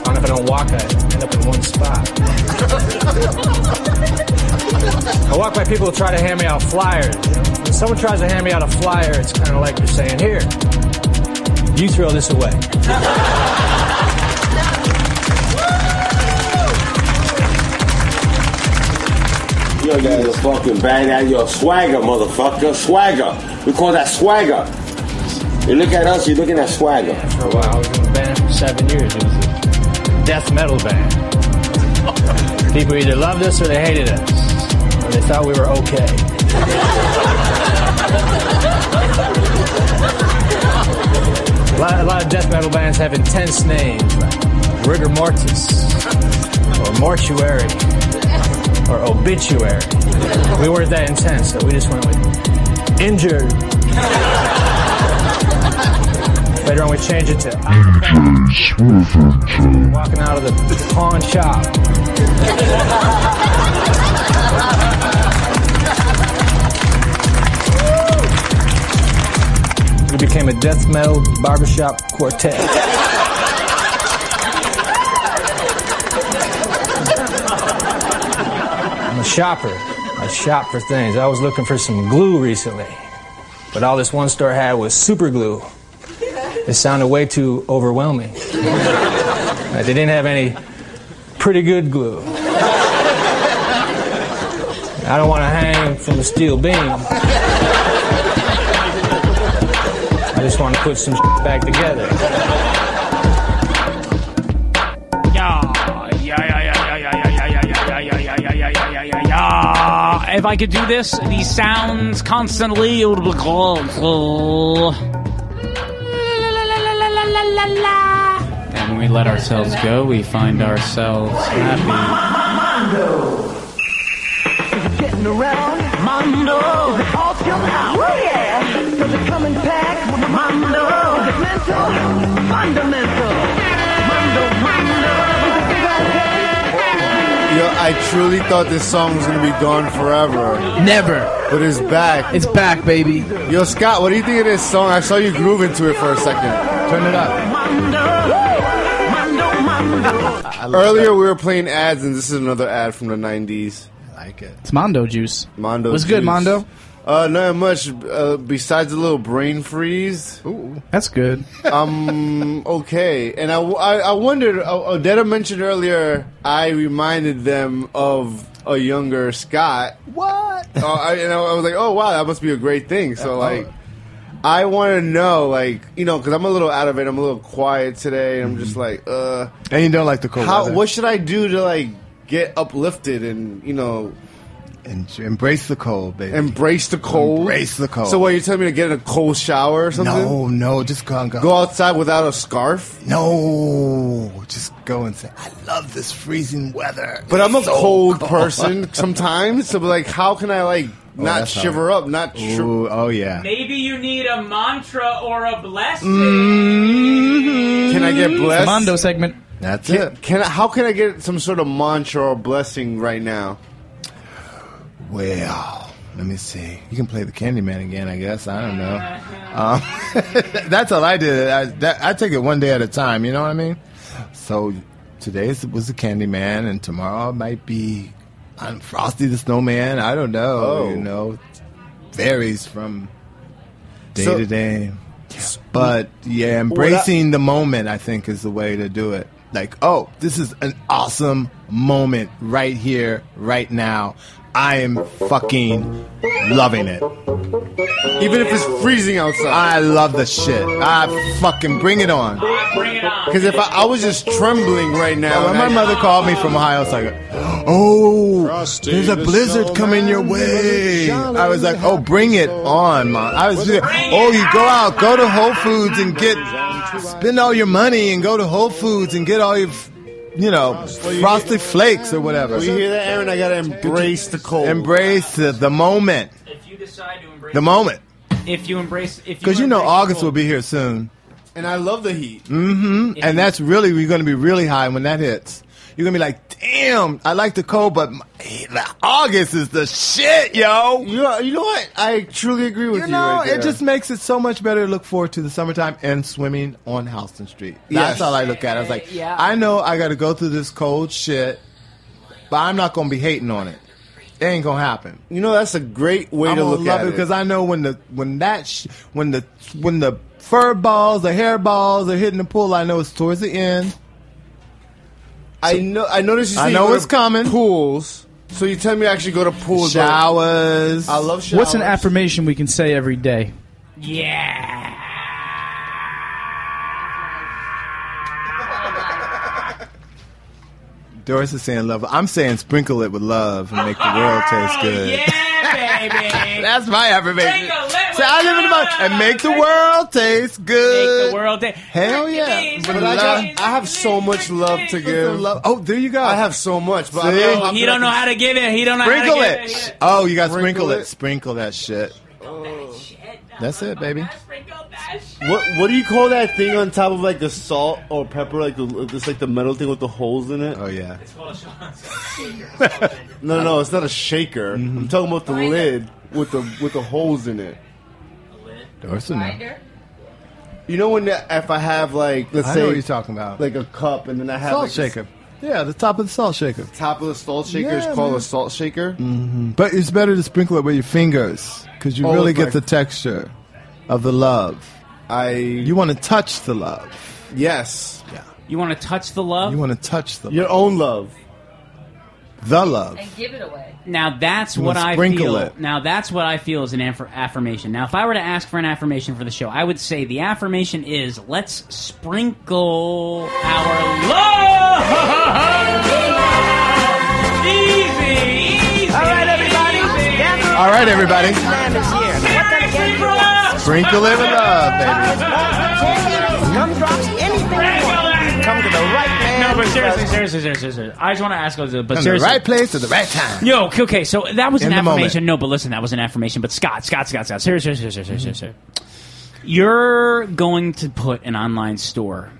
[SPEAKER 9] And if I don't walk, I end up in one spot. I walk by people who try to hand me out flyers. When someone tries to hand me out a flyer, it's kind of like you're saying, "Here, you throw this away."
[SPEAKER 26] You're a fucking badass. You're a swagger, motherfucker. Swagger. We call that swagger. You look at us, you're looking at swagger.
[SPEAKER 9] For a while, I was in a band for seven years. It was a death metal band. People either loved us or they hated us, or they thought we were okay. A lot, a lot of death metal bands have intense names like rigor mortis, or mortuary, or obituary. We weren't that intense, so we just went with injured. Later on, we changed it to walking out of the pawn shop. We became a death metal barbershop quartet. I'm a shopper. I shop for things. I was looking for some glue recently, but all this one store had was super glue. It sounded way too overwhelming. Uh, they didn't have any pretty good glue. I don't want to hang from a steel beam. I just want to put some back together.
[SPEAKER 2] Yeah, yeah, yeah, yeah, yeah, yeah, yeah, yeah, yeah, yeah, yeah, yeah, Uh, if I could do this, these sounds constantly, it would be And when we let ourselves go, we find ourselves happy.
[SPEAKER 3] Mondo.
[SPEAKER 22] Getting around.
[SPEAKER 3] Mondo.
[SPEAKER 22] Is it awesome? Oh yeah. Does it come in packs? Mondo. Is it mental? Fundamental. Mondo, Mondo. Is it big on
[SPEAKER 4] Yo, I truly thought this song was gonna be gone forever.
[SPEAKER 1] Never.
[SPEAKER 4] But it's back.
[SPEAKER 1] It's back, baby.
[SPEAKER 4] Yo, Scott, what do you think of this song? I saw you groove into it for a second. Turn it up. Earlier we were playing ads, and this is another ad from the '90s. I like it.
[SPEAKER 1] It's Mondo Juice.
[SPEAKER 4] Mondo.
[SPEAKER 1] What's good,
[SPEAKER 4] juice.
[SPEAKER 1] Mondo?
[SPEAKER 4] Uh, not much. Uh, besides a little brain freeze. Ooh.
[SPEAKER 1] That's good.
[SPEAKER 4] um, okay. And I, I, I wondered, uh, Odetta mentioned earlier, I reminded them of a younger Scott. What? Uh, I, and I, I was like, oh, wow, that must be a great thing. So,
[SPEAKER 1] Uh-huh.
[SPEAKER 4] like, I want to know, like, you know, because I'm a little out of it. I'm a little quiet today. I'm
[SPEAKER 1] Mm-hmm.
[SPEAKER 4] just like, uh.
[SPEAKER 10] And you don't like the cold
[SPEAKER 4] How,
[SPEAKER 10] weather.
[SPEAKER 4] what should I do to, like, get uplifted and, you know,
[SPEAKER 10] And embrace the cold, baby.
[SPEAKER 4] embrace the cold?
[SPEAKER 10] Embrace the cold.
[SPEAKER 4] So, what, you're telling me to get in a cold shower or something?
[SPEAKER 10] No, no, just go and go.
[SPEAKER 4] Go outside without a scarf?
[SPEAKER 10] No, just go and say, I love this freezing weather.
[SPEAKER 4] But I'm a
[SPEAKER 10] It's so
[SPEAKER 4] cold, person sometimes, so like, how can I like
[SPEAKER 10] Oh,
[SPEAKER 4] not
[SPEAKER 10] that's
[SPEAKER 4] shiver up? Not shiver.
[SPEAKER 10] Ooh, oh yeah.
[SPEAKER 2] Maybe you need a mantra or a blessing.
[SPEAKER 4] Can I get blessed?
[SPEAKER 1] Mondo segment.
[SPEAKER 10] That's
[SPEAKER 4] can, it. Can I, how can I get some sort of mantra or blessing right now?
[SPEAKER 10] Well, let me see. You can play the Candyman again, I guess. I don't know. Um, that's all I did. I, that, I take it one day at a time. You know what I mean? So today is- was the Candyman, and tomorrow might be I'm Frosty the Snowman. I don't know.
[SPEAKER 4] Oh.
[SPEAKER 10] You know, varies from day
[SPEAKER 4] So-
[SPEAKER 10] to day. But yeah, embracing the moment, I think, is the way to do it. Like, oh, this is an awesome moment right here, right now. I am fucking loving it.
[SPEAKER 4] Even if it's freezing outside.
[SPEAKER 10] I love the shit. I fucking bring it on.
[SPEAKER 4] Because if I, I was just trembling right now,
[SPEAKER 10] When my
[SPEAKER 4] and I-
[SPEAKER 10] mother called me from Ohio, it's like, oh, there's a blizzard coming your way. I was like, oh, bring it on, mom. I was, just, oh, you go out, go to Whole Foods and get, spend all your money and go to Whole Foods and get all your, you know, frosty flakes or whatever.
[SPEAKER 4] you hear that, Aaron? I gotta embrace the cold.
[SPEAKER 10] Embrace the, the moment.
[SPEAKER 2] If you decide to embrace
[SPEAKER 10] The moment.
[SPEAKER 2] If you embrace, if you
[SPEAKER 10] Because you know
[SPEAKER 2] embrace the
[SPEAKER 10] August
[SPEAKER 2] cold.
[SPEAKER 10] will be here soon.
[SPEAKER 4] and I love the heat.
[SPEAKER 10] hmm And that's really we're going to be really high when that hits. You're going to be like, damn, I like the cold, but my, the August is the shit, yo.
[SPEAKER 4] You know, you know what? I truly agree with you.
[SPEAKER 10] You know,
[SPEAKER 4] right there.
[SPEAKER 10] it just makes it so much better to look forward to the summertime and swimming on Houston Street. That's
[SPEAKER 4] Yes.
[SPEAKER 10] all I look at. I was like,
[SPEAKER 4] Yeah.
[SPEAKER 10] I know I got to go through this cold shit, but I'm not going to be hating on it. It ain't going to happen.
[SPEAKER 4] you know that's a great way
[SPEAKER 10] I'm
[SPEAKER 4] to
[SPEAKER 10] gonna
[SPEAKER 4] look
[SPEAKER 10] love
[SPEAKER 4] at
[SPEAKER 10] it
[SPEAKER 4] it.
[SPEAKER 10] because I know when the when that sh- when the when the fur balls, the hair balls are hitting the pool. I know it's towards the end.
[SPEAKER 4] I know. I noticed. You
[SPEAKER 10] I
[SPEAKER 4] say you
[SPEAKER 10] know
[SPEAKER 4] go
[SPEAKER 10] it's
[SPEAKER 4] to
[SPEAKER 10] coming.
[SPEAKER 4] Pools. So you tell me I actually go to pools. but-
[SPEAKER 10] Showers.
[SPEAKER 4] I love showers.
[SPEAKER 1] What's an affirmation we can say every day?
[SPEAKER 2] Yeah.
[SPEAKER 10] Doris is saying love. I'm saying sprinkle it with love and make the world taste good.
[SPEAKER 2] baby.
[SPEAKER 10] That's my affirmation.
[SPEAKER 2] Sprinkle it with
[SPEAKER 10] Say I live in the month and make the world taste good.
[SPEAKER 2] Make the world day.
[SPEAKER 10] Hell yeah!
[SPEAKER 4] But I, got, I have so much love to give.
[SPEAKER 10] love. Oh, there you go.
[SPEAKER 4] I have so much, but I
[SPEAKER 10] See?
[SPEAKER 4] don't know how
[SPEAKER 2] He don't know how to give it. He don't know
[SPEAKER 10] Sprinkle
[SPEAKER 2] how to give
[SPEAKER 10] it. Oh, you got sprinkle
[SPEAKER 4] Sprinkle
[SPEAKER 10] it.
[SPEAKER 4] it.
[SPEAKER 10] Sprinkle that shit. That's it, baby.
[SPEAKER 4] What what do you call that thing on top of like the salt or pepper, like the, just like the metal thing with the holes in it?
[SPEAKER 10] Oh yeah.
[SPEAKER 4] No, no, it's not a shaker. I'm talking about the lid with the with the holes in it.
[SPEAKER 10] Doris, no.
[SPEAKER 4] You know when the, if I have like let's
[SPEAKER 10] I
[SPEAKER 4] say
[SPEAKER 10] know what you're talking about.
[SPEAKER 4] like a cup and then I have
[SPEAKER 10] salt
[SPEAKER 4] like
[SPEAKER 10] shaker. Yeah, the top of the salt shaker.
[SPEAKER 4] this top of the salt shaker is
[SPEAKER 10] Yeah,
[SPEAKER 4] called
[SPEAKER 10] man.
[SPEAKER 4] a salt shaker.
[SPEAKER 10] hmm But it's better to sprinkle it with your fingers because you
[SPEAKER 4] Oh,
[SPEAKER 10] really
[SPEAKER 4] with
[SPEAKER 10] get
[SPEAKER 4] Mm-hmm. my-
[SPEAKER 10] the texture of the love.
[SPEAKER 4] I
[SPEAKER 10] you want to touch the love.
[SPEAKER 4] Yes,
[SPEAKER 2] You want to touch the love?
[SPEAKER 10] You want to touch the
[SPEAKER 4] your own love.
[SPEAKER 10] the love.
[SPEAKER 27] And give it away.
[SPEAKER 2] Now that's
[SPEAKER 10] You
[SPEAKER 2] what
[SPEAKER 10] wanna
[SPEAKER 2] I
[SPEAKER 10] sprinkle
[SPEAKER 2] feel.
[SPEAKER 10] it.
[SPEAKER 2] Now that's what I feel is an aff- affirmation. Now, if I were to ask for an affirmation for the show, I would say the affirmation is: let's sprinkle our love. Easy, easy. All right, everybody.
[SPEAKER 10] All right, everybody.
[SPEAKER 22] Slam is here. What kind of game
[SPEAKER 10] Sprinkle it with love, baby.
[SPEAKER 22] Gumdrops, anything you want. Come to the right man.
[SPEAKER 2] No, but seriously, seriously, seriously, seriously. I just want to ask, uh, but
[SPEAKER 10] In the
[SPEAKER 2] seriously,
[SPEAKER 10] right place at the right time.
[SPEAKER 2] Yo, okay, okay, so that was
[SPEAKER 10] In
[SPEAKER 2] an
[SPEAKER 10] the moment.
[SPEAKER 2] affirmation. No, but listen, that was an affirmation. But Scott, Scott, Scott, Scott, seriously, seriously, seriously, seriously. You're going to put an online store.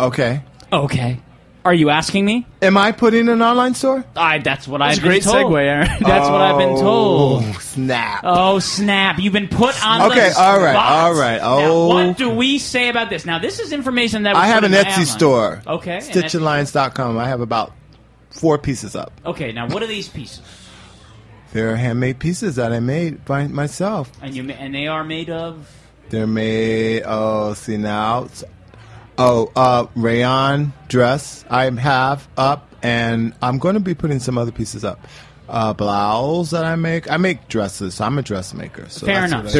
[SPEAKER 10] Okay.
[SPEAKER 2] Okay. Are you asking me?
[SPEAKER 10] Am I putting an online store?
[SPEAKER 2] I. That's what
[SPEAKER 10] That's
[SPEAKER 2] I've
[SPEAKER 10] a great
[SPEAKER 2] been told.
[SPEAKER 10] segue, Aaron.
[SPEAKER 2] That's what I've been told.
[SPEAKER 10] Oh, snap.
[SPEAKER 2] Oh snap! You've been put on.
[SPEAKER 10] Okay,
[SPEAKER 2] The
[SPEAKER 10] all right,
[SPEAKER 2] spot.
[SPEAKER 10] all right.
[SPEAKER 2] Now,
[SPEAKER 10] Oh.
[SPEAKER 2] what do we say about this? Now, this is information that was
[SPEAKER 10] I have
[SPEAKER 2] put
[SPEAKER 10] an
[SPEAKER 2] in
[SPEAKER 10] Etsy
[SPEAKER 2] the outline.
[SPEAKER 10] store.
[SPEAKER 2] Okay. an Etsy-
[SPEAKER 10] Stitchalliance.com. I have about four pieces up.
[SPEAKER 2] Okay. Now, what are these pieces?
[SPEAKER 10] They're handmade pieces that I made by myself.
[SPEAKER 2] And you ma- and they are made of.
[SPEAKER 10] They're made. Oh, see now. it's- Oh, uh, rayon dress. I have up, and I'm going to be putting some other pieces up. Uh, blouse that I make. I make dresses. So I'm a dressmaker. So
[SPEAKER 2] Fair
[SPEAKER 10] that's
[SPEAKER 2] enough.
[SPEAKER 10] what I-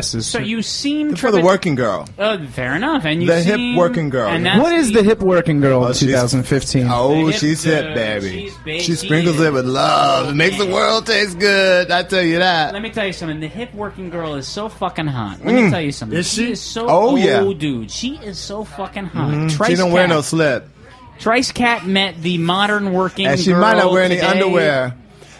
[SPEAKER 2] So you- So you seem
[SPEAKER 10] They're for the working girl.
[SPEAKER 2] Uh, fair enough. And you
[SPEAKER 10] The hip
[SPEAKER 2] seem-
[SPEAKER 10] working girl.
[SPEAKER 2] And that's
[SPEAKER 1] What is the hip working girl
[SPEAKER 10] Oh,
[SPEAKER 1] of
[SPEAKER 10] she's-
[SPEAKER 1] 2015?
[SPEAKER 10] Oh,
[SPEAKER 1] The hip,
[SPEAKER 10] she's
[SPEAKER 1] uh,
[SPEAKER 10] hip, baby.
[SPEAKER 2] she's big,
[SPEAKER 10] she sprinkles it with love. Oh, It makes the world taste good. I tell you that.
[SPEAKER 2] Let me tell you something. The hip working girl is so fucking hot. Let me
[SPEAKER 10] Mm.
[SPEAKER 2] tell you something.
[SPEAKER 10] Is she?
[SPEAKER 2] is so
[SPEAKER 10] Oh,
[SPEAKER 2] old,
[SPEAKER 10] yeah.
[SPEAKER 2] dude. She is so fucking hot.
[SPEAKER 22] Hmm.
[SPEAKER 10] Mhm.
[SPEAKER 2] Trice
[SPEAKER 10] She don't wear
[SPEAKER 2] Cat-
[SPEAKER 10] no slip,
[SPEAKER 2] Trice Cat met the modern working
[SPEAKER 10] and she
[SPEAKER 2] girl
[SPEAKER 10] might not wear any
[SPEAKER 2] today.
[SPEAKER 10] underwear.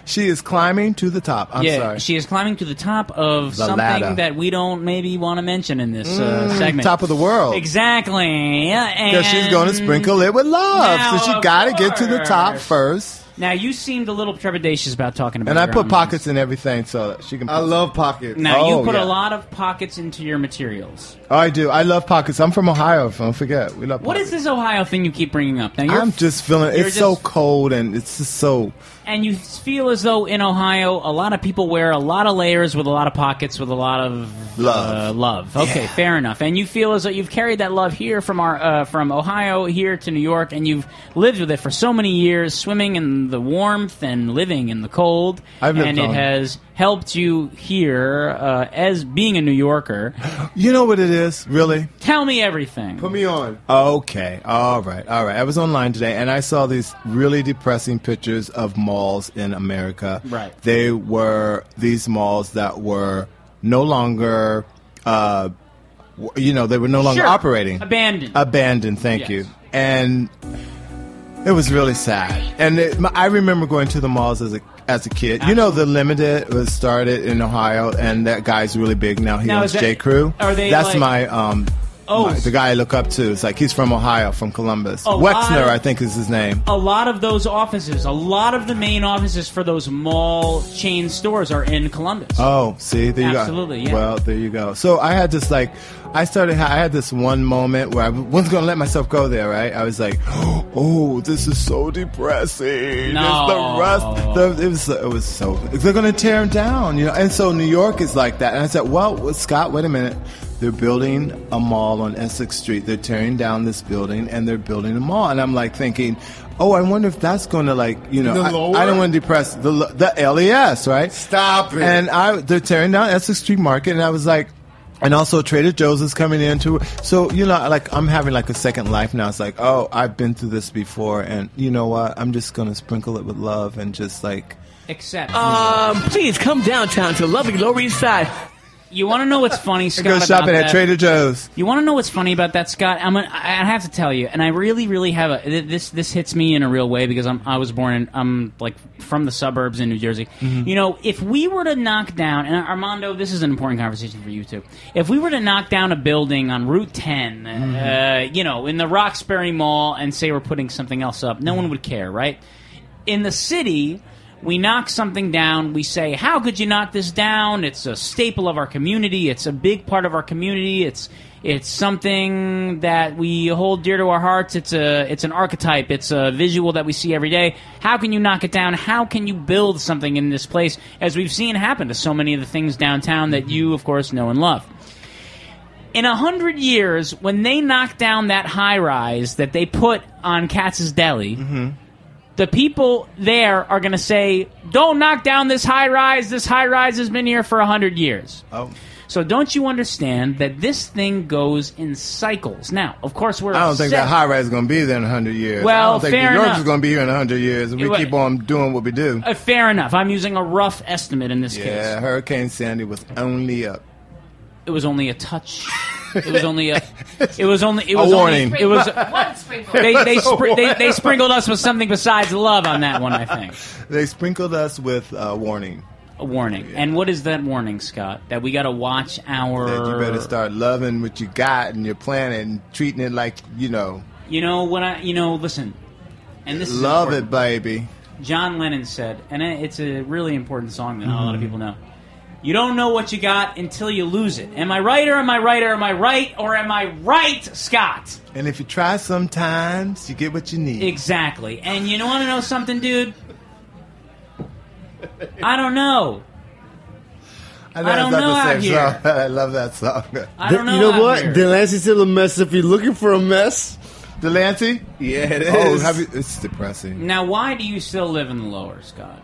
[SPEAKER 10] She is climbing to the top. I'm
[SPEAKER 2] yeah,
[SPEAKER 10] sorry.
[SPEAKER 2] she is climbing to the top of
[SPEAKER 10] The
[SPEAKER 2] something
[SPEAKER 10] ladder.
[SPEAKER 2] that we don't maybe want to mention in this uh,
[SPEAKER 10] Mm,
[SPEAKER 2] segment.
[SPEAKER 10] Top of the world.
[SPEAKER 2] Exactly.
[SPEAKER 10] Because
[SPEAKER 2] Because
[SPEAKER 10] she's going to sprinkle it with love.
[SPEAKER 2] Now,
[SPEAKER 10] so she
[SPEAKER 2] of
[SPEAKER 10] got to get to the top
[SPEAKER 2] course.
[SPEAKER 10] first.
[SPEAKER 2] Now you seemed a little trepidatious about talking about.
[SPEAKER 10] And I
[SPEAKER 2] your
[SPEAKER 10] put
[SPEAKER 2] own-
[SPEAKER 10] pockets in everything so that she can.
[SPEAKER 4] I love pockets.
[SPEAKER 2] Now
[SPEAKER 10] Oh,
[SPEAKER 2] you put
[SPEAKER 10] yeah.
[SPEAKER 2] a lot of pockets into your materials.
[SPEAKER 10] Oh, I do. I love pockets. I'm from Ohio. Don't forget. We love
[SPEAKER 2] What is this Ohio thing you keep bringing up? Now
[SPEAKER 10] pockets.
[SPEAKER 2] you're,
[SPEAKER 10] I'm just feeling
[SPEAKER 2] you're
[SPEAKER 10] it's so cold and it's just so.
[SPEAKER 2] and you feel as though in Ohio, a lot of people wear a lot of layers with a lot of pockets with a lot of love. Uh, love. Okay, fair enough. And you feel as though you've carried that love here from our uh, from Ohio here to New York, and you've lived with it for so many years, swimming in the warmth and living in the cold.
[SPEAKER 10] I've lived
[SPEAKER 2] and it
[SPEAKER 10] on-
[SPEAKER 2] has helped you here uh, as being a New Yorker.
[SPEAKER 10] You know what it is, really?
[SPEAKER 2] Tell me everything.
[SPEAKER 4] Put me on.
[SPEAKER 10] Okay. All right. All right. I was online today and I saw these really depressing pictures of malls in America.
[SPEAKER 4] Right.
[SPEAKER 10] They were these malls that were no longer, uh, w- you know, they were no longer
[SPEAKER 2] Sure.
[SPEAKER 10] operating.
[SPEAKER 2] Abandoned.
[SPEAKER 10] Abandoned. Thank
[SPEAKER 2] Yes.
[SPEAKER 10] you. And it was really sad. And it, my, I remember going to the malls as a as a kid. You know, the Limited was started in Ohio, and that guy's really big now. He
[SPEAKER 2] Now,
[SPEAKER 10] owns
[SPEAKER 2] is that-
[SPEAKER 10] J Crew.
[SPEAKER 2] are they
[SPEAKER 10] That's
[SPEAKER 2] like-
[SPEAKER 10] my um.
[SPEAKER 2] Oh.
[SPEAKER 10] my- the guy I look up to is like he's from Ohio, from Columbus.
[SPEAKER 2] A
[SPEAKER 10] Wexner,
[SPEAKER 2] lot-
[SPEAKER 10] I think, is his name.
[SPEAKER 2] a lot of those offices, a lot of the main offices for those mall chain stores are in Columbus.
[SPEAKER 10] Oh, see, there you
[SPEAKER 2] Absolutely,
[SPEAKER 10] go.
[SPEAKER 2] yeah.
[SPEAKER 10] Well, there you go. So I had this like, I started. I had this one moment where I wasn't going to let myself go there. Right? I was like, oh, this is so depressing.
[SPEAKER 4] No.
[SPEAKER 10] It's the rest. The, it was. It was so. They're going to tear them down. You know. And so New York is like that. And I said, well, Scott, wait a minute. They're building a mall on Essex Street. They're tearing down this building and they're building a mall. And I'm like thinking, oh, I wonder if that's going to like, you know,
[SPEAKER 4] The
[SPEAKER 10] I, I
[SPEAKER 4] lower?
[SPEAKER 10] don't want to depress the lo- the LES, right?
[SPEAKER 4] Stop it.
[SPEAKER 10] And I they're tearing down Essex Street Market, and I was like. And also Trader Joe's is coming in too. So, you know, like I'm having like a second life now. It's like, oh, I've been through this before and you know what? I'm just going to sprinkle it with love and just like,
[SPEAKER 2] Except
[SPEAKER 11] Um, please come downtown to lovely Lower East Side.
[SPEAKER 2] you want to know what's funny, Scott?
[SPEAKER 10] go
[SPEAKER 2] about
[SPEAKER 10] shopping
[SPEAKER 2] that?
[SPEAKER 10] at Trader Joe's.
[SPEAKER 2] You want to know what's funny about that, Scott? I'm gonna, I I have to tell you, and I really, really have a th- this. This hits me in a real way because I'm I was born in I'm like from the suburbs in New Jersey.
[SPEAKER 10] Mm-hmm.
[SPEAKER 27] Mhm.
[SPEAKER 2] You know, if we were to knock down, and Armando, this is an important conversation for you too. If we were to knock down a building on Route 10, uh, you know, in the Roxbury Mall, and say we're putting something else up, no one would care, right? in the city, we knock something down. We say, "How could you knock this down? It's a staple of our community. It's a big part of our community. It's it's something that we hold dear to our hearts. It's a it's an archetype. It's a visual that we see every day. How can you knock it down? How can you build something in this place? As we've seen happen to so many of the things downtown that you, of course, know and love." in a hundred years, when they knock down that high rise that they put on Katz's Deli, the people there are going to say, "Don't knock down this high rise. This high rise has been here for a hundred years."
[SPEAKER 10] Oh.
[SPEAKER 2] So don't you understand that this thing goes in cycles? Now, of course, we're
[SPEAKER 10] I don't think that
[SPEAKER 2] upset-
[SPEAKER 10] high rise is going to be there in 100 years. I
[SPEAKER 2] Well,
[SPEAKER 10] don't think
[SPEAKER 2] fair
[SPEAKER 10] New York
[SPEAKER 2] enough.
[SPEAKER 10] is going to be here in 100 years. If we
[SPEAKER 2] Well-
[SPEAKER 10] keep on doing what we do.
[SPEAKER 2] Uh, fair enough. I'm using a rough estimate in this case.
[SPEAKER 10] Yeah, Hurricane Sandy was only a
[SPEAKER 2] It was only a touch. It was only a. It was only. It was
[SPEAKER 10] A
[SPEAKER 2] only-
[SPEAKER 10] warning.
[SPEAKER 2] it was.
[SPEAKER 10] One
[SPEAKER 27] sprinkle.
[SPEAKER 2] They they,
[SPEAKER 10] That's a
[SPEAKER 2] spr- they
[SPEAKER 10] warning.
[SPEAKER 2] they sprinkled us with something besides love on that one. I think
[SPEAKER 10] they sprinkled us with a warning.
[SPEAKER 2] A warning. And what is that warning, Scott? That we got to watch our.
[SPEAKER 10] That you better start loving what you got and your planet and treating it like you know.
[SPEAKER 2] You know what I? You know, listen. And this
[SPEAKER 10] love
[SPEAKER 2] is
[SPEAKER 10] it, baby.
[SPEAKER 2] it. John Lennon said, and it- it's a really important song that not a lot of
[SPEAKER 10] Mhm.
[SPEAKER 2] people know. You don't know what you got until you lose it. Am I right or am I right or am I right or am I right, Scott?
[SPEAKER 10] And if you try, sometimes you get what you need.
[SPEAKER 2] Exactly. And you want to know something, dude? I don't know.
[SPEAKER 10] know
[SPEAKER 2] I don't
[SPEAKER 10] it's not
[SPEAKER 2] know
[SPEAKER 10] the
[SPEAKER 2] out
[SPEAKER 10] same
[SPEAKER 2] here.
[SPEAKER 10] song. I love that song.
[SPEAKER 2] I don't know
[SPEAKER 4] you know
[SPEAKER 2] out
[SPEAKER 4] what?
[SPEAKER 2] here.
[SPEAKER 4] Delancey's still a mess if you're looking for a mess.
[SPEAKER 10] Delancey?
[SPEAKER 4] Yeah, it
[SPEAKER 10] Oh,
[SPEAKER 4] is.
[SPEAKER 10] have you, it's depressing.
[SPEAKER 2] Now, why do you still live in the lower, Scott?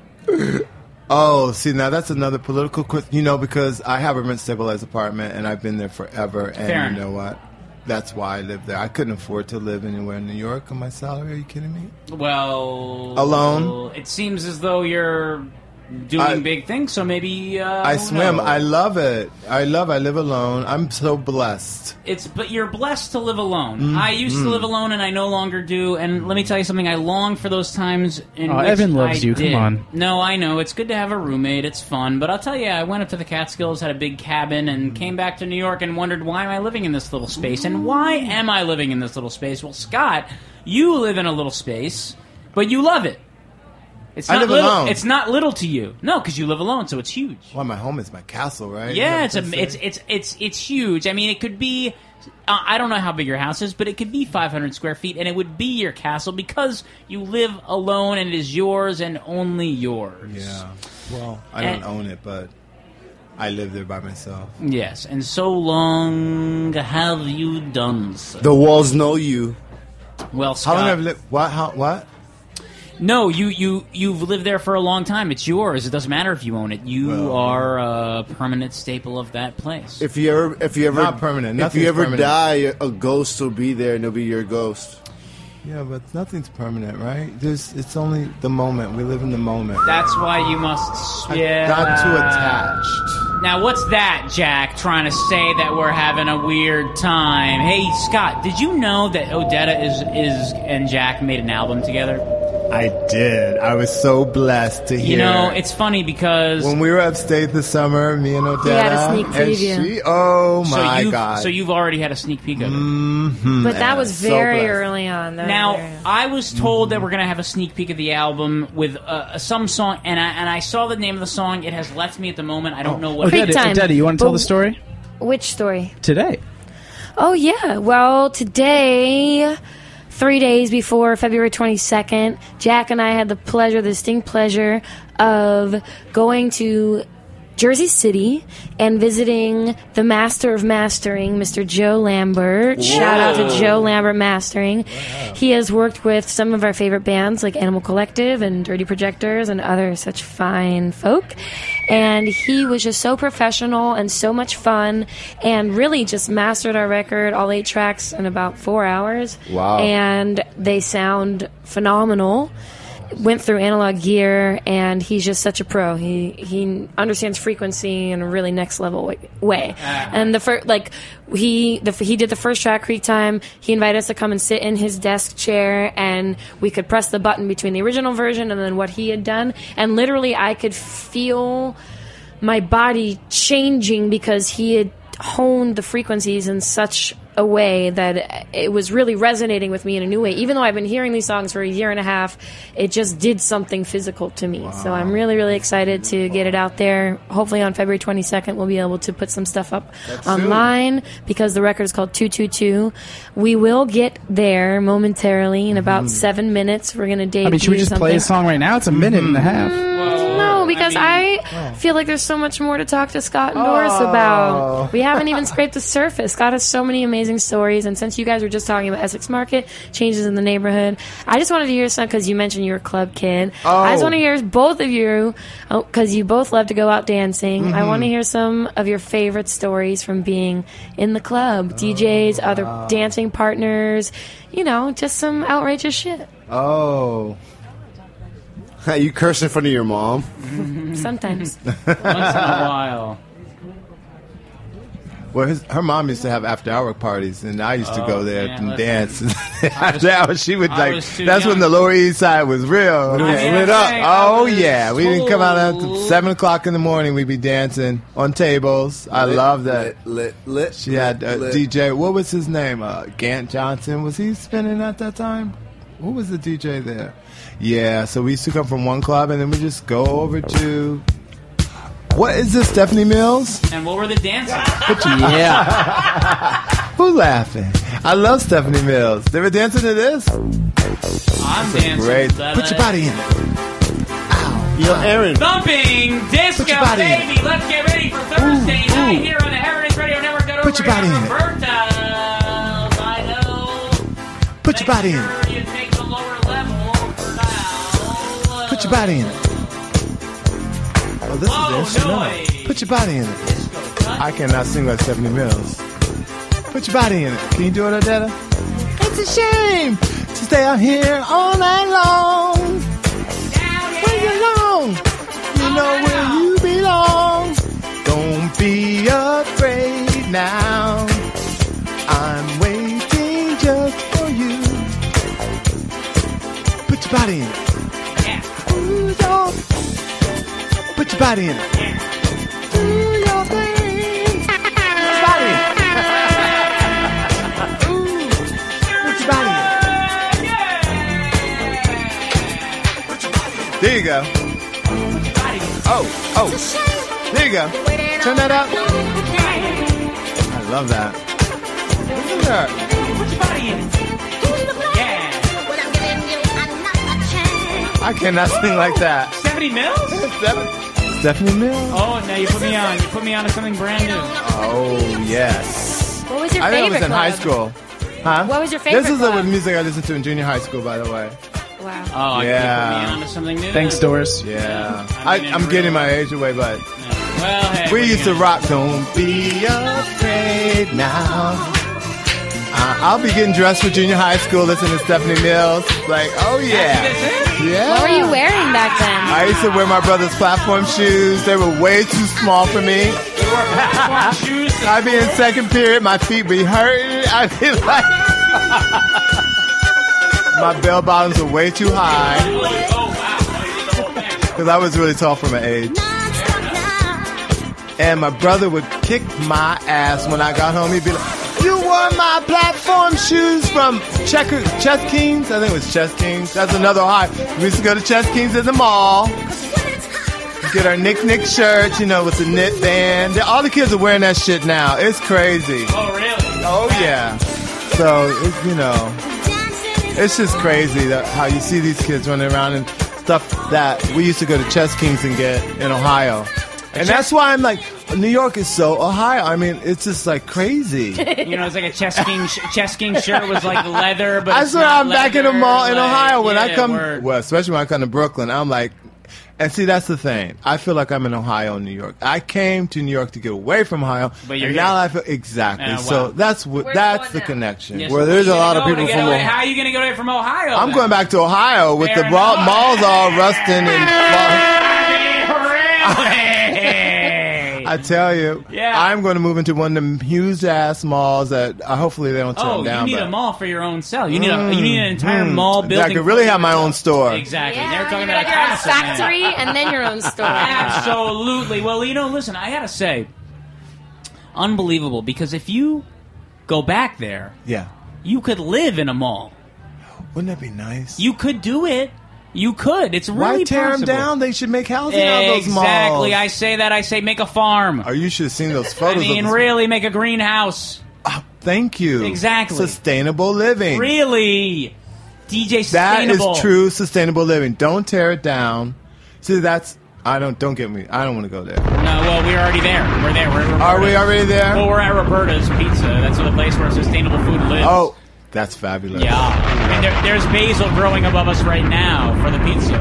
[SPEAKER 10] Oh, see, now that's another political question. You know, because I have a rent stabilized apartment and I've been there forever. And
[SPEAKER 2] Fair
[SPEAKER 10] you
[SPEAKER 2] enough.
[SPEAKER 10] know what? That's why I live there. I couldn't afford to live anywhere in New York on my salary. Are you kidding me?
[SPEAKER 2] Well,
[SPEAKER 10] Alone?
[SPEAKER 2] It seems as though you're doing
[SPEAKER 10] I-
[SPEAKER 2] big things, so maybe uh,
[SPEAKER 10] I
[SPEAKER 2] who
[SPEAKER 10] swim.
[SPEAKER 2] knows?
[SPEAKER 10] I love it. I love. I live alone. I'm so blessed.
[SPEAKER 2] It's but you're blessed to live alone.
[SPEAKER 10] Mm,
[SPEAKER 2] I used to
[SPEAKER 10] mm.
[SPEAKER 2] live alone, and I no longer do. And let me tell you something. I long for those times in
[SPEAKER 1] Aw,
[SPEAKER 2] which
[SPEAKER 1] Oh, Evan loves
[SPEAKER 2] I
[SPEAKER 1] you, come
[SPEAKER 2] did.
[SPEAKER 1] on.
[SPEAKER 2] No, I know it's good to have a roommate. It's fun, but I'll tell you, I went up to the Catskills, had a big cabin,
[SPEAKER 10] Mm.
[SPEAKER 2] and came back to New York and wondered why am I living in this little space, and why am I living in this little space? Well, Scott, you live in a little space, but you love it. It's
[SPEAKER 10] I
[SPEAKER 2] not
[SPEAKER 10] live
[SPEAKER 2] little.
[SPEAKER 10] alone.
[SPEAKER 2] It's not little to you. No, because you live alone, so it's huge.
[SPEAKER 10] Well, my home is my castle, right?
[SPEAKER 2] Yeah,
[SPEAKER 10] Is
[SPEAKER 2] it's
[SPEAKER 10] that what
[SPEAKER 2] a,
[SPEAKER 10] they
[SPEAKER 2] it's
[SPEAKER 10] say?
[SPEAKER 2] it's it's it's huge. I mean, it could be. Uh, I don't know how big your house is, but it could be 500 square feet, and it would be your castle because you live alone and it is yours and only yours.
[SPEAKER 10] Yeah. Well, I don't
[SPEAKER 2] And-
[SPEAKER 10] own it, but I live there by myself.
[SPEAKER 2] Yes, and so long have you done so.
[SPEAKER 4] The walls know you.
[SPEAKER 2] Well,
[SPEAKER 10] How long
[SPEAKER 2] Scott-
[SPEAKER 10] have I lived? What? How, what?
[SPEAKER 2] No, you you you've lived there for a long time. It's yours. It doesn't matter if you own it. You are a permanent staple of that place.
[SPEAKER 4] If you ever, if you ever,
[SPEAKER 2] Not permanent.
[SPEAKER 4] If you
[SPEAKER 2] Nothing's
[SPEAKER 4] ever
[SPEAKER 2] permanent.
[SPEAKER 4] die, a ghost will be there, and it'll be your ghost.
[SPEAKER 10] Yeah, but nothing's permanent, right? There's. It's only the moment. We live in the moment.
[SPEAKER 2] That's why you must. Yeah.
[SPEAKER 10] Not too attached.
[SPEAKER 2] Now, what's that, Jack, trying to say that we're having a weird time? Hey, Scott, did you know that Odetta is, is and Jack made an album together?
[SPEAKER 10] I did. I was so blessed to hear.
[SPEAKER 2] You know, it's funny because.
[SPEAKER 10] when we were upstate this summer, me and Odetta.
[SPEAKER 2] We had a sneak
[SPEAKER 10] and
[SPEAKER 2] preview.
[SPEAKER 10] she- oh
[SPEAKER 2] so
[SPEAKER 10] my
[SPEAKER 2] you've,
[SPEAKER 10] god!
[SPEAKER 2] So you've already had a sneak peek of it.
[SPEAKER 10] Mhm, and
[SPEAKER 21] But
[SPEAKER 10] I
[SPEAKER 21] that was
[SPEAKER 10] so
[SPEAKER 21] very
[SPEAKER 10] blessed. Mm-hmm.
[SPEAKER 21] early on. That was very
[SPEAKER 2] Now,
[SPEAKER 21] early.
[SPEAKER 2] I was told that we're going to have a sneak peek of the album with uh, some song, and I, and I saw the name of the song. It has left me at the moment. I don't
[SPEAKER 10] Oh.
[SPEAKER 2] know what it
[SPEAKER 1] Odetta,
[SPEAKER 2] is.
[SPEAKER 1] Odetta, you want to tell the story
[SPEAKER 21] Which story?
[SPEAKER 1] today?
[SPEAKER 21] Oh yeah. Well, today, three days before February twenty second, Jack and I had the pleasure, the distinct pleasure, of going to Jersey City and visiting the master of mastering, Mr. Joe Lambert. Shout out to
[SPEAKER 28] Whoa.
[SPEAKER 21] Joe Lambert Mastering. He has worked with some of our favorite bands like Animal Collective and Dirty Projectors and other such fine folk. And he was just so professional and so much fun and really just mastered our record, all eight tracks, in about four hours.
[SPEAKER 29] Wow.
[SPEAKER 21] And they sound phenomenal went through analog gear and he's just such a pro he he understands frequency in a really next level wa- way and the first like he the, f- he did the first track creek time he invited us to come and sit in his desk chair and we could press the button between the original version and then what he had done and literally i could feel my body changing because he had honed the frequencies in such a way that it was really resonating with me in a new way. Even though I've been hearing these songs for a year and a half, it just did something physical to me. So I'm really, really excited to get it out there. Hopefully on February 22nd, we'll be able to put some stuff up
[SPEAKER 29] soon.
[SPEAKER 21] online because the record is called 222. We will get there momentarily in about seven minutes. We're going to debut
[SPEAKER 1] Mm-hmm. I mean, should we just play
[SPEAKER 21] something.
[SPEAKER 1] a Mm-hmm. song right now? It's a minute and a half.
[SPEAKER 21] No, because I, feel like there's so much more to talk to Scott and Doris about. We haven't even scraped the surface. Scott has so many amazing stories, and since you guys were just talking about Essex Market changes in the neighborhood, I just wanted to hear some because you mentioned you were a club kid. I just
[SPEAKER 27] Oh.
[SPEAKER 21] want to hear both of you because you both love to go out dancing. I
[SPEAKER 27] Mhm.
[SPEAKER 21] want to hear some of your favorite stories from being in the club, DJs, other dancing partners. You know, just some outrageous shit.
[SPEAKER 4] Oh. you curse in front of your mom?
[SPEAKER 21] Sometimes.
[SPEAKER 2] Once in a while.
[SPEAKER 10] Well, his, her mom used to have after-hour parties, and I used to
[SPEAKER 4] Oh,
[SPEAKER 10] go there
[SPEAKER 4] man,
[SPEAKER 10] and
[SPEAKER 4] listen.
[SPEAKER 10] dance. after hours, she would
[SPEAKER 4] I
[SPEAKER 10] like.
[SPEAKER 4] was
[SPEAKER 10] That's
[SPEAKER 4] too
[SPEAKER 10] when the Lower East Side was real.
[SPEAKER 4] I mean,
[SPEAKER 10] lit
[SPEAKER 4] I
[SPEAKER 10] up.
[SPEAKER 4] think I
[SPEAKER 10] Oh
[SPEAKER 4] was
[SPEAKER 10] yeah, we didn't come out until seven o'clock in the morning. We'd be dancing on tables. I
[SPEAKER 4] Lit,
[SPEAKER 10] love that.
[SPEAKER 4] Lit, lit.
[SPEAKER 10] She
[SPEAKER 4] lit,
[SPEAKER 10] had a
[SPEAKER 4] lit.
[SPEAKER 10] DJ. What was his name? Uh, Gant Johnson. Was he spinning at that time? Who was the DJ there? Yeah. So we used to come from one club, and then we just go over to. What is this, Stephanie Mills?
[SPEAKER 2] And what were the dances?
[SPEAKER 10] yeah. Who laughing? I love Stephanie Mills. They were dancing to this.
[SPEAKER 2] I'm
[SPEAKER 10] This is
[SPEAKER 2] dancing.
[SPEAKER 10] Great.
[SPEAKER 2] Da-
[SPEAKER 10] Put your body in.
[SPEAKER 4] Yo, Aaron.
[SPEAKER 2] Thumping disco,
[SPEAKER 4] Put your body in.
[SPEAKER 2] baby. Let's get ready for Thursday
[SPEAKER 4] Ooh,
[SPEAKER 2] night
[SPEAKER 4] ooh.
[SPEAKER 2] here on the Heritage Radio Network. Got
[SPEAKER 10] Put
[SPEAKER 2] over
[SPEAKER 10] your
[SPEAKER 2] here,
[SPEAKER 10] body in it.
[SPEAKER 2] Roberta. I know.
[SPEAKER 10] Put your body in.
[SPEAKER 2] You take the lower level for now.
[SPEAKER 10] Put your body in it. Oh, this
[SPEAKER 2] Whoa,
[SPEAKER 10] is instrumental. Put your body in it. I cannot sing like Stephanie Mills. Put your body in it. Can you do it, Odetta? It's a shame to stay out here all night long. Where you belong, you know where you belong. Don't be afraid now. I'm waiting just for you. Put your body in it. Ooh, y'all. Put your body in it. Do your thing. Put your body in it. Ooh. Put your body in it. There you go. Oh, oh. There you go. Turn that up. I love that. Listen to her. I cannot sing like that.
[SPEAKER 2] Stephanie Mills?
[SPEAKER 10] Stephanie Mills.
[SPEAKER 2] Oh, now you put me on. You put me on to something brand new.
[SPEAKER 10] Oh yes.
[SPEAKER 21] What was your
[SPEAKER 10] I think I was
[SPEAKER 21] favorite
[SPEAKER 10] in high school.
[SPEAKER 21] club?
[SPEAKER 10] Huh?
[SPEAKER 21] What was your favorite
[SPEAKER 10] This is
[SPEAKER 21] club?
[SPEAKER 10] the music I listened to in junior high school, by the way.
[SPEAKER 21] Wow.
[SPEAKER 2] Oh,
[SPEAKER 10] yeah.
[SPEAKER 2] you put me on to something new.
[SPEAKER 10] Thanks, Doris. Yeah. I,
[SPEAKER 2] mean,
[SPEAKER 10] I'm
[SPEAKER 2] in
[SPEAKER 10] getting
[SPEAKER 2] real-
[SPEAKER 10] my age away, but
[SPEAKER 2] Well, hey,
[SPEAKER 10] we
[SPEAKER 2] what are you
[SPEAKER 10] used to
[SPEAKER 2] gonna-
[SPEAKER 10] rock. Don't be afraid now. Uh, I'll be getting dressed for junior high school, listening to Stephanie Mills. Like, oh yeah, yeah.
[SPEAKER 21] What were you wearing back then?
[SPEAKER 10] I used to wear my brother's platform shoes. They were way too small for me. I'd be in second period, my feet be hurting. I'd be like, my bell bottoms were way too high. Because I was really tall for my age. And my brother would kick my ass when I got home. He'd be like, You wore my platform shoes from Checker, Chess Kings. I think it was Chess Kings. That's another high. We used to go to Chess Kings in the mall. Get our Nick Nick shirts, you know, with the knit band. All the kids are wearing that shit now. It's crazy.
[SPEAKER 2] Oh, really?
[SPEAKER 10] Oh yeah. So it's, you know, it's just crazy that how you see these kids running around and stuff that we used to go to Chess Kings and get in Ohio, and that's why I'm like, New York is so Ohio. I mean, it's just like crazy.
[SPEAKER 2] you know, it's like a chess king. Sh- chess king shirt was like leather, but
[SPEAKER 10] I
[SPEAKER 2] it's
[SPEAKER 10] swear
[SPEAKER 2] not
[SPEAKER 10] I'm back in the
[SPEAKER 2] leather,
[SPEAKER 10] mall in
[SPEAKER 2] like,
[SPEAKER 10] Ohio when I
[SPEAKER 2] yeah,
[SPEAKER 10] come.
[SPEAKER 2] word.
[SPEAKER 10] Well, especially when I come to Brooklyn, I'm like, and see that's the thing. I feel like I'm in Ohio, and New York. I came to New York to get away from Ohio,
[SPEAKER 2] But you're
[SPEAKER 10] and
[SPEAKER 2] here.
[SPEAKER 10] now I feel exactly.
[SPEAKER 2] Ah, wow.
[SPEAKER 10] So that's what
[SPEAKER 2] Where's
[SPEAKER 10] that's the connection.
[SPEAKER 2] Yes,
[SPEAKER 10] Where
[SPEAKER 2] so
[SPEAKER 10] there's a
[SPEAKER 2] where you
[SPEAKER 10] lot of
[SPEAKER 2] gonna go
[SPEAKER 10] people
[SPEAKER 2] to
[SPEAKER 10] from
[SPEAKER 2] get away?
[SPEAKER 10] Ohio.
[SPEAKER 2] How are you going to go away from Ohio?
[SPEAKER 10] I'm going back to Ohio with
[SPEAKER 2] Fair
[SPEAKER 10] the bra-
[SPEAKER 2] enough.
[SPEAKER 10] malls all rusting and. I tell you,
[SPEAKER 2] Yeah.
[SPEAKER 10] I'm going to move into one of them huge ass malls that uh, hopefully they don't turn
[SPEAKER 2] Oh,
[SPEAKER 10] down.
[SPEAKER 2] you need
[SPEAKER 10] but-
[SPEAKER 2] a mall for your own cell. You need a you need an entire
[SPEAKER 10] Mm,
[SPEAKER 2] mall
[SPEAKER 10] mm.
[SPEAKER 2] building.
[SPEAKER 10] I could really have my own store.
[SPEAKER 2] Exactly. They're talking about
[SPEAKER 21] Like
[SPEAKER 2] a
[SPEAKER 21] your own
[SPEAKER 2] castle, man.
[SPEAKER 21] factory and then your own store.
[SPEAKER 2] Absolutely. Well, you know, listen, I gotta say, unbelievable. Because if you go back there,
[SPEAKER 10] Yeah.
[SPEAKER 2] you could live in a mall.
[SPEAKER 10] Wouldn't that be nice?
[SPEAKER 2] You could do it. You could. It's
[SPEAKER 10] Why
[SPEAKER 2] really
[SPEAKER 10] tear
[SPEAKER 2] possible.
[SPEAKER 10] them down? They should make housing out of those malls.
[SPEAKER 2] Exactly. I say that. I say make a farm.
[SPEAKER 10] Oh, you should have seen those
[SPEAKER 2] I
[SPEAKER 10] photos.
[SPEAKER 2] mean,
[SPEAKER 10] of this- Ah,
[SPEAKER 2] really, make a greenhouse.
[SPEAKER 10] Thank you.
[SPEAKER 2] Exactly.
[SPEAKER 10] Sustainable living.
[SPEAKER 2] Really, DJ
[SPEAKER 10] That is
[SPEAKER 2] sustainable.
[SPEAKER 10] true sustainable living. Don't tear it down. See, that's I don't. Don't get me. I don't want to go there.
[SPEAKER 2] No, Uh, well, we're already there. We're there. We're at
[SPEAKER 10] Are we
[SPEAKER 2] Roberta's.
[SPEAKER 10] already there?
[SPEAKER 2] Well, we're at Roberta's Pizza. That's the place where sustainable food lives.
[SPEAKER 10] Oh, that's fabulous.
[SPEAKER 2] Yeah. And there, there's basil growing above us right now for the pizza.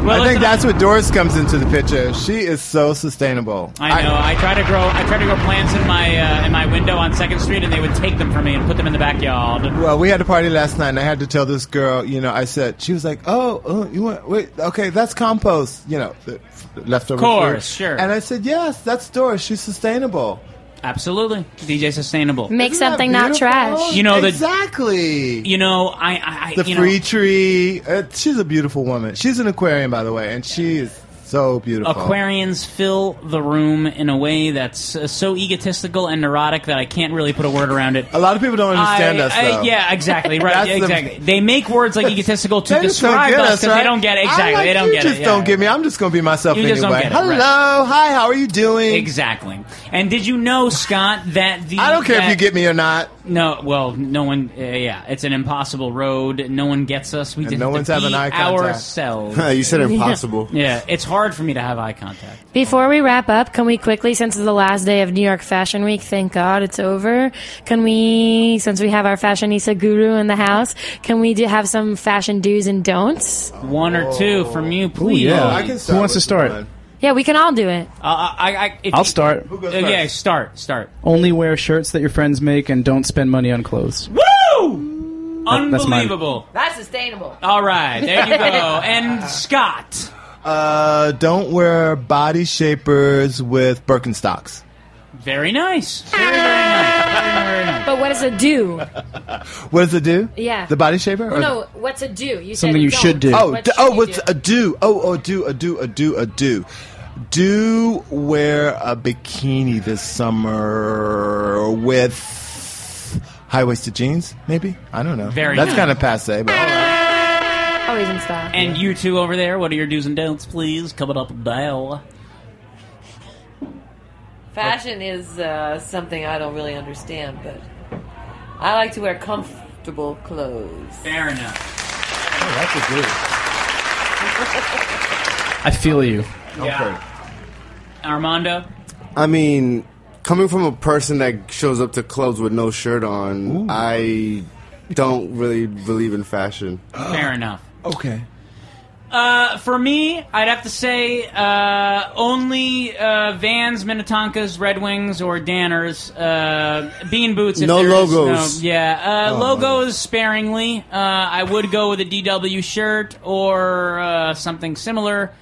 [SPEAKER 2] Well,
[SPEAKER 10] I think
[SPEAKER 2] listen,
[SPEAKER 10] that's where Doris comes into the picture. She is so sustainable.
[SPEAKER 2] I know. I, try to grow. I try to grow plants in my uh, in my window on Second Street, and they would take them from me and put them in the backyard.
[SPEAKER 10] Well, we had a party last night, and I had to tell this girl. You know, I said she was like, "Oh, oh you want wait? Okay, that's compost. You know, the the leftover."
[SPEAKER 2] course,
[SPEAKER 10] food.
[SPEAKER 2] sure.
[SPEAKER 10] And I said, "Yes, that's Doris. She's sustainable."
[SPEAKER 2] Absolutely, DJ Sustainable.
[SPEAKER 21] Make something not trash.
[SPEAKER 2] You know the
[SPEAKER 10] exactly.
[SPEAKER 2] You know, I, I, I
[SPEAKER 10] The
[SPEAKER 2] you know,
[SPEAKER 10] free tree. Uh, she's a beautiful woman. She's an aquarium, by the way, and she is so beautiful.
[SPEAKER 2] Aquarians fill the room in a way that's uh, so egotistical and neurotic that I can't really put a word around it.
[SPEAKER 10] A lot of people don't understand
[SPEAKER 2] I-
[SPEAKER 10] us,
[SPEAKER 2] I-
[SPEAKER 10] though.
[SPEAKER 2] yeah, exactly. Right.
[SPEAKER 10] That's
[SPEAKER 2] yeah,
[SPEAKER 10] the-
[SPEAKER 2] exactly. they make words like egotististical to
[SPEAKER 10] They just don't
[SPEAKER 2] describe
[SPEAKER 10] get
[SPEAKER 2] us
[SPEAKER 10] us,
[SPEAKER 2] because they
[SPEAKER 10] right?
[SPEAKER 2] don't get it.
[SPEAKER 10] I'm
[SPEAKER 2] Exactly.
[SPEAKER 10] like,
[SPEAKER 2] they don't
[SPEAKER 10] you
[SPEAKER 2] get
[SPEAKER 10] just
[SPEAKER 2] it. yeah.
[SPEAKER 10] don't get me. I'm just going to be myself
[SPEAKER 2] You
[SPEAKER 10] anyway.
[SPEAKER 2] just don't get it, right.
[SPEAKER 10] Hello, hi, how are you doing?
[SPEAKER 2] Exactly. And did you know, Scott, that the
[SPEAKER 10] I don't care if
[SPEAKER 2] that-
[SPEAKER 10] you get me or not.
[SPEAKER 2] No, well, no one. Uh, yeah, it's an impossible road. No one gets us. We
[SPEAKER 10] And
[SPEAKER 2] just
[SPEAKER 10] no
[SPEAKER 2] have to
[SPEAKER 10] one's having
[SPEAKER 2] be
[SPEAKER 10] eye contact.
[SPEAKER 2] ourselves.
[SPEAKER 4] You said impossible.
[SPEAKER 2] Yeah, it's hard for me to have eye contact.
[SPEAKER 21] Before we wrap up, can we quickly, since it's the last day of New York Fashion Week, thank God it's over, can we, since we have our fashionista guru in the house, can we do have some fashion do's and don'ts?
[SPEAKER 2] One or two from you, please.
[SPEAKER 1] Who wants to start?
[SPEAKER 21] Yeah, we can all do it.
[SPEAKER 2] Uh, I, I, if
[SPEAKER 1] I'll
[SPEAKER 2] you-
[SPEAKER 1] start.
[SPEAKER 2] Uh, yeah, start, start.
[SPEAKER 1] Only wear shirts that your friends make and don't spend money on clothes.
[SPEAKER 2] Woo!
[SPEAKER 1] That- that's mine.
[SPEAKER 2] Unbelievable.
[SPEAKER 27] That's sustainable.
[SPEAKER 2] All right, there you go. And Scott,
[SPEAKER 10] Uh, don't wear body shapers with Birkenstocks.
[SPEAKER 2] very nice. Very, very nice. Very, very nice.
[SPEAKER 21] But what does it do?
[SPEAKER 10] What does it do?
[SPEAKER 21] Yeah.
[SPEAKER 10] The body shaper?
[SPEAKER 21] Well,
[SPEAKER 10] Or-
[SPEAKER 21] no, what's a do? You said
[SPEAKER 10] Something you
[SPEAKER 21] don't.
[SPEAKER 10] should do. Oh,
[SPEAKER 21] What
[SPEAKER 10] d-
[SPEAKER 21] should
[SPEAKER 10] oh,
[SPEAKER 21] you
[SPEAKER 10] what's
[SPEAKER 21] do?
[SPEAKER 10] a do? Oh, oh, do a do a do a do. Do wear a bikini this summer with high waisted jeans, maybe? I don't know.
[SPEAKER 2] Very
[SPEAKER 10] That's
[SPEAKER 2] nice.
[SPEAKER 10] kind of passe, but
[SPEAKER 11] Oh,
[SPEAKER 21] Always in style.
[SPEAKER 2] And you two over there, what are your do's and don'ts, please? Coming up now.
[SPEAKER 27] Fashion is uh, something I don't really understand, but I like to wear comfortable clothes.
[SPEAKER 2] Fair enough.
[SPEAKER 10] that's a good.
[SPEAKER 1] I feel you.
[SPEAKER 2] Yeah. Armando,
[SPEAKER 4] I mean, coming from a person that shows up to clubs with no shirt on, I don't really believe in fashion.
[SPEAKER 2] fair enough.
[SPEAKER 10] Okay.
[SPEAKER 2] Uh, for me, I'd have to say uh, only uh, Vans, Minnetonkas, Red Wings, or Danners. Uh, bean boots. If
[SPEAKER 4] No
[SPEAKER 2] there is
[SPEAKER 4] logos.
[SPEAKER 2] no- yeah, uh,
[SPEAKER 4] Oh.
[SPEAKER 2] logos sparingly. Uh, I would go with a DW shirt or uh, something similar.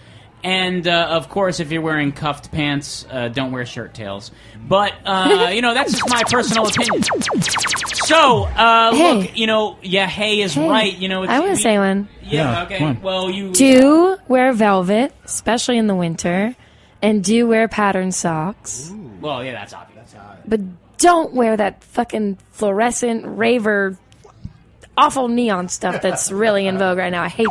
[SPEAKER 2] And uh, of course, if you're wearing cuffed pants, uh, don't wear shirt tails. But uh, you know that's just my personal opinion. So uh, look, you know, yeah, hay is
[SPEAKER 21] Hey,
[SPEAKER 2] right. You know, it's,
[SPEAKER 21] I want
[SPEAKER 2] we-
[SPEAKER 21] to say one.
[SPEAKER 2] Yeah, okay. Well, you
[SPEAKER 21] Do wear velvet, especially in the winter, and do wear patterned socks.
[SPEAKER 2] Well, yeah, that's obvious.
[SPEAKER 21] But don't wear that fucking fluorescent raver awful neon stuff that's really in vogue right now. I hate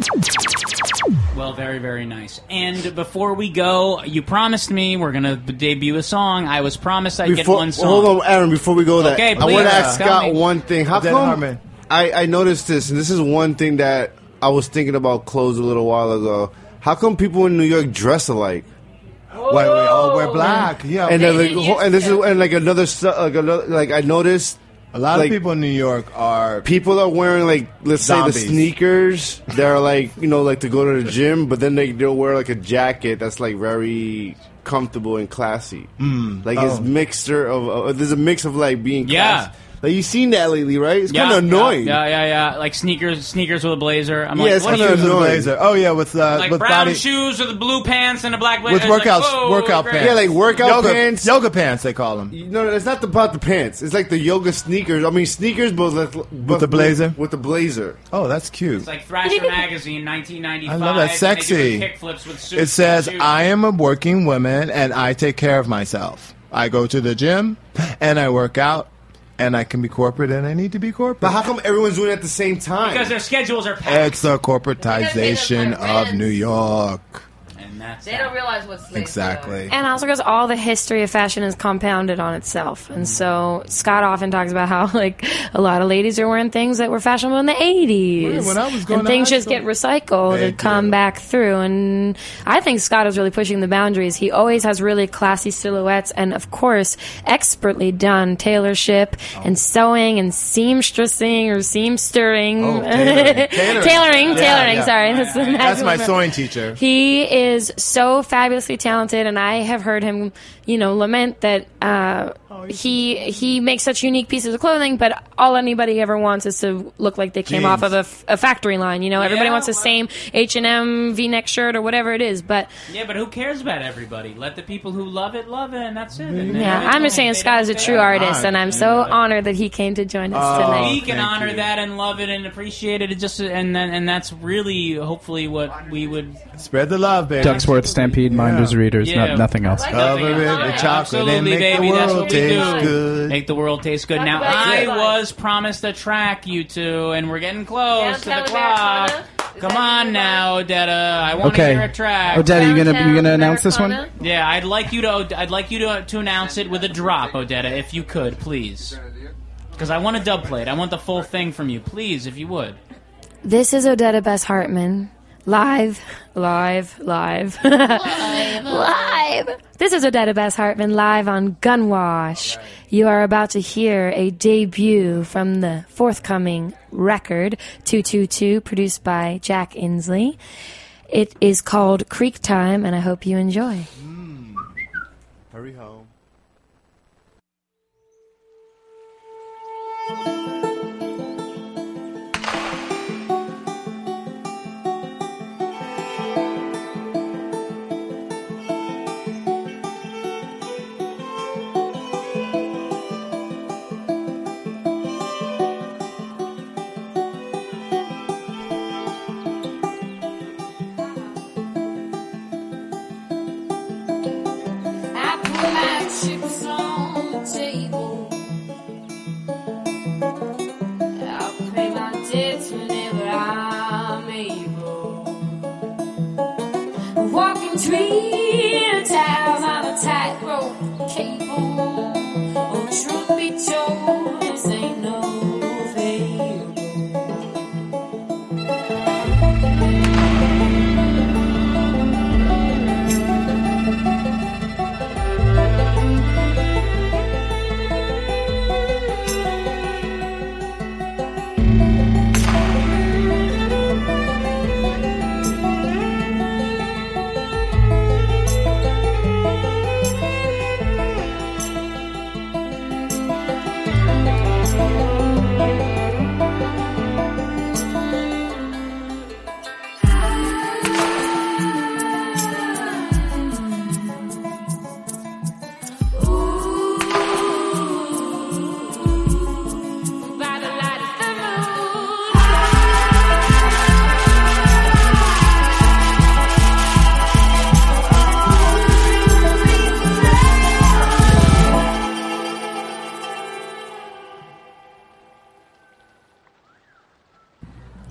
[SPEAKER 21] that.
[SPEAKER 2] Well, very, very nice. And before we go, you promised me we're gonna b- debut a song. I was promised I'd get
[SPEAKER 4] Before-
[SPEAKER 2] one song.
[SPEAKER 4] Hold on, Aaron. Before we go, there,
[SPEAKER 2] Okay,
[SPEAKER 4] I want
[SPEAKER 2] please,
[SPEAKER 4] to ask
[SPEAKER 2] tell
[SPEAKER 4] Scott
[SPEAKER 2] me.
[SPEAKER 4] one thing. How
[SPEAKER 2] Dan
[SPEAKER 4] come
[SPEAKER 2] Harmon.
[SPEAKER 4] I, I noticed this, and this is one thing that I was thinking about clothes a little while ago. How come people in New York dress alike?
[SPEAKER 10] Why we all wear black? Yeah,
[SPEAKER 4] and they're
[SPEAKER 10] we-
[SPEAKER 4] like, ho- and this is and like another su- like another like I noticed
[SPEAKER 10] a lot
[SPEAKER 4] like,
[SPEAKER 10] of people in New York are
[SPEAKER 4] people are wearing like let's say
[SPEAKER 10] Zombies.
[SPEAKER 4] the sneakers that are like you know like to go to the gym, but then they they'll wear like a jacket that's like very comfortable and classy.
[SPEAKER 10] Mm.
[SPEAKER 4] Like it's
[SPEAKER 10] Oh.
[SPEAKER 4] mixture of uh, there's a mix of like being
[SPEAKER 2] Yeah.
[SPEAKER 4] classy. Like you've seen that lately, right? It's kind of annoying.
[SPEAKER 2] Yeah, yeah, yeah. Like sneakers, sneakers with a blazer. I'm
[SPEAKER 4] Yeah,
[SPEAKER 2] like,
[SPEAKER 4] it's
[SPEAKER 2] what
[SPEAKER 4] kinda
[SPEAKER 2] are you-
[SPEAKER 4] annoying.
[SPEAKER 10] blazer. Oh yeah, with uh,
[SPEAKER 2] Like
[SPEAKER 10] with
[SPEAKER 2] brown
[SPEAKER 10] body
[SPEAKER 2] shoes with the blue pants and a black blazer.
[SPEAKER 10] with
[SPEAKER 2] It's like,
[SPEAKER 10] workout
[SPEAKER 2] whoa,
[SPEAKER 10] workout
[SPEAKER 2] great.
[SPEAKER 10] pants. yoga, yoga pants they call them.
[SPEAKER 4] No, no, it's not about the pants. It's like the yoga sneakers. I mean, sneakers, but, like, but with
[SPEAKER 10] the blazer?
[SPEAKER 4] With the blazer.
[SPEAKER 10] Oh, that's cute.
[SPEAKER 2] It's like Thrasher magazine, 1995.
[SPEAKER 10] I love that. Sexy.
[SPEAKER 2] Kickflips with suits
[SPEAKER 10] It says,
[SPEAKER 2] and shoes.
[SPEAKER 10] I am a working woman and I take care of myself. I go to the gym and I work out and I can be corporate and I need to be corporate.
[SPEAKER 4] But how come everyone's doing it at the same time?
[SPEAKER 2] because their schedules are packed.
[SPEAKER 10] It's the corporatization of New York.
[SPEAKER 2] And Yeah.
[SPEAKER 27] They don't realize what's slaves
[SPEAKER 10] Exactly.
[SPEAKER 21] And also because all the history of fashion is compounded on itself. And so Scott often talks about how like a lot of ladies are wearing things that were fashionable in the 80s.
[SPEAKER 10] Right, when I was going
[SPEAKER 21] and
[SPEAKER 10] to
[SPEAKER 21] things
[SPEAKER 10] high
[SPEAKER 21] just get recycled and come back through. And I think Scott is really pushing the boundaries. He always has really classy silhouettes and of course expertly done tailorship
[SPEAKER 10] Oh.
[SPEAKER 21] and sewing and seamstressing or seamstering.
[SPEAKER 10] Oh, tailoring.
[SPEAKER 21] tailoring,
[SPEAKER 10] Tailoring.
[SPEAKER 21] tailoring,
[SPEAKER 10] Yeah, yeah.
[SPEAKER 21] sorry. That's,
[SPEAKER 10] That's my
[SPEAKER 21] what-
[SPEAKER 10] sewing teacher.
[SPEAKER 21] he is so fabulously talented, and I have heard him, you know, lament that uh, he he makes such unique pieces of clothing, but all anybody ever wants is to look like they came Jeans. off of a, f- a factory line. You know, everybody
[SPEAKER 2] Yeah.
[SPEAKER 21] wants the same H and M V neck shirt or whatever it is. But
[SPEAKER 2] Yeah, but who cares about everybody? Let the people who love it love it, and that's it.
[SPEAKER 10] Mm-hmm.
[SPEAKER 2] And then
[SPEAKER 21] yeah, I'm just saying Scott is a true artist, and I'm so honored that he came to join
[SPEAKER 10] Uh,
[SPEAKER 21] us
[SPEAKER 2] we
[SPEAKER 21] tonight.
[SPEAKER 2] Oh, can honor that and love it and appreciate it. It just and then and that's really hopefully what we would
[SPEAKER 10] Spread the love, baby.
[SPEAKER 1] Ducksworth Stampede, Minders, Readers,
[SPEAKER 2] Yeah.
[SPEAKER 1] not nothing else.
[SPEAKER 10] Cover it with chocolate
[SPEAKER 2] Absolutely,
[SPEAKER 10] and make
[SPEAKER 2] baby.
[SPEAKER 10] the
[SPEAKER 2] that's
[SPEAKER 10] world
[SPEAKER 2] what we
[SPEAKER 10] taste
[SPEAKER 2] do.
[SPEAKER 10] good.
[SPEAKER 2] Make the world taste good. Now,
[SPEAKER 27] about
[SPEAKER 2] I
[SPEAKER 27] your life.
[SPEAKER 2] was promised a track, you two, and we're getting close
[SPEAKER 27] Downtown
[SPEAKER 2] to the clock. Come on now, Odetta. I want to
[SPEAKER 1] Okay.
[SPEAKER 2] hear a track.
[SPEAKER 1] Odetta, you gonna you gonna announce this one?
[SPEAKER 2] Yeah, I'd like you to. I'd like you to, to announce it with a drop, Odetta, if you could, please. Because I want a dub plate. I want the full thing from you, please, if you would.
[SPEAKER 21] This is Odetta Bess Hartman. Live, live, live, live, This is Odetta Bess Hartman live on Gunwash. You are about to hear a debut from the forthcoming record 222, produced by Jack Insley. It is called Creek Time, and I hope you enjoy.
[SPEAKER 4] Eh.
[SPEAKER 10] Hurry home.
[SPEAKER 28] I put my chips on the table. I'll pay my debts whenever I'm able. Walking tree towers on a tightrope cable. Oh, truth be told, this ain't no fable. By the light of the moon.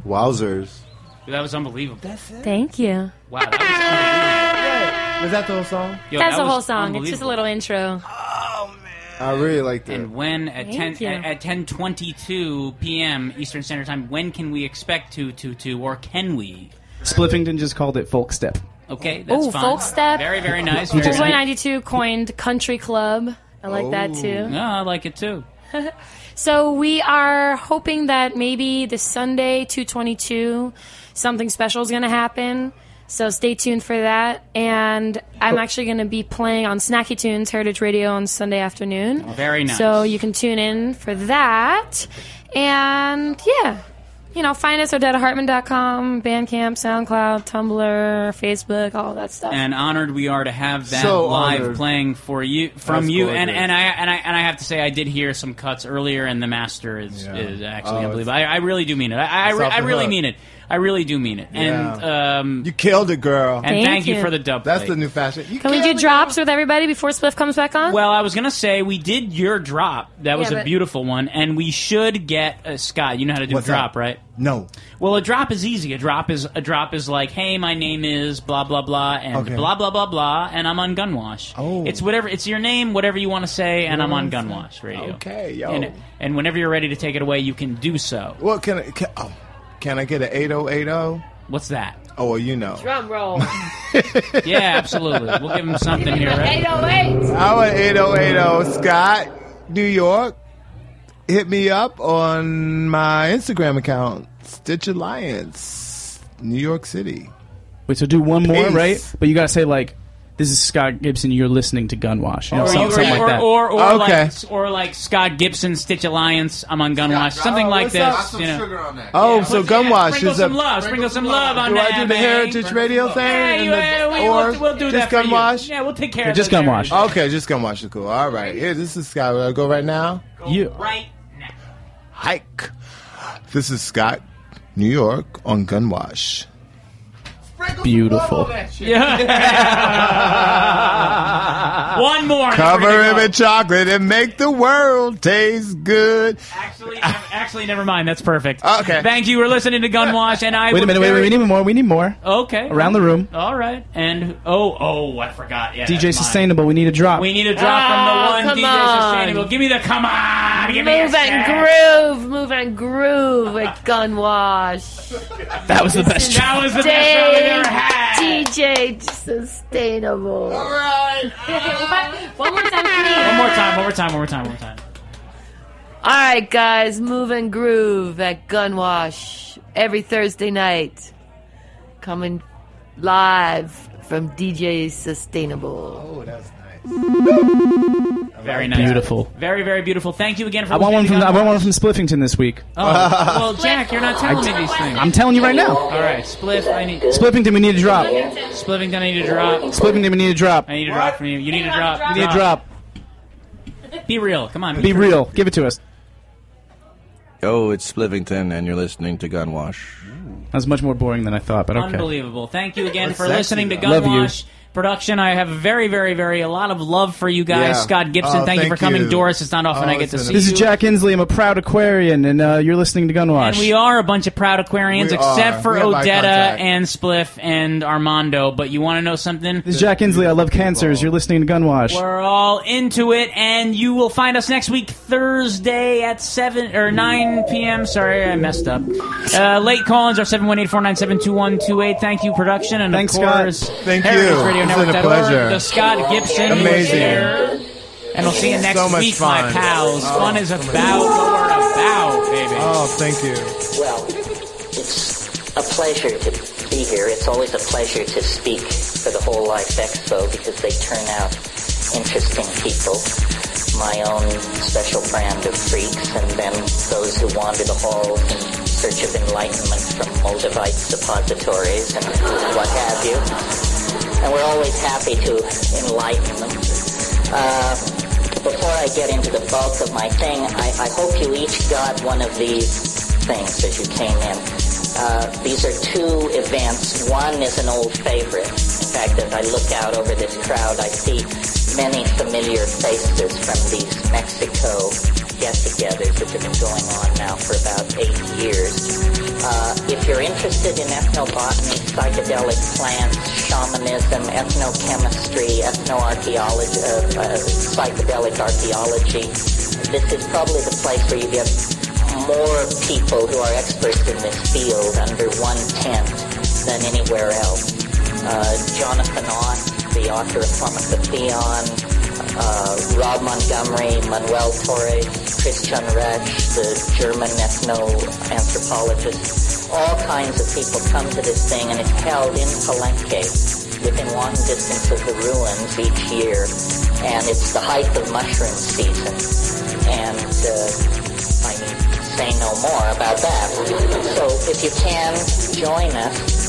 [SPEAKER 10] Wowzers.
[SPEAKER 2] Dude, that was unbelievable. That's it.
[SPEAKER 21] Thank you.
[SPEAKER 2] Wow. That
[SPEAKER 10] Was that the whole song?
[SPEAKER 2] was, yo,
[SPEAKER 21] That's
[SPEAKER 2] that
[SPEAKER 21] the
[SPEAKER 2] was
[SPEAKER 21] whole song. It's just a
[SPEAKER 2] unbelievable.
[SPEAKER 21] little intro.
[SPEAKER 10] I really liked it.
[SPEAKER 2] And when at ten
[SPEAKER 21] Thank you.
[SPEAKER 2] at, at ten twenty two p.m. Eastern Standard Time, when can we expect two two two, or can we?
[SPEAKER 1] Spliffington just called it folk step.
[SPEAKER 2] Okay, that's
[SPEAKER 21] Oh,
[SPEAKER 2] fine.
[SPEAKER 21] folk step.
[SPEAKER 2] Very very nice. Very
[SPEAKER 21] Just
[SPEAKER 2] nice.
[SPEAKER 21] 92 coined country club. I like that too.
[SPEAKER 2] No, Oh, I like it too.
[SPEAKER 21] so we are hoping that maybe this Sunday, 222, something special is going to happen. So stay tuned for that. And I'm actually going to be playing on Snacky Tunes Heritage Radio on Sunday afternoon.
[SPEAKER 2] Oh, Very nice.
[SPEAKER 21] So you can tune in for that. And yeah, you know, find us at odettahartman.com, Bandcamp, SoundCloud, Tumblr, Facebook, all that stuff.
[SPEAKER 2] and honored we are to have that
[SPEAKER 21] So
[SPEAKER 2] live
[SPEAKER 21] honored.
[SPEAKER 2] playing for you from
[SPEAKER 21] That's
[SPEAKER 2] you and,
[SPEAKER 21] gorgeous.
[SPEAKER 2] and I and I and I have to say I did hear some cuts earlier and the master is, is
[SPEAKER 21] Oh,
[SPEAKER 2] actually
[SPEAKER 21] it's-
[SPEAKER 2] unbelievable. I, I really do mean it. I I,
[SPEAKER 21] It's
[SPEAKER 2] re-
[SPEAKER 21] off
[SPEAKER 2] I
[SPEAKER 21] the
[SPEAKER 2] really
[SPEAKER 21] hook.
[SPEAKER 2] mean it. I really do mean it. And um,
[SPEAKER 10] you killed it, girl.
[SPEAKER 2] And thank,
[SPEAKER 21] Thank
[SPEAKER 2] you.
[SPEAKER 21] you.
[SPEAKER 2] for the dub.
[SPEAKER 10] That's
[SPEAKER 2] plate.
[SPEAKER 10] the new fashion. You
[SPEAKER 21] Can we do drops with everybody before Swift comes back on?
[SPEAKER 2] Well, I was gonna say we did your drop. That was a
[SPEAKER 21] Yeah, but-
[SPEAKER 2] beautiful one, and we should get uh, Scott. You know how to do
[SPEAKER 10] What's
[SPEAKER 2] drop,
[SPEAKER 10] that?
[SPEAKER 2] right?
[SPEAKER 10] No.
[SPEAKER 2] Well, a drop is easy. A drop is a drop is like, hey, my name is blah blah blah and
[SPEAKER 10] Okay.
[SPEAKER 2] blah blah blah blah, and I'm on Gunwash. Oh, it's whatever. It's your name, whatever you want to say, and I'm on Gunwash Radio.
[SPEAKER 10] Okay, yo.
[SPEAKER 2] And, and whenever you're ready to take it away, you can do so.
[SPEAKER 10] Well, can I can, oh, can I get an eight oh eight oh?
[SPEAKER 2] What's that?
[SPEAKER 10] Oh, well, you know.
[SPEAKER 27] Drum roll.
[SPEAKER 2] Yeah, absolutely. We'll give him something here. Right?
[SPEAKER 27] 808.
[SPEAKER 10] Our eight oh eight oh Scott, New York. Hit me up on my Instagram account, Stitch Alliance, New York City.
[SPEAKER 1] Wait, so do one more,
[SPEAKER 10] Peace.
[SPEAKER 1] right? But you gotta say like, "This is Scott Gibson. You're listening to Gunwash." You know,
[SPEAKER 2] Or,
[SPEAKER 1] something,
[SPEAKER 2] you- or-
[SPEAKER 1] something like
[SPEAKER 2] or-
[SPEAKER 1] that.
[SPEAKER 2] or- or
[SPEAKER 1] okay.
[SPEAKER 2] like or like Scott Gibson, Stitch Alliance. I'm on Gunwash, something like this. you know.
[SPEAKER 10] Oh,
[SPEAKER 2] Yeah,
[SPEAKER 10] so
[SPEAKER 2] put- yeah,
[SPEAKER 10] Gunwash
[SPEAKER 2] sprinkle
[SPEAKER 10] is
[SPEAKER 2] some
[SPEAKER 10] a.
[SPEAKER 2] love, sprinkle some love on
[SPEAKER 10] do
[SPEAKER 2] that.
[SPEAKER 10] I do the
[SPEAKER 2] man.
[SPEAKER 10] Heritage Radio thing?
[SPEAKER 2] Yeah,
[SPEAKER 10] and
[SPEAKER 2] you-
[SPEAKER 10] the-
[SPEAKER 2] uh, we-
[SPEAKER 10] or
[SPEAKER 2] we'll, we'll do
[SPEAKER 10] just
[SPEAKER 2] that for
[SPEAKER 10] Gunwash?
[SPEAKER 2] you. Yeah, we'll take care
[SPEAKER 10] Yeah,
[SPEAKER 2] of
[SPEAKER 10] just
[SPEAKER 2] those
[SPEAKER 10] Gunwash.
[SPEAKER 2] areas.
[SPEAKER 10] Okay, just Gunwash is cool. All right. Here, this is Scott. Will I go right now?
[SPEAKER 1] you.
[SPEAKER 2] Right.
[SPEAKER 10] Hike. This is Scott, New York, on Gunwash. Beautiful.
[SPEAKER 2] Yeah. One more. and we're
[SPEAKER 10] Cover
[SPEAKER 2] gonna
[SPEAKER 10] him
[SPEAKER 2] go.
[SPEAKER 10] in chocolate and make the world taste good.
[SPEAKER 2] Actually, actually, never mind. That's perfect.
[SPEAKER 1] Oh, Okay.
[SPEAKER 2] Thank you. We're listening to Gunwash, and I.
[SPEAKER 1] Wait a
[SPEAKER 2] would
[SPEAKER 1] minute. Wait, wait.
[SPEAKER 2] very-
[SPEAKER 1] We need more. We need more.
[SPEAKER 2] Okay.
[SPEAKER 1] Around the room.
[SPEAKER 2] All right. And oh, oh, I forgot. Yeah,
[SPEAKER 1] DJ
[SPEAKER 2] that's mine.
[SPEAKER 1] Sustainable. We need a drop.
[SPEAKER 2] We need a drop from the one
[SPEAKER 27] Oh, come
[SPEAKER 2] DJ
[SPEAKER 27] on.
[SPEAKER 2] Sustainable. Give me the come on. Give me
[SPEAKER 27] Move
[SPEAKER 2] a
[SPEAKER 27] and groove, move and groove at Gunwash.
[SPEAKER 1] That was the best
[SPEAKER 2] That was the best show we've ever had.
[SPEAKER 27] Stay DJ sustainable. All
[SPEAKER 10] right.
[SPEAKER 27] one more time, please.
[SPEAKER 2] One more time. One more time. One more time. One more time.
[SPEAKER 27] All right, guys, move and groove at Gunwash every Thursday night. Coming live from DJ Sustainable.
[SPEAKER 10] Oh, that's nice.
[SPEAKER 2] Very nice.
[SPEAKER 1] Beautiful.
[SPEAKER 2] Very, very beautiful. Thank you again for.
[SPEAKER 1] I want one
[SPEAKER 2] listening
[SPEAKER 1] from.
[SPEAKER 2] to
[SPEAKER 1] I want one from Spliffington this week.
[SPEAKER 2] Oh, well, Jack, you're not telling
[SPEAKER 1] I-
[SPEAKER 2] me these things.
[SPEAKER 1] I'm telling you right now.
[SPEAKER 2] All right, Spliff, I need.
[SPEAKER 1] Spliffington. We need a drop.
[SPEAKER 2] Spliffington, I need a drop.
[SPEAKER 1] Spliffington. We need a drop.
[SPEAKER 2] I need a drop from you. You need a drop.
[SPEAKER 1] We need a drop.
[SPEAKER 2] Be real. Come on.
[SPEAKER 1] Be real. Give it to us.
[SPEAKER 29] Oh, it's Slivington, and you're listening to Gunwash.
[SPEAKER 1] That was much more boring than I thought, but okay.
[SPEAKER 2] Unbelievable. Thank you again
[SPEAKER 29] That's
[SPEAKER 2] for
[SPEAKER 29] sexy,
[SPEAKER 2] listening to
[SPEAKER 29] though.
[SPEAKER 1] Love you.
[SPEAKER 2] Gunwash Production. I have very, very, very a lot of love for you guys.
[SPEAKER 1] Yeah.
[SPEAKER 2] Scott Gibson,
[SPEAKER 1] Oh,
[SPEAKER 2] thank, you for
[SPEAKER 1] thank
[SPEAKER 2] coming.
[SPEAKER 1] you. Oh,
[SPEAKER 2] Doris, it's not often I get to see
[SPEAKER 1] This
[SPEAKER 2] you.
[SPEAKER 1] is Jack Insley. I'm a proud Aquarian, and uh, you're listening to Gunwash.
[SPEAKER 2] And we are a bunch of proud Aquarians,
[SPEAKER 1] We
[SPEAKER 2] except
[SPEAKER 1] are.
[SPEAKER 2] for
[SPEAKER 1] We have eye
[SPEAKER 2] Odetta
[SPEAKER 1] contact.
[SPEAKER 2] and Spliff and Armando. But you want to know something?
[SPEAKER 1] this is Jack Insley. I love cancers. You're listening to Gunwash.
[SPEAKER 2] We're all into it, and you will find us next week, Thursday at 7 or 9 p.m. Sorry, I messed up. Uh, late call-ins are 718-497-2128. Thank you, production, and
[SPEAKER 10] Thanks,
[SPEAKER 2] of
[SPEAKER 10] Scott.
[SPEAKER 2] course,
[SPEAKER 10] Thank you.
[SPEAKER 2] Heritage
[SPEAKER 10] It's been
[SPEAKER 2] Radio
[SPEAKER 10] a
[SPEAKER 2] Network.org,
[SPEAKER 10] pleasure.
[SPEAKER 2] The Scott Gibson was
[SPEAKER 10] Amazing.
[SPEAKER 2] there. And we'll see you next
[SPEAKER 10] So much
[SPEAKER 2] week, my
[SPEAKER 10] fun.
[SPEAKER 2] pals.
[SPEAKER 10] Oh,
[SPEAKER 2] fun is
[SPEAKER 10] so
[SPEAKER 2] about
[SPEAKER 10] much
[SPEAKER 2] what we're about, baby.
[SPEAKER 10] Oh, thank you.
[SPEAKER 30] Well, it's a pleasure to be here. It's always a pleasure to speak for the Whole Life Expo because they turn out interesting people. My own special brand of freaks and then those who wander the halls in search of enlightenment from Moldavite depositories and what have you. And we're always happy to enlighten them. Uh, before I get into the bulk of my thing, I, I hope you each got one of these things as you came in. Uh, these are two events. One is an old favorite. In fact, as I look out over this crowd, I see many familiar faces from these Mexico get-togethers that have been going on now for about eight years. Uh, if you're interested in ethnobotany, psychedelic plants, shamanism, ethnochemistry, ethnoarchaeology, uh, uh, psychedelic archaeology, this is probably the place where you get more people who are experts in this field under one tent than anywhere else. Uh, Jonathan Ott, the author of Pharmacotheon, uh, Rob Montgomery, Manuel Torres, Christian Reich, the German ethno-anthropologist, all kinds of people come to this thing and it's held in Palenque within walking distance of the ruins each year. And it's the height of mushroom season. And uh, I need to say no more about that. So if you can, join us.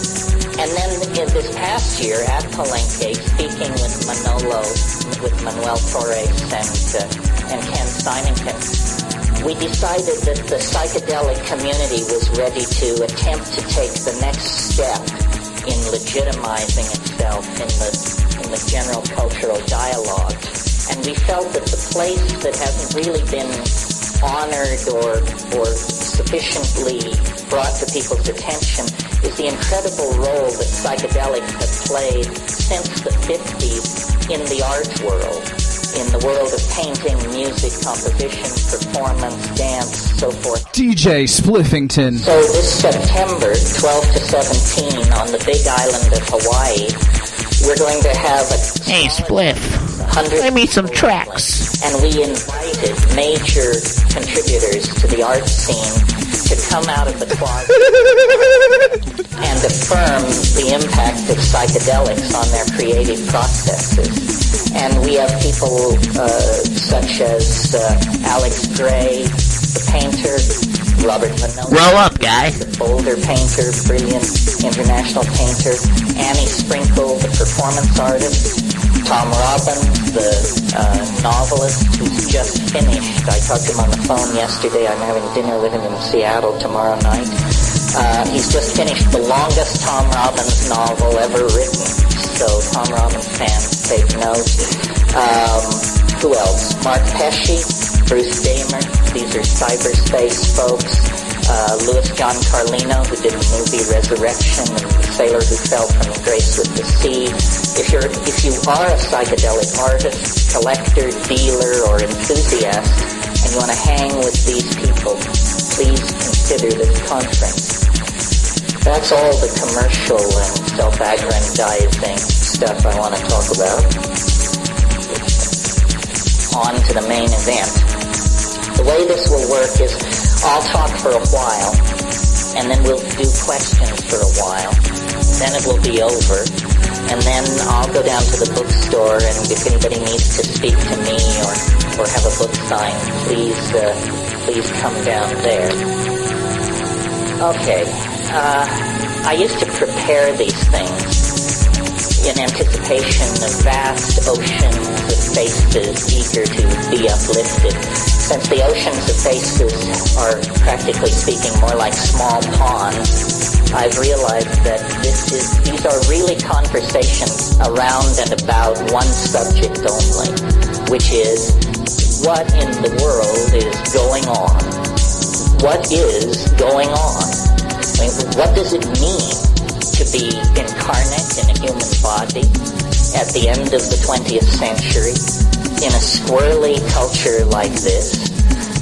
[SPEAKER 30] And then in this past year at Palenque, speaking with Manolo, with Manuel Torres and, uh, and Ken Simonton, we decided that the psychedelic community was ready to attempt to take the next step in legitimizing itself in the, in the general cultural dialogue. And we felt that the place that hasn't really been honored or, or sufficiently brought to people's attention is the incredible role that psychedelics have played since the 50s in the arts world in the world of painting, music, composition, performance, dance, so forth.
[SPEAKER 1] DJ Spliffington.
[SPEAKER 30] So this September, 12 to 17, on the Big Island of Hawaii, we're going to have a
[SPEAKER 14] Hey, Spliff. Let me some tracks.
[SPEAKER 30] and we invited major contributors to the art scene to come out of the closet and affirm the impact of psychedelics on their creative processes. And we have people uh, such as uh, Alex Gray, the painter, Robert Vanilla,
[SPEAKER 14] Roll up, guy.
[SPEAKER 30] the Boulder painter, brilliant international painter, Annie Sprinkle, the performance artist, Tom Robbins, the uh, novelist who's just finished. I talked to him on the phone yesterday. I'm having dinner with him in Seattle tomorrow night. Uh, he's just finished the longest Tom Robbins novel ever written. So Tom Robbins fans take note. Um, who else? Mark Pesci, Bruce Damer. These are cyberspace folks uh, Louis John Carlino, who did the movie Resurrection, and the Sailor Who Fell from Grace with the Sea. If you're if you are a psychedelic artist, collector, dealer, or enthusiast, and you want to hang with these people, please consider this conference. That's all the commercial and self-aggrandizing stuff I want to talk about. On to the main event. The way this will work is I'll talk for a while, and then we'll do questions for a while. Then it will be over, and then I'll go down to the bookstore, and if anybody needs to speak to me or, or have a book signed, please, uh, please come down there. Okay, uh, I used to prepare these things in anticipation of vast oceans of faces eager to be uplifted. Since the oceans of faces are practically speaking more like small ponds, I've realized that this is, these are really conversations around and about one subject only, which is what in the world is going on? What is going on? I mean, what does it mean to be incarnate in a human body at the end of the 20th century in a squirrely culture like this,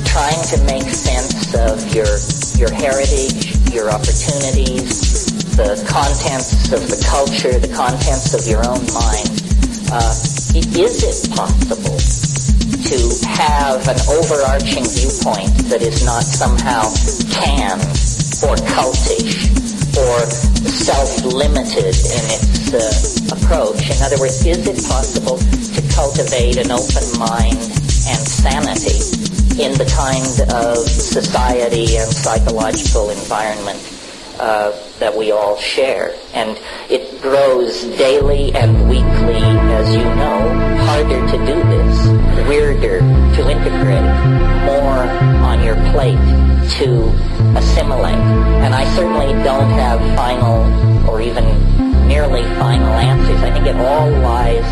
[SPEAKER 30] trying to make sense of your, your heritage, your opportunities, the contents of the culture, the contents of your own mind. Uh, i- is it possible to have an overarching viewpoint that is not somehow canned or cultish or self-limited in its uh, approach. In other words, is it possible to cultivate an open mind and sanity in the kind of society and psychological environment uh, that we all share? And it grows daily and weekly, as you know, harder to do this, weirder to integrate, more on your plate to assimilate. And I certainly don't have final or even nearly final answers. I think it all lies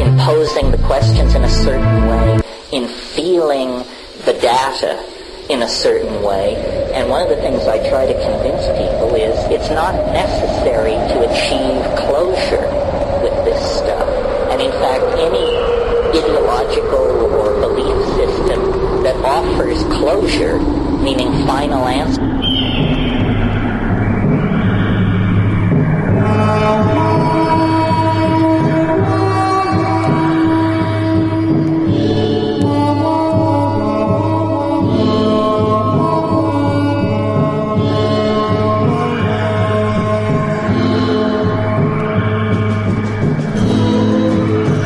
[SPEAKER 30] in posing the questions in a certain way, in feeling the data in a certain way. And one of the things I try to convince people is it's not necessary to achieve closure with this stuff. And in fact, any ideological or belief system that offers closure, meaning final answer,
[SPEAKER 26] Thank you.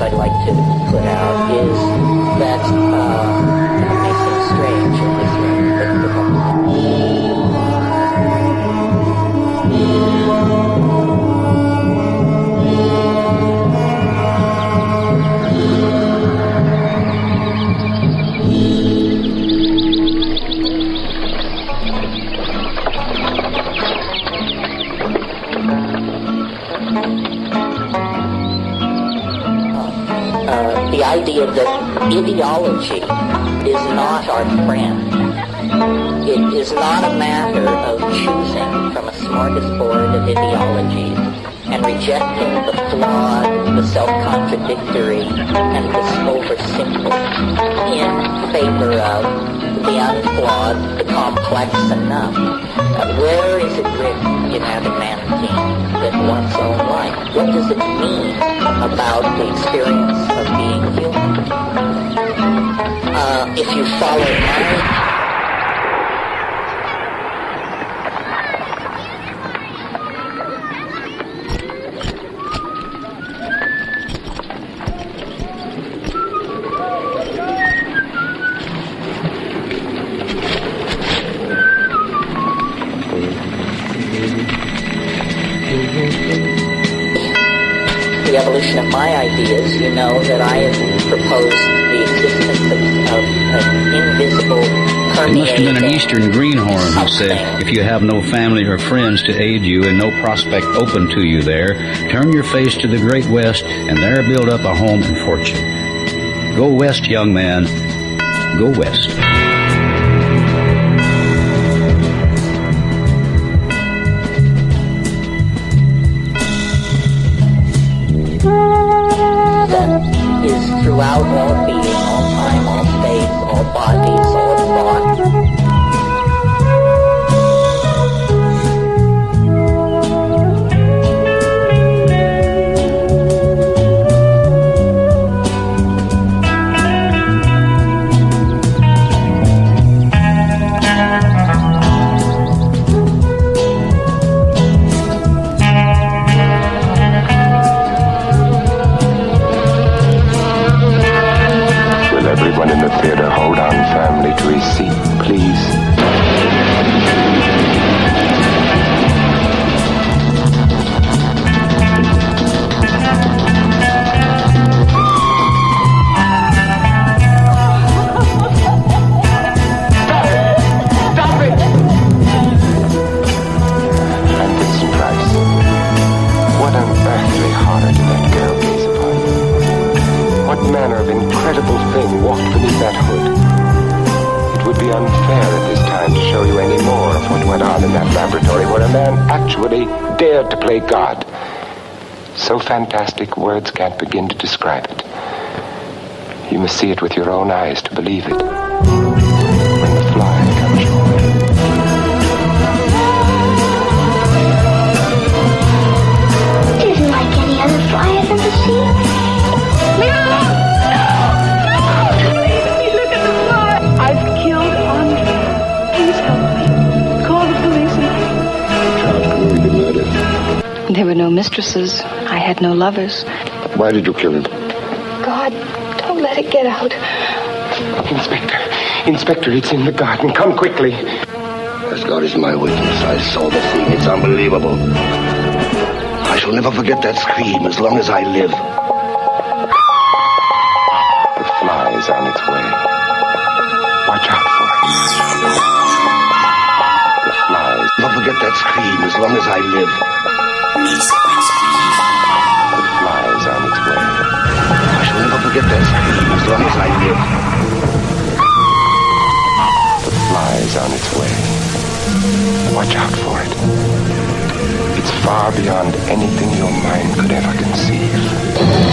[SPEAKER 30] I'd like to put out is that uh, it may seem strange, it may seem Uh, uh, the idea that ideology is not our friend. It is not a matter of choosing from a smorgasbord of ideologies and rejecting the flawed, the self-contradictory, and the oversimple in favor of the unflawed, the complex enough. Uh, where is it written in adamantine that one's own life? What does it mean about the experience of being human? Uh, if you follow my the evolution of my ideas, you know that I have proposed the existence of, of an invisible
[SPEAKER 20] It must have been an
[SPEAKER 30] permeating
[SPEAKER 20] Eastern greenhorn who said, if you have no family or friends to aid you and no prospect open to you there, turn your face to the great West and there build up a home and fortune. Go West, young man. Go West.
[SPEAKER 30] that is throughout all being, all time, all space, all bodies, all thought.
[SPEAKER 13] Will everyone in the theater hold on firmly to his seat, please? And Vincent Price, what unearthly horror did that girl gaze upon? What manner of incredible thing walked beneath that hood? It would be unfair at this time to show you any more of what went on in that laboratory where a man actually dared to play God. So fantastic, words can't begin to describe it. You must see it with your own eyes to believe it. When the fly comes your way.
[SPEAKER 8] It isn't like any other fly I've ever seen.
[SPEAKER 22] I've killed Andre. Please help me. Call the police.
[SPEAKER 19] There were no mistresses. I had no lovers.
[SPEAKER 13] Why did you kill him?
[SPEAKER 19] God, don't let it get out.
[SPEAKER 13] Inspector, Inspector, it's in the garden. Come quickly.
[SPEAKER 31] As God is my witness, I saw the thing. It's unbelievable. I shall never forget that scream as long as I live.
[SPEAKER 13] The fly is on its way. Watch out for it. The fly is.
[SPEAKER 31] Never forget that scream as long as I live.
[SPEAKER 13] The fly is on its way.
[SPEAKER 31] I shall never forget that scream as long as I live.
[SPEAKER 13] The fly is on its way. Watch out for it. It's far beyond anything your mind could ever conceive.